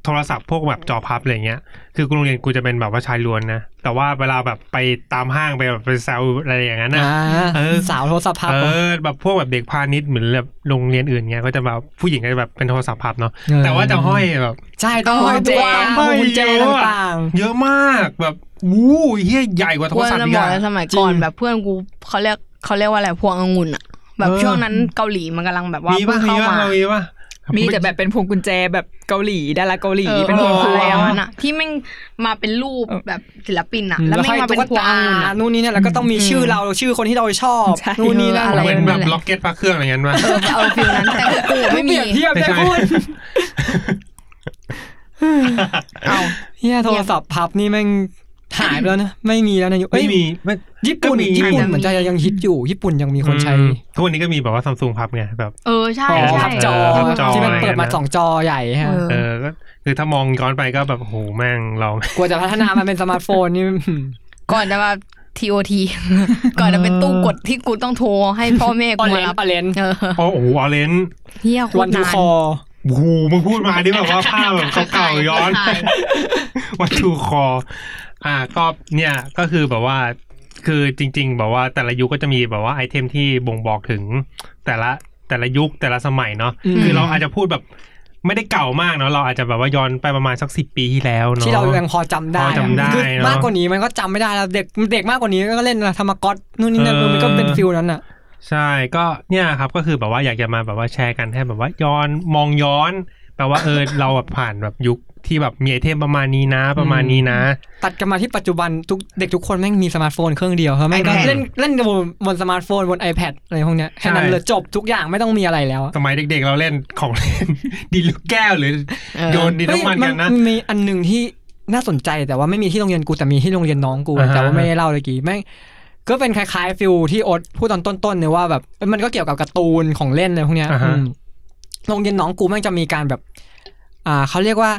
S2: โทรศัพท์พวกแบบจอพับอะไรเงี้ย คือกูโรงเรียนกูจะเป็นแบบว่าชายล้วนนะ แต่ว่าเวลาแบบไปตามห้างไปแบบไปแซวอะไรอย่างนั้นนะ
S6: อ่า
S2: เออ
S6: สาวโทรศัพท์พับ
S2: เออแบบพวกแบบเด็กพาณิชย์เหมือนแบบโรงเรียนอื่นเงี้ยก็จะแบบผู้หญิงก็จะแบบเป็นโทรศัพท์พับเนาะ แต่ว่าจะห้อยแบบ
S6: ใช่ต้อง
S2: เออ
S6: ห้อยตัว
S2: แจก
S6: พวงกุญแจ
S2: เย
S6: ต
S2: อะ
S6: ่าง
S2: เยอะมากแบบวู้เฮียใหญ่กว่าโท
S3: ก
S2: ร
S3: วน
S2: ศัพท์
S3: จะ
S2: อีก
S3: บอก
S2: อะ
S3: เลยสมัยก่อนแบบเพื่อนกูเขาเรียกเขาเรียกว่าอะไรพวงองุ่นอะแบบ
S2: เออ
S3: ช่วงนั้นเกาหลีมันกำลังแบบว่า
S2: มี
S3: เพิ่
S2: ป่ะมี
S3: งเข้า
S2: ป่ะ
S3: มา
S2: เรามีป่ะ
S5: มีแต่แบบเป็นพวงกุญแจแบบเกาหลีดาราเกาหลี
S3: เออ
S5: เป็นพวงพ
S3: อะไร
S5: ว
S3: อง ย่างนั้นอะที่แม่งมาเป็นรูป
S5: เออ
S3: แบบศิลปินอะ
S6: ๆ
S3: แล้ว
S6: แล้ว
S3: แม่
S6: ห้อง ย
S3: มา
S6: ตุ๊
S3: เป็
S6: ก
S3: นพวง
S6: ตา
S3: องุ่นอะ
S6: นู่นนี่เนี่ยแล้วก็ต้องมี
S3: อืม
S6: ชื่อเราชื่อคนที่เราชอบ
S5: ใช่
S6: นู่นนี่นั่น
S3: อะไร
S2: เหมือนแบบ
S3: นั่นแหละ
S2: ล็อกเก็ตพระเครื่องอะไรเงี้ยป่ะ
S3: เออเอาฟิลนั้นแต่กูไม่
S6: เป
S3: มี
S6: รียบเทียบ
S2: ไม่
S6: แต่
S2: ใช่
S6: คุณ
S3: เอา
S6: เฮียโทรศัพท์พับนี่แม่งหายไปแล้วนะไม่มีแล้วในยุคเอ้ย
S2: ไม่มีไม่
S6: ญี่ปุ่น
S2: ก็มี
S6: ญี่ปุ่น
S3: ใช่
S6: เหมือนจะยังฮิตอยู่ญี่ปุ่นยังมีคนใช้
S2: อืมทุกวันนี้ก็มีแบบว่าซัมซุงพับไงแบบ
S3: เออใช่
S6: อ๋อ
S3: ใช่
S6: พับจอ
S2: พับจอ
S6: ที่มันเปิดมาสองจอใหญ่ฮะ
S3: เออ
S2: เออก็คือถ้ามองย้อนไปก็แบบโอ้โหแม่งล อง
S6: กว่าจะพัฒนามันเป็นสมาร์ทโฟน นี่
S3: ก่อนจะมา TOT ก่อนจะเป็นตู้กดที่กูต้องโทรให้พ่อแม่กูมารับ
S6: ออเลน
S3: เออ
S2: อ๋อโอ้โหออเรนจ์
S3: เฮียโค
S6: วัน
S3: ตร
S6: ทู
S3: นาน
S6: คอ
S2: โอ้โหมึงพูดมาดิแบบว่าภาพแบบเก่าๆย้อน
S3: ถ่าย
S2: วัตถุคอ อ่าก็เนี่ยก็คือแบบว่า คือจริง ๆ แบบว่าแต่ละยุคก็จะมีแบบว่าไอเทมที่บ่งบอกถึง แต่ละแต่ละยุคแต่ละสมัยเนาะ
S6: คื
S2: คือ อ
S6: เรา
S2: เราอาจจะพูดแบบไม่ได้เก่ามากเนาะเราอาจจะแบบว่าย้อนไปประมาณสักสิบปีที่แล้วเนาะ
S6: ที่เรายังพอจำได้
S2: พอจำได้
S6: คือ
S2: เนอะ
S6: มากกว่านี้มันก็จำไม่ได้แล้วเด็กเด็กมากกว่านี้ก็เล่นธรรมก๊อตนู่นนี่นั่น
S2: เออ
S6: มันก็เป็นฟิลนั้นอ่ะ
S2: ใช่ก็เนี่ยครับก็คือแบบว่าอยากจะมาแบบว่าแชร์กันให้แบบว่าย้อนมองย้อนแปลว่าเออ เราแบบผ่านแบบยุคที่แบบมีไอเทมประมาณนี้นะประมาณนี้นะ
S6: ตัดกันมาที่ปัจจุบันทุกเด็กทุกคนแม่งมีสมาร์ทโฟนเครื่องเดียวครับแม่งก็เล่นเล่นบนบนสมาร์ทโฟนบน iPad อะไรพวกเนี้ยแค่นั้น
S2: ใช่
S6: เลยจบทุกอย่างไม่ต้องมีอะไรแล้วอะ
S2: สมัยเด็กๆ เราเล่นของเล่น ดีลูกแก้วหรือ
S3: เออ
S2: โยนดินน้ำมันกันนะ
S6: เฮ้ยมีอันหนึ่งที่น่าสนใจแต่ว่าไม่มีที่โรงเรียนกูแต่มีที่โรงเรียนน้องกู
S2: อ่าฮะ
S6: แต่ว่าไม่ได้เล่าเลยกี่แม่งก็เป็นคล้ายๆฟิลที่โอ๊ตพูดตอนต้นๆเนี่ยว่าแบบมันก็เกี่ยวกับการ์ตูนของเล่นอะไรพวกเนี้ย
S2: อ่าฮะ
S6: อืมโรงเรียนน้องกูแม่งจะมีการแบบ อ่าเขาเรียกว่า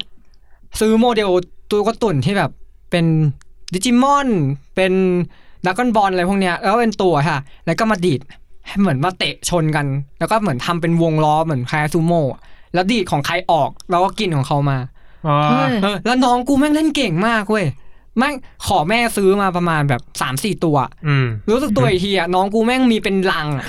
S6: ซื้อโมเดลตัวการ์ตูนที่แบบเป็นดิจิมอน เป็นดักกอนบอลอะไรพวกเนี้ยแล้วก็เป็นตัวค่ะ แล้วก็มาดีดให้เหมือนมาเตะชนกัน แล้วก็เหมือนทำเป็นวงล้อเหมือนคล้ายซูโม่อะแล้วดีดของใครออกเราก็กินของเขามา
S2: อ๋อ
S3: เฮ้ย
S6: เออแล้วน้องกูแม่งเล่นเก่งมากเว้ยแม่งขอแม่ซื้อมาประมาณแบบสามสี่ตัว
S2: อืม
S6: รู้สึกตัวอีกทีอ่ะน้องกูแม่งมีเป็นลังอะ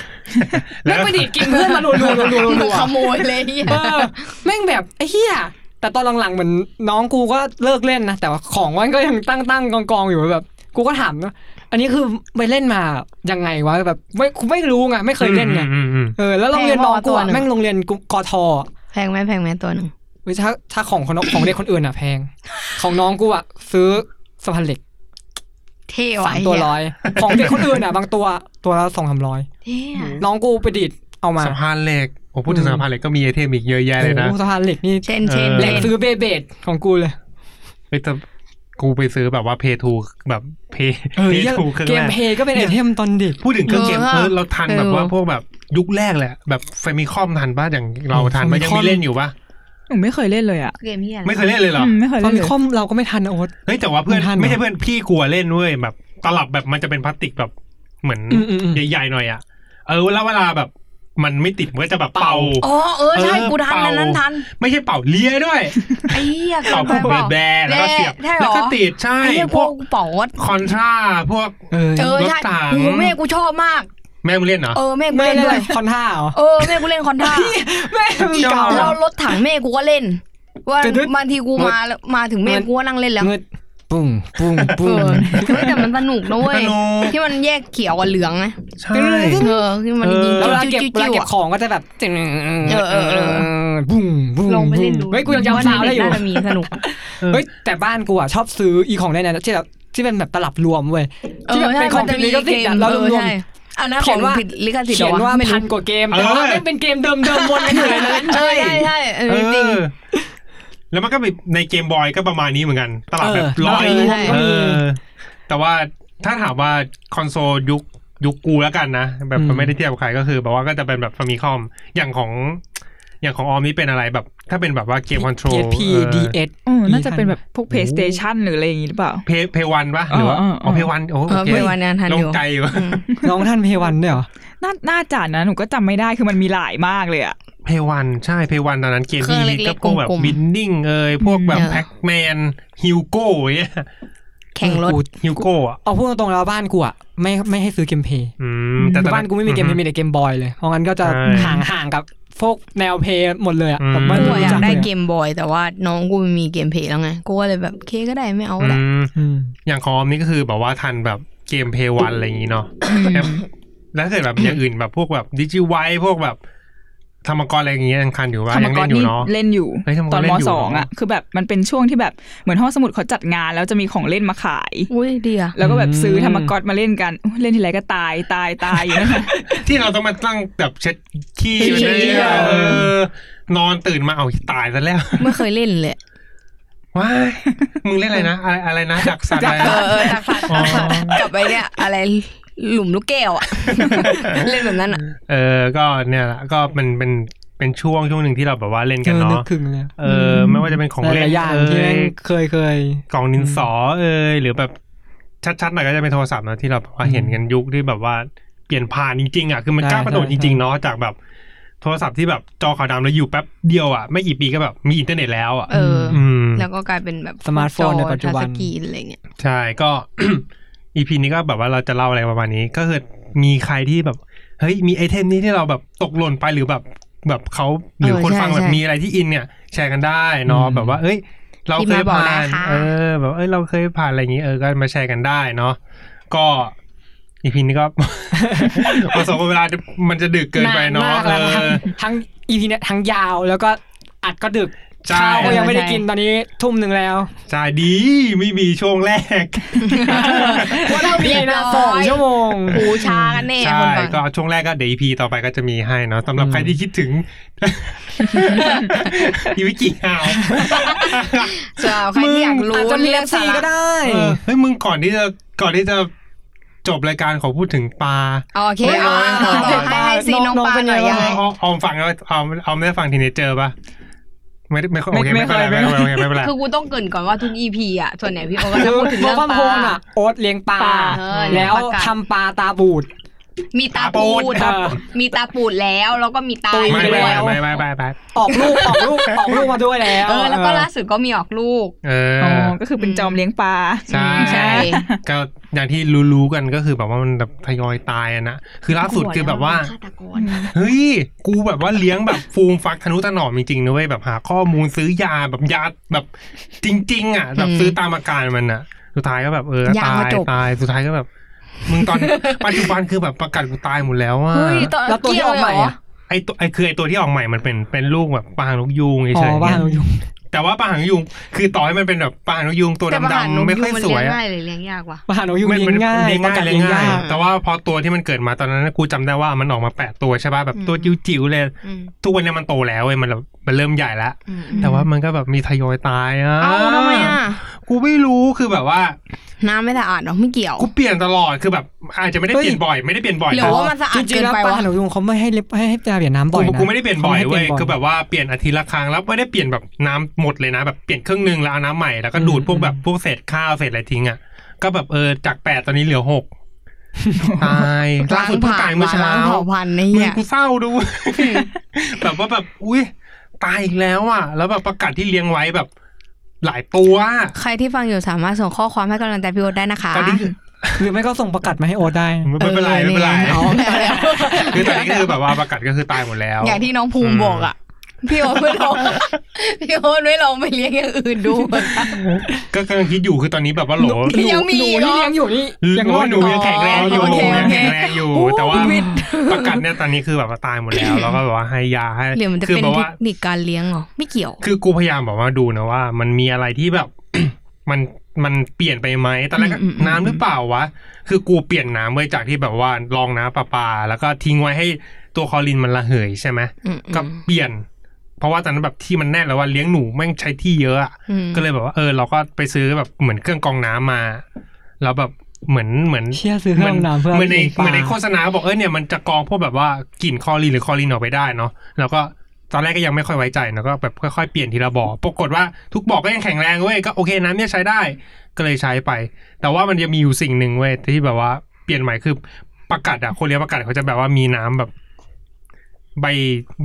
S2: แล้ว
S6: แม่งไปดีดกินเพื่อนมารัวๆรัวๆ
S3: มึ
S6: รั
S3: ง
S6: ว
S3: ขโมยเลยเหี้ย
S6: ๆเออแม่งแบบไอ้เหี้ยแต่ตอนหลังๆเหมือนน้องกูก็เลิกเล่นนะแต่ว่าของมันก็ยังตั้งๆกองๆอยู่แบบ กูก็ถามนะอันนี้คือไปเล่นมายังไงวะแบบไม่กูไม่รู้ไงไม่เคยเล่นไง
S2: อืมอืม
S6: เออแล้วโรงเรียนน้องกูอะแม่งโรงเรียนกูกอทอ
S3: แพงไหมแพงไหมตัวหนึ่ง
S6: เว้ยถ้าถ้าของคนของเด็กคนอื่นอ่ะแพง ของน้องกูอ่ะซื้อสะพานเหล็ก
S3: เท่ว่ะ
S6: สามตัว
S3: เหี้ย
S6: ร้อยของเด็กคนอื่นอ่ะ บางตัวตัวละสองสามร้อย
S3: เท่อะ
S6: น้องกูไปดีดเอา
S2: อืม
S6: มา
S2: สะพานเหล็กโอ้พูดถึงสะพานเหล็กก็มีไอเทมอีกเยอะแยะเลยนะ
S6: โอ้โหสะพานเหล็กนี่
S3: เช่นเช่น
S2: ออ
S6: เหล็
S3: เช่
S6: ก
S3: น
S6: ซื้อเบเบดของกูเลย
S2: ไปแต่กูไปซื้อแบบว่าเพทูแบบเพ
S6: เออ
S2: เพ
S6: เหี้ย
S2: ทูเครื่อง
S6: เก
S2: แร
S6: ม
S2: ก
S6: เพย์ก็เป็นไอเทมตอนเด็ก
S2: พูดถึงเครื่องเกมเออเราทันแบบว่าพวกแบบยุคแรกแหละแบบไฟมิคอมทันป่ะอย่างเราทันป่ะยังมีเล่นอยู่ป่ะ
S5: หนูไม่เคยเล่นเลยอ่ะ
S3: เกมเฮียอะไร
S2: ไม่เคยเล่นเลยเหรอ
S5: อืมไม่เคย
S6: ตอ
S5: เล่
S6: น
S5: น
S6: มี
S5: เลย
S6: คอมเราก็ไม่ทันนะโอ๊ต
S2: เฮ้ยแต่ว่าเพื่อน
S6: ไม่ทันเหรอ
S2: ไม่ใช่เพื่อนพี่กลัวเล่นเว้ยแบบตลับแบบมันจะเป็นพลาสติกแบบเหมือน
S6: อืมอืมอืม
S2: ใหญ่ๆหน่อยอ่ะเออแล้วเวลาแบบมันไม่ติดมันก็จะแบบเป่า
S3: อ๋อเออใช่
S2: เออ
S3: กูทัน
S2: เป่า
S3: อันนั้นทัน
S2: ไม่ใช่เป่าเลียด้วย
S3: ไอ้เหี้ย
S2: เป่าพวก
S3: กิน
S2: เบ
S3: ไป
S2: ร์ดแบร์แล้วก็เสียบ
S3: ใช่เหร
S2: แล้ว
S3: อ
S2: ก็ติดใช่
S3: ไอ้เหี้ย
S2: พ
S3: พ
S2: ว
S3: ว
S2: ก
S3: กปอด
S2: คอนทราพวก
S6: เออ
S3: เออ
S2: รถ
S3: ใช่
S2: ต่าง
S3: โอ้โหแม่กูชอบมาก
S2: แม่มึงเล่นเหรอ
S3: เออแม่กู
S6: ไม่
S3: เล่น
S6: เล่น
S3: ด้
S6: เล
S3: วย
S6: ยคอนท่าเหรอ
S3: เออแม่กูเล่นคอนด้า
S6: แม่มีเก่า
S3: เรารถถังแม่กูก็เล่นว่า
S6: แต่ด้วย
S3: บางทีกูมาแล้วมาถึงแม่
S6: มัน
S3: กูก็นั่งเล่นแล้ว
S6: มืดปุ้งปุ้ง
S3: เอ
S6: ปุ้ง
S3: อเฮ้ยแต่มันสนุกนะเว้ย
S2: สนุก
S3: ที่มันแยกเขียวกับเหลืองนะ
S2: ใช่
S3: เออที่มันยิง
S6: แล้วเวลาเก็
S3: จิ้
S6: บ
S3: ว
S6: เวลา
S3: จิ้วจิ้ว
S6: เก็บ
S3: อะ
S6: ของก็จะแบบ
S3: เออเออเออ
S6: บุ้งบุ้ง
S3: ลองไปเล่นดู
S6: เฮ้ยกูยังจำสาวได้อยู่
S3: น่าจะมีสนุก
S2: เออ
S6: เฮ้ยแต่บ้านกูอ่ะชอบซื้ออีของได้นะที่แบบที่เป็นแบบตลับรวมเว้ยที่แบบเป็นของผิดลิขสิทธิ์อะเรารวม
S3: อันนั้น
S6: เขี
S3: ขอย ง
S6: นว่า
S3: ผิดลิข
S6: ๆ
S3: สิทธิ์
S6: เขียน
S3: หรอ
S6: ว่า
S3: ไม่รู้
S6: พันกว่าเกมแต่ว่า
S2: เออ
S6: ไม่เป็นเกมเดิมๆวนกันอยู่เลยนะ
S3: ใช่ใช่เออ
S2: เอ
S3: จริง
S2: อแล้วมันก็แบบในเกมบอยก็ประมาณนี้เหมือนกัน ตลับแบบร้อย
S3: เออใช่
S2: เออ แต่ว่าถ้าถามว่าคอนโซลยุคยุคกูแล้วกันนะ แบบมันไม่ได้เทียบกับใครก็คือ แบบว่าก็จะเป็นแบบฟามิคอมอย่างของ อย่างของออมนี่เป็นอะไรแบบ ถ้าเป็นแบบว่าเกมคอนโทรล
S6: พีดีเอส
S5: อืมน่าจะเป็นแบบพวก PlayStation หรืออะไรอย่างงี้หรือเปล่า
S2: เพย์เพย์วันปะหรือว่า
S5: เออเออเออ
S2: อ๋อเพย์วันโอ้
S3: เออ
S2: โอเค
S3: ไม่วันนั้นทัน
S2: ล
S3: อง ยู่
S2: ใจอยู่
S3: อืม
S6: น้องท่านเพวันเนี่ยเหรอ
S5: น่าน่าจะนะหนูก็จำไม่ได้คือมันมีหลายมากเลยอ่ะ
S2: เพย์วันใช่เพย์วันตอนนั้นเกมที่ฮิตก็พวกแบบบินดิ้งเอยพวกแบบแพ็กแมนฮิวโก้เนี่ย
S3: แข่งรถ
S6: กู
S2: ฮิวโก้อะ
S6: เอาพูดตรงๆแล้วบ้านกูอ่ะไม่ไม่ให้ซื้อเกมเพย์
S2: อืมแต่ตอ
S6: บ้านกูไม่มีเกมเพย์มีแต่เกมบอยเลยเพราะงั้นก็จะ
S2: ใช่
S6: ห่างห่างกับพวกแนวเพย์หมดเลยอ่ะ
S2: อืม
S6: แบบไม่
S3: กู
S6: รู้
S3: อยา
S6: จั
S3: ก
S6: กเล
S3: ได้
S6: ย
S3: เก
S6: อะ
S3: มบอย แต่ว่าน้องกูมีเกมเพลย์แล้วไง กูก็เลยแบบเคก็ได้ไม่เอา
S2: อื
S3: แหละ
S2: ม
S6: อืม
S2: อย่างคอมนี่ก็คือแบบว่าทันแบบเกมเพย์วันอะไรอย่างงี้เนาะแล้วแล้วถ้าเกิดแบบอย่างอื่นแบบพวกแบบดิจิไวพวกแบบธรรมกรอะไรอย่างเงี้ยยังทันอยู่ว่า
S5: ธรรม
S2: ยัง
S5: ก
S2: เล่น
S5: ร
S2: อยู่
S5: นี่
S2: เนาะ
S5: เล่นอยู่
S2: เฮ้ยธรรมกร
S5: ตอน
S2: เล่
S5: ม
S2: นอยู่
S5: สองอ่ะ
S2: เหรอ
S5: คือแบบมันเป็นช่วงที่แบบเหมือนห้องสมุดเขาจัดงาน แล้วจะมีของเล่นมาขาย
S3: อุ้ยดีอะ
S5: แล้วก็แบบซื้อ
S6: อืม
S5: ธรรมกรมาเล่นกันอุ๊ยเล่นทีไรก็ตายตายตายอยู่นั่นน่ะ
S2: ที่เราต้องมาตั้งแบบเช็ดขี้
S5: เช็ด
S2: อ
S5: ขี้
S2: ยู่เนี่ยเออนอนตื่นมาเอาตายซะแล้ว
S3: ไม่เคยเล่นเลย
S2: ว้าย มึงเล่นอะไรนะ อะไรอะไรนะดักสัตว์อะไร
S3: เอ
S2: นะ
S3: อเออตักสัตว์ตักสัตว์กลับไปเนี่ยอะไรหลุมลูกแก้วอะเล่นแบบนั้นอะ
S2: เออ ก็เนี่ยแหละก็เป็นเป็นเป็นช่วงช่วงหนึ่งที่เราแบบว่าเล่น
S6: เอ
S2: กัน
S6: อนึก
S2: เนาะ
S6: ถึงเลย
S2: เออ ไม่ว่าจะเป็นของ
S6: ห
S2: เล่น
S6: ลายๆอย่าง
S2: เอ
S6: ที่
S2: ย
S6: แม่งเคยเคย
S2: กล่องดินสอเอยหรือแบบชัดๆหน่อยก็จะเป็นโทรศัพท์นะที่เราแบบว่า
S6: อืม
S2: เห็นกันยุคที่แบบว่าเปลี่ยนผ่านจริงๆอ่ะคือมัน
S6: ใช่
S2: ก้าวกระโดด
S6: ใช่
S2: จริงๆเนาะจากแบบโทรศัพท์ที่แบบจอขาวดำแล้วอยู่แป๊บเดียวอ่ะไม่กี่ปีก็แบบมีอินเทอร์เน็ตแล้วอ่ะ
S3: เอออ
S2: อืม
S3: แล้วก็กลายเป็นแบบ
S6: สมาร์ทโฟนในปัจจุบัน
S3: ทัชสกรีนอะไรเงี้ย
S2: ใช่ก็ อีพีนี้ก็แบบว่าเราจะเล่าอะไรประมาณนี้ ก็คือมีใครที่แบบเฮ้ยมีไอเทมนี้ที่เราแบบตกหล่นไปหรือแบบแบบเขาหรือ
S3: เออ
S2: คน
S3: ใช่
S2: ฟังแบบ
S3: ใช่
S2: มีอะไรที่อินเนี่ย แชร์กันได้เนาะ
S6: อืม
S2: แบบว่า เอ้ย เราเคย
S3: พิมพ์มาบอก
S2: ผ่า
S3: ได้
S2: น
S3: ค่ะ
S2: เออ แบบเอ้ยเราเคยผ่านอะไรอย่างนี้เออก็มาแชร์กันได้เนาะก็อีพีนี้ก็ ผสมกับเวลามันจะดึกเกินไปเนาะ
S6: มาก
S2: เอ
S6: แล้วทั้ง
S2: อ
S6: ทั้งอีพีเนี่ยทั้งยาวแล้วก็อัดก็ดึก
S2: ใช่
S6: ข้าวก็ยังไม่ได้
S3: ใช่
S6: กินตอนนี้ทุ่มหนึ่งแล้ว
S2: ใช่ดีไม่มีช่วงแรก
S6: ว่าเรามีนะสองชั่วโมง
S3: หูชากันแน่
S2: ใช่
S3: คนฟัง
S2: ก็ช่วงแรกก็เดี๋ยว EP ต่อไปก็จะมีให้เนาะสำหรับ
S6: อืม
S2: ใครที่คิดถึง อีวิกิฮาว
S3: ส่วนใครที่อยากรู้
S6: อาจจะมี
S3: เรื่
S6: เอ
S3: อง
S6: ฟ
S3: สา
S6: ซีก็
S3: ระ
S6: ได้
S2: เออเฮ้ยมึงก่อนที่จะก่อนที่จะจบรายการขอพูดถึงปลา
S3: โอเคเอา
S2: น้อยๆก่อน
S3: ให้ให้ซีน้องปลาหน่อย
S2: เอ
S3: ยังไง
S2: อเอาเอาฟังแล้วเอาเอาไม่ได้ฟังทีเนเจอร์ปะไม่ได้ไม่ค่อยโอเค
S5: ไม่
S2: ไม่เป็นไร
S5: ไม่
S2: ไม่
S5: ค่
S2: เป็น
S5: อย
S2: ไรไม่เป็นไร
S3: คือกูต้องเกรินก่อนว่าทุก EP อ่ะ ส่วนไหนพี่โอก็
S6: คื
S3: จะ
S6: อ
S3: พูดถึง
S6: เมื่อ
S3: เรื่อง
S6: วัน
S3: ป
S6: พง
S3: ลา
S6: อ่ะโอ๊ตเลี้ยงปลา
S5: ปลา
S3: เออ
S6: แล้ว
S3: เลี้ยงปลากัด
S6: ทำปลาตาบูด
S3: มีตาปูด
S6: ตาปูด
S3: มีตาปูดแล้วแล้วก็มีตา
S6: ตุย
S2: ไม่
S3: ด้
S2: ไม่
S3: วย
S2: ไม่ไม่ไม่ไม่ไม่
S6: ออก ลูกออกลูกออกลูกมาด้วยแล้ว
S3: เออ แล้วก็ล่าสุดก็มีออกลูก
S2: เออ
S5: อ๋อ
S2: อ
S5: ก็คือเป็นจอมเลี้ยงปลา
S2: ใช่
S3: ใช่
S2: ก็อย่างที่รู้ๆกันก็คือแบบว่ามันแบบทยอยตายอะนะคือล่าสุดคือแบบว่า เฮ้ย กูแบบว่าเลี้ยงแบบฟูมฟักทะนุถนอมจริงๆนะเว้ยแบบหาข้อมูลซื้อยาแบบยาแบบจริง ๆ อ่ะ แบบ
S3: อืม
S2: ซื้อตามอาการมันอ่ะ สุดท้ายก็แบบเออ
S3: ยา
S2: ตา
S3: ก็
S2: ย
S3: จบ
S2: ตายสุดท้ายก็แบบ มึงตอน ปัจจุบันคือแบบประกาศกูตายหมดแล้วอ่ะ
S3: เฮ้ยตอน
S6: แล้วตัวที่ออกใหม่
S3: เกี่
S6: อะ
S3: ยวเลยเ
S2: ไอตัวไอคือไอตัวที่ออกใหม่มันเป็นเป็นลูกแบบปลาหางนกยูง
S6: อ๋
S2: เฉ
S6: อย
S2: ๆ
S6: บ้า
S2: เนี่ย
S6: นอยู่
S2: แต่ว่าปลาหางนกยูงคือต่อให้มันเป็นแบบปลาหางนกยูงตัว
S3: หรอแต่ประหาร
S2: ดำ
S3: น
S2: ๆ
S3: ก
S2: ไม่ค่อย
S3: มัน
S2: ส
S3: เลี้
S2: วย
S3: ง
S2: อะ
S3: ง่ายเลยเลี้ยงยากว่ะ
S6: บ้านอยู่
S2: มัน
S6: ยิ
S2: มัน
S6: งง่าย
S2: เลี้ยง
S6: ป
S2: ง่าย
S6: ระกศ
S2: เลี้ยงง่าย
S6: ก
S2: แต่ว่าพอตัวที่มันเกิดมาตอนนั้นนะกูจำได้ว่ามันออกมาแปดตัวใช่ป่ะแบบ
S3: อืม
S2: ตัวจิ๋วๆเลย
S3: อืม
S2: ทุกวันเนี้มันโตแล้วเว้ยมันแบบมันเริ่มใหญ่แล้ว
S3: อืม
S2: แต่ว่ามันก็แบบมีทยอยตายอ่ะ
S3: เอาทำไมอ่ะ
S2: กูไม่รู้คือแบบว่า
S3: น้ำไม่สะอาดเนาะไม่เกี่ยว
S2: กูเปลี่ยนตลอดคือแบบ อาจจะไม่ได้
S6: เฮ้ย
S2: เปลี่ยนบ่อยไม่ได้เปลี่ยนบ่อย
S3: หรื
S2: นะ
S3: แต่ ว่ามันสะอาด
S6: จริงๆแล้ว
S3: เกิน
S6: ป
S3: ไปวะ
S6: ลาหนูยุงเขาไม่ให้เล็บให้ให้ปลาเปลี่ยนน้ำบ่
S2: กู
S6: อยนะ
S2: กูไม่ได้เปลี่ยนบ่อย
S6: ขา
S2: เว้
S6: ไม่
S2: ย
S6: ให้ปน
S2: คือแบบว่าเปลี่ยนอาทิตย์ละครั้งแล้วไม่ได้เปลี่ยนแบบน้ำหมดเลยนะ แบบเปลี่ยนครึ่งหนึงแล้วเอาน้ำใหม่แล้วก็
S6: อืม
S2: ดูดพวก
S6: อืม
S2: แบบพวกเศษข้าวเศษอะไรทิ้งอ่ะก็แบบเออจากแปดตอนนี้เหลือหกตายล่าสุดเพิ่งตายเมื่อเช้า
S3: ล้งเผ่าพันธุ์นี่
S2: มึง
S3: อ่ะ
S2: กูเศร้าด้วย แบบว่าแบบอุ้ยตายอีกแล้วอ่ะ แล้วแบบประกาศที่เลี้ยงไว้แบบ หลายตัว
S3: ใครที่ฟังอยู่สามารถส่งข้อความให้กำลังใจพี่โอ๊ตได้นะคะ
S2: ตอนนี้
S6: หรือไม่ก็ส่งประกาศมาให้โอตได้
S2: ไม่ไม่เป็นไรไม่เป็นไร
S3: เออเนี่ยเอาแล้ว
S2: คือตอนนี้ก็คือแบบว่าประกาศก็คือตายหมดแล้ว
S3: อย่างที่น้องภูมิบอกอ่ะ พี่โอ๊ตไม่ลอง พี่โอ๊ตไม่ลองไปเลี้ยงอย่างอื่นดู
S2: ก็กำลังคิดอยู่คือตอนนี้แบบว่าโหล
S3: หนูยังมี
S6: หนู
S3: เหร
S6: ที่
S3: อ
S6: เลี้ยงอยู่นี่ยัง
S2: โหล
S6: รอด
S2: ห
S6: อ
S2: นู
S6: ยู่
S2: ยังแข็งแรงอยู่
S3: โอเค
S2: ยั
S3: โอง เค
S2: แข็งแรงอยู่ แต่ว่าประกาศเนี่ยตอนนี้คือแบบว่าตายหมดแล้ว แล้วก็แบบว่าให้ยาให้
S3: หรือมันจะ
S2: คื
S3: เป็น
S2: แบบ
S3: เท
S2: ว่า
S3: คนิคการเลี้ยงเหรอไม่เกี่ยว
S2: คือกูพยายามแบบว่าดูนะว่า มันมีอะไรที่แบบ มันมันเปลี่ยนไปไหมตอนแรกก็
S3: อืมอืมอืม
S2: น้ำหรือเปล่าวะคือกูเปลี่ยนน้ำเว้ยจากที่แบบว่าลองน้ำประปา แล้วก็ทิ้งไว้ให้ตัวคลอรินมันระเหยใช่ไหม
S3: อืมอืม
S2: ก็เปลี่ยน เพราะว่าตอนนั้นแบบที่มันแน่นแล้วว่าเลี้ยงหนูแม่งใช้ที่เยอะอะ
S3: อืม
S2: ก็เลยแบบว่าเออ เราก็ไปซื้อแบบเหมือนเครื่องกรองน้ำมา แล้วแบบเหมือนเหมือน
S6: เชี่ยซื้อเครื่องน้ำเพื่อ
S2: เหมือนใน
S6: ลี้ยงปลา
S2: เหมือนในโฆษณาบอกเออเนี่ยมันจะกรองพวกแบบว่ากลิ่นคลอรีนหรือคลอรีนออกไปได้เนาะแล้วก็ตอนแรกก็ยังไม่ค่อยไว้ใจนะก็แบบค่อยๆเปลี่ยนทีละบ่อปรากฏว่าทุกบ่อก็ยังแข็งแรงเว้ยก็โอเคน้ำเนี่ยใช้ได้ก็เลยใช้ไป แต่ว่ามันจะมีอยู่สิ่งหนึ่งเว้ยที่แบบว่าเปลี่ยนใหม่คือประกาศอะคนเลี้ยงประกาศเขาจะแบบว่ามีน้ำแบบ ใบ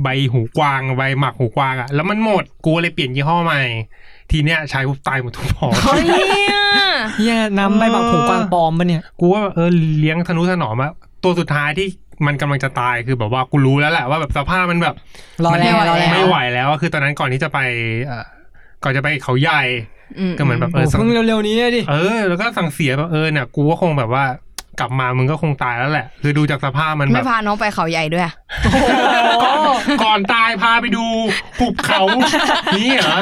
S2: ใบหูกวางใบหมักหูกวางอะแล้วมันหมดกูเลยเปลี่ยนยี่ห้อใหม่ ทีเนี้ยใช้ปุ๊บตายหมดทุกบ่อ
S3: เฮ้ย
S6: เฮียน้ำใบหมักผูกวางปลอมปะเนี่ย
S2: กูว่าเออเลี้ยงธนุถนอมอะตัวสุดท้ายที่มันกำลังจะตายคือแบบว่ากูรู้แล้วแหละว่าแบบสภาพมันแบบ
S6: รอ
S2: มัน
S6: แล้วรอแล้ว
S2: ไม่ไหวแล้วอะคือตอนนั้นก่อนที่จะไปเอ่อก่อนจะไปเขาใหญ่ก็เหมือนแบบเอ
S6: โอ้
S2: อสั่ง
S6: เพิ่งเร็วๆนี้ดิ
S2: เออ แล้วก็สั่งเสียแบบเออเนี่ยกูก็คงแบบว่า กลับมามึงก็คงตายแล้วแหละ คือดูจากสภาพมันแบ
S3: ไม่
S2: บ
S3: พาน้องไปเขาใหญ่ด้วยอะ
S2: ก่อนตายพาไปดูหุบ เขา นี่เหรอ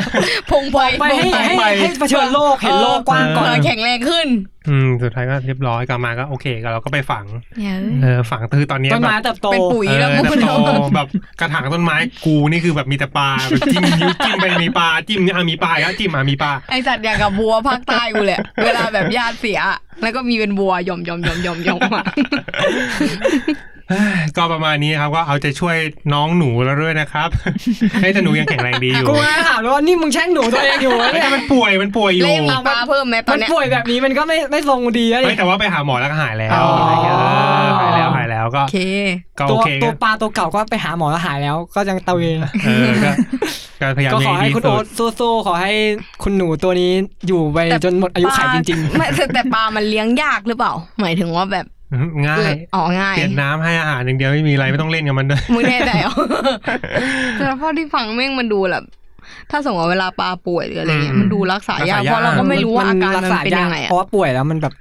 S3: พงไป
S6: ไปให้
S3: พง
S6: ให้
S3: ไป
S6: ให้เผชิญโลกเห็นโลกกว้างก่อน
S3: เแข็งแรงขึ้น
S2: อืมสุดท้ายก็เรียบร้อยกลับมาก็โอเคก็เราก็ไปฝัง
S3: เยอะ
S2: เออฝังคือตอนเนี้ย
S6: ต้น
S2: แบบ
S6: ไม้เติบโต
S3: เป็นปุ๋ย
S2: เออ
S3: แล้วมึง
S2: แต่
S3: โด
S2: โต
S3: น
S2: แบบกระถางต้นไม้กูนี่คือแบบมีแต่ปลาแบบจิ้มนิ้วจิ้มไปมีปลาจิ้มเนี่ยอ่ะมีปลาอีก็จิ้มอ่ะมีปลา
S3: ไอสัตว์อย่างกับบัวภาคใต้กูแหละเวลาแบบญาติเสีย แล้วก็มีเป็นบัวหย่อมหย่อมหย่อมหย่อมหย่อมอะ
S2: เอ้ยก็ประมาณนี้ครับก็เอาใจช่วยน้องหนูแล้วด้วยนะครับ ให้ยแต่หนูยังแข็งแรงดีอยู่
S6: กูมาถามเลยว่านี่มึงแช่งหนูตัวเอง อยู่วะ
S2: เฮ้ย
S6: เนี่ย
S2: แต่มันป่วยมันป่วยอ
S3: แล้
S2: ยู่
S3: วยังมีปลาเพิ่มไหมตอ
S6: มัน น
S3: เนี้ย
S6: ป่วยแบบนี้มันก็ไม่ไม่ทรงดีแล้ว
S2: เฮ้
S6: ดิ
S2: ยแต่ว่าไปหาหมอแล้วก็หายแล้ว
S6: อ๋อ
S2: อะไรเงี้ยเออหายแล้วหายแล้วก็
S3: โอเค
S2: ก็
S6: ตั
S2: โอ
S6: ว
S2: เค
S6: ตัวปลาตัวเก่าก็ไปหาหมอแล้วหายแล้ว ก็ยังตะเวน
S2: เออก็ก็พยายาม
S6: ก็
S2: ให้
S6: ขอให้
S2: ดี
S6: คุณ
S2: สุ
S6: โอ๊
S2: ด
S6: ตสู้ๆขอให้คุณหนูตัวนี้อยู่ไป
S3: แต่
S6: จนหมดอายุไขจริง
S3: ๆไม่แต่แต่ปลามันเลี้ยงยากหรือเปล่า หมายถึงว่าแบบ
S2: ง่าย
S3: อ๋อง่าย
S2: เปลี่ยนน้ำให้อาหารอย่างเดียวไม่มีอะไรไม่ต้องเล่นกับมันด้วย
S3: มึงแน่ใจเหรอแต่เท่าที่ฟังแม่งมันดูแบบ ถ้าสมมติว่าเวลาปลาป่วยหรืออะไรเงี้ย
S2: อืม
S3: มันดูรักษายาก
S2: รักษายาก
S3: เพราะเรา
S6: ๆ
S3: ก็ไม่รู้ว่าอาการมัน
S6: ษ
S3: เป็นยังไง
S6: ก
S3: อะ
S6: เพราะว่าป่วยแล้วมันแบบ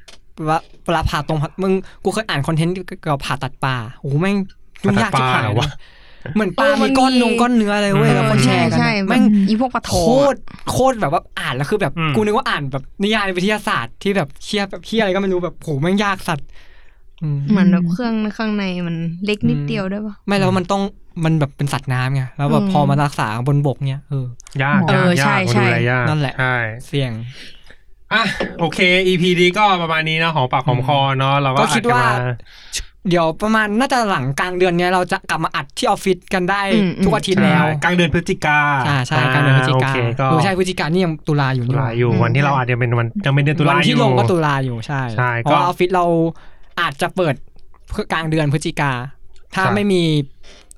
S6: ว่าเวลาผ่าตรงผ่ามึงกูเคยอ่านคอนเทนต์เกี่ยวกับผ่าตัดปลาโอ้โหแม่งยุ่งยาก
S2: ผ่าตัด
S6: ที่
S2: ปลา
S6: ผ่าน
S2: เหรอวะ
S6: เหมือนปลามีก้อนนงก้อนเนื้ออะไรเว้ยแล้วคนแช
S3: ใช่
S6: ร์กัน
S3: ใช่
S6: อะ
S3: แม่
S6: แม่ง
S3: อีพวกปลาท
S6: โค
S3: องอะ
S6: ตรโคตรแบบว่าอ่านแล้วคือแบบ
S2: อืม
S6: กูนึกว่าอ่านแบบนิยายวิทยาศาสตร์ที่แบบเชี่ยแบบเชี่ยอะไรก็ไม่รู้แบบโหแม่งยากสัตว์อืม
S3: เหมือนแบบเครื่องข้างในมันเล็กนิดเดียวด้วยปะ
S6: ไม่แล้วมันต้องมันแบบเป็นสัตว์น้ำไงแล้วแบบ
S3: อืม
S6: พอมารักษาบนบกเนี่ยเออ
S2: ยาก
S3: เอย
S2: า
S3: อก
S2: ยากมัน
S3: ใช่ใช่
S2: ดูแลยาก
S6: นั่นแหละ
S2: ใช่
S6: เสี่ยง
S2: อ่ะโอเค EP นี้ก็ประมาณนี้เนอะหอมปากหอมคอเนาะเราก็
S6: ก็คิด
S2: อักัน
S6: ว่า
S2: ม
S6: เดี๋ยวประมาณน่าจะหลังกลางเดือนเนี้ยเราจะกลับมาอัดที่ออฟฟิศกันได้
S3: อืม
S6: ทุกอาทิตย์แล้ว
S2: ใช่กลางเดือนพฤศจิกา
S6: ใช่ใช่กลางเดือนพฤศ
S2: โอก
S6: จิา
S2: เคก็
S6: โอ้ใช่พฤศจิกานี่ยังตุลาอยู่
S2: ตุ
S6: นี่หว่
S2: ลาอยู่
S3: อืม
S2: วันที่เราอาจจะเป็นวันยังเป็นเดือนตุลา
S6: วัน
S2: อยู่
S6: ที่ลงก็ตุลาอยู่ใช่
S2: ใช่
S6: เพราะว่า
S2: ก็
S6: ออฟฟิศเราอาจจะเปิดเพื่อกลางเดือนพฤศจิกา ถ้า
S2: ใช่
S6: ไม่มี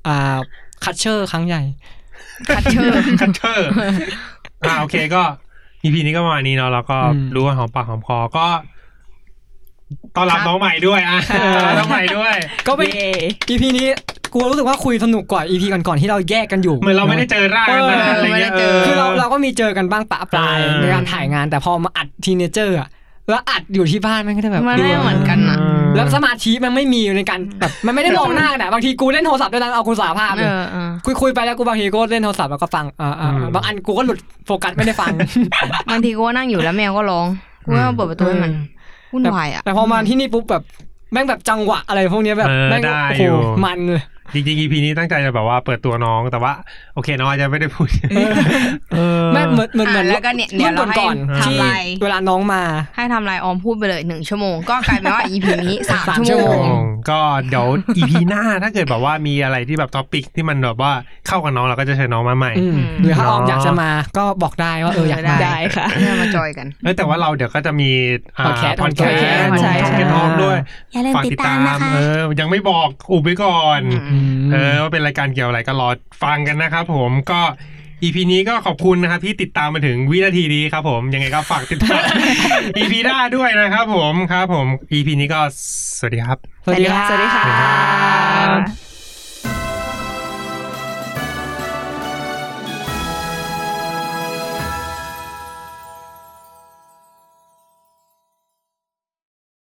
S6: อ่าคัตเชอร์ครั้งใหญ่
S3: คัตเชอร์
S2: คัตเตอร์ อ่าโอเคก็ EP นี้ก็ประมาณนี้เนาะแล้วก็
S6: อืม
S2: รู้ว่าหอมปากหอมคอก็ต้อนรับ
S3: ครับ
S2: น้องใหม่ด้วยอ่ะ ต้อนรับน้องใหม่ด้วย
S6: ก็เป็น
S5: เย้
S6: EP นี้กูรู้สึกว่าคุยสนุกกว่า EP ก่อนๆที่เราแยกกันอยู่
S2: เหมือนเราไม่ได้เจอร่างกัน
S6: เออ
S2: นานอะไรเงี้ยเออ
S6: คือเราเราก็มีเจอกันบ้างปะปลาย
S2: เออ
S6: ในการถ่ายงาน แต่พอมาอัดทีเนเจอร์อะแล้วอัดอยู่ที่บ้านมันก็จะแบบ
S3: มันไม่เหมือนกันนะ
S6: แล้วสมาธิมันไม่มีในการแบบมันไม่ได้มองหน้ากันอะบางทีกูเล่นโทรศัพท์ด้วยนะเอากูสารภาพ
S3: เอ
S6: เลย
S3: อเออ
S6: คุยคุยๆไปแล้วกูบางทีก็เล่นโทรศัพท์แล้วก็ฟังอ่าอ่าอ่าบางอันกูก็หลุดโฟกัสไม่ได้ฟัง
S3: บางทีกูก็นั่งอยู่แล้วแมวก็ร้องกูก็เปิดประตูให้มันวุ่นวายอ่ะ
S6: แต่พอมาที่นี่ปุ๊บแบบแม่งแบบจังหวะอะไรพวกเนี้ยแบบ
S2: เออ
S6: แม่ง
S2: ได้
S6: โอ้
S2: อยู่
S6: โหมันเลย
S2: จริงๆ EP นี้ตั้งใจจะแบบว่าเปิดตัวน้องแต่ว่า โอเคน้องอาจจะไม่ได้พูดเออ
S6: ไม่เหมือนเหมือนเหมือน
S3: อ่ะแล้วก็เนี่ยเดี๋ยวเราให้
S6: ก่อน
S3: ไทม์
S6: ที่
S3: ไลน์
S6: เวลาน้องมา
S3: ให้ไทำลายออมพูดไปเลยหนึ่งชั่วโมง ก็กลายเป็นว่า EP นี้สาม
S6: สามชั่
S3: ชั่
S6: ว
S3: ว
S6: โม
S3: โม
S6: ง
S3: ง
S2: ก็เดี๋ยว EP หน้าถ้าเกิดแบบว่ามีอะไรที่แบบท็อปิกที่มันแบบว่าเข้ากับน้องเราก็จะเชิญน้องมาใหม่
S6: อืมหรือถ้าออมอยากจะมาก็บอกได้ว่าเอออยากมา
S3: ได้
S5: ได้ค่ะ
S3: เนี่ยมาจอยกัน
S2: เออแต่ว่าเราเดี๋ยวก็จะมี
S6: Podcast
S2: พอดแคส
S6: podcast
S2: ต์
S5: ใช่
S2: ช่อง
S5: ใช่
S2: เก็ตทอมด้วย
S3: อย่าลืม
S2: ฝาก
S3: ติ
S2: ติ
S3: ด
S2: ด
S3: ตา
S2: ตาม
S3: นะ
S2: ม
S3: คะ
S2: เออ ยังไม่บอกอุบไว้ก่อน
S3: อืม
S2: เออว่าเป็นรายการเกี่ยวอะไรก็รอฟังกันนะครับผมก็อีพีนี้ก็ขอบคุณนะครับที่ติดตามมาถึงวินาทีนี้ครับผมยังไงก็ฝากติดตาม อีพีหน้าด้วยนะครับผมครับผมอีพีนี้ก็สวัสดีครับ
S6: สวัสดีครับ
S5: สวัสดีค่ะ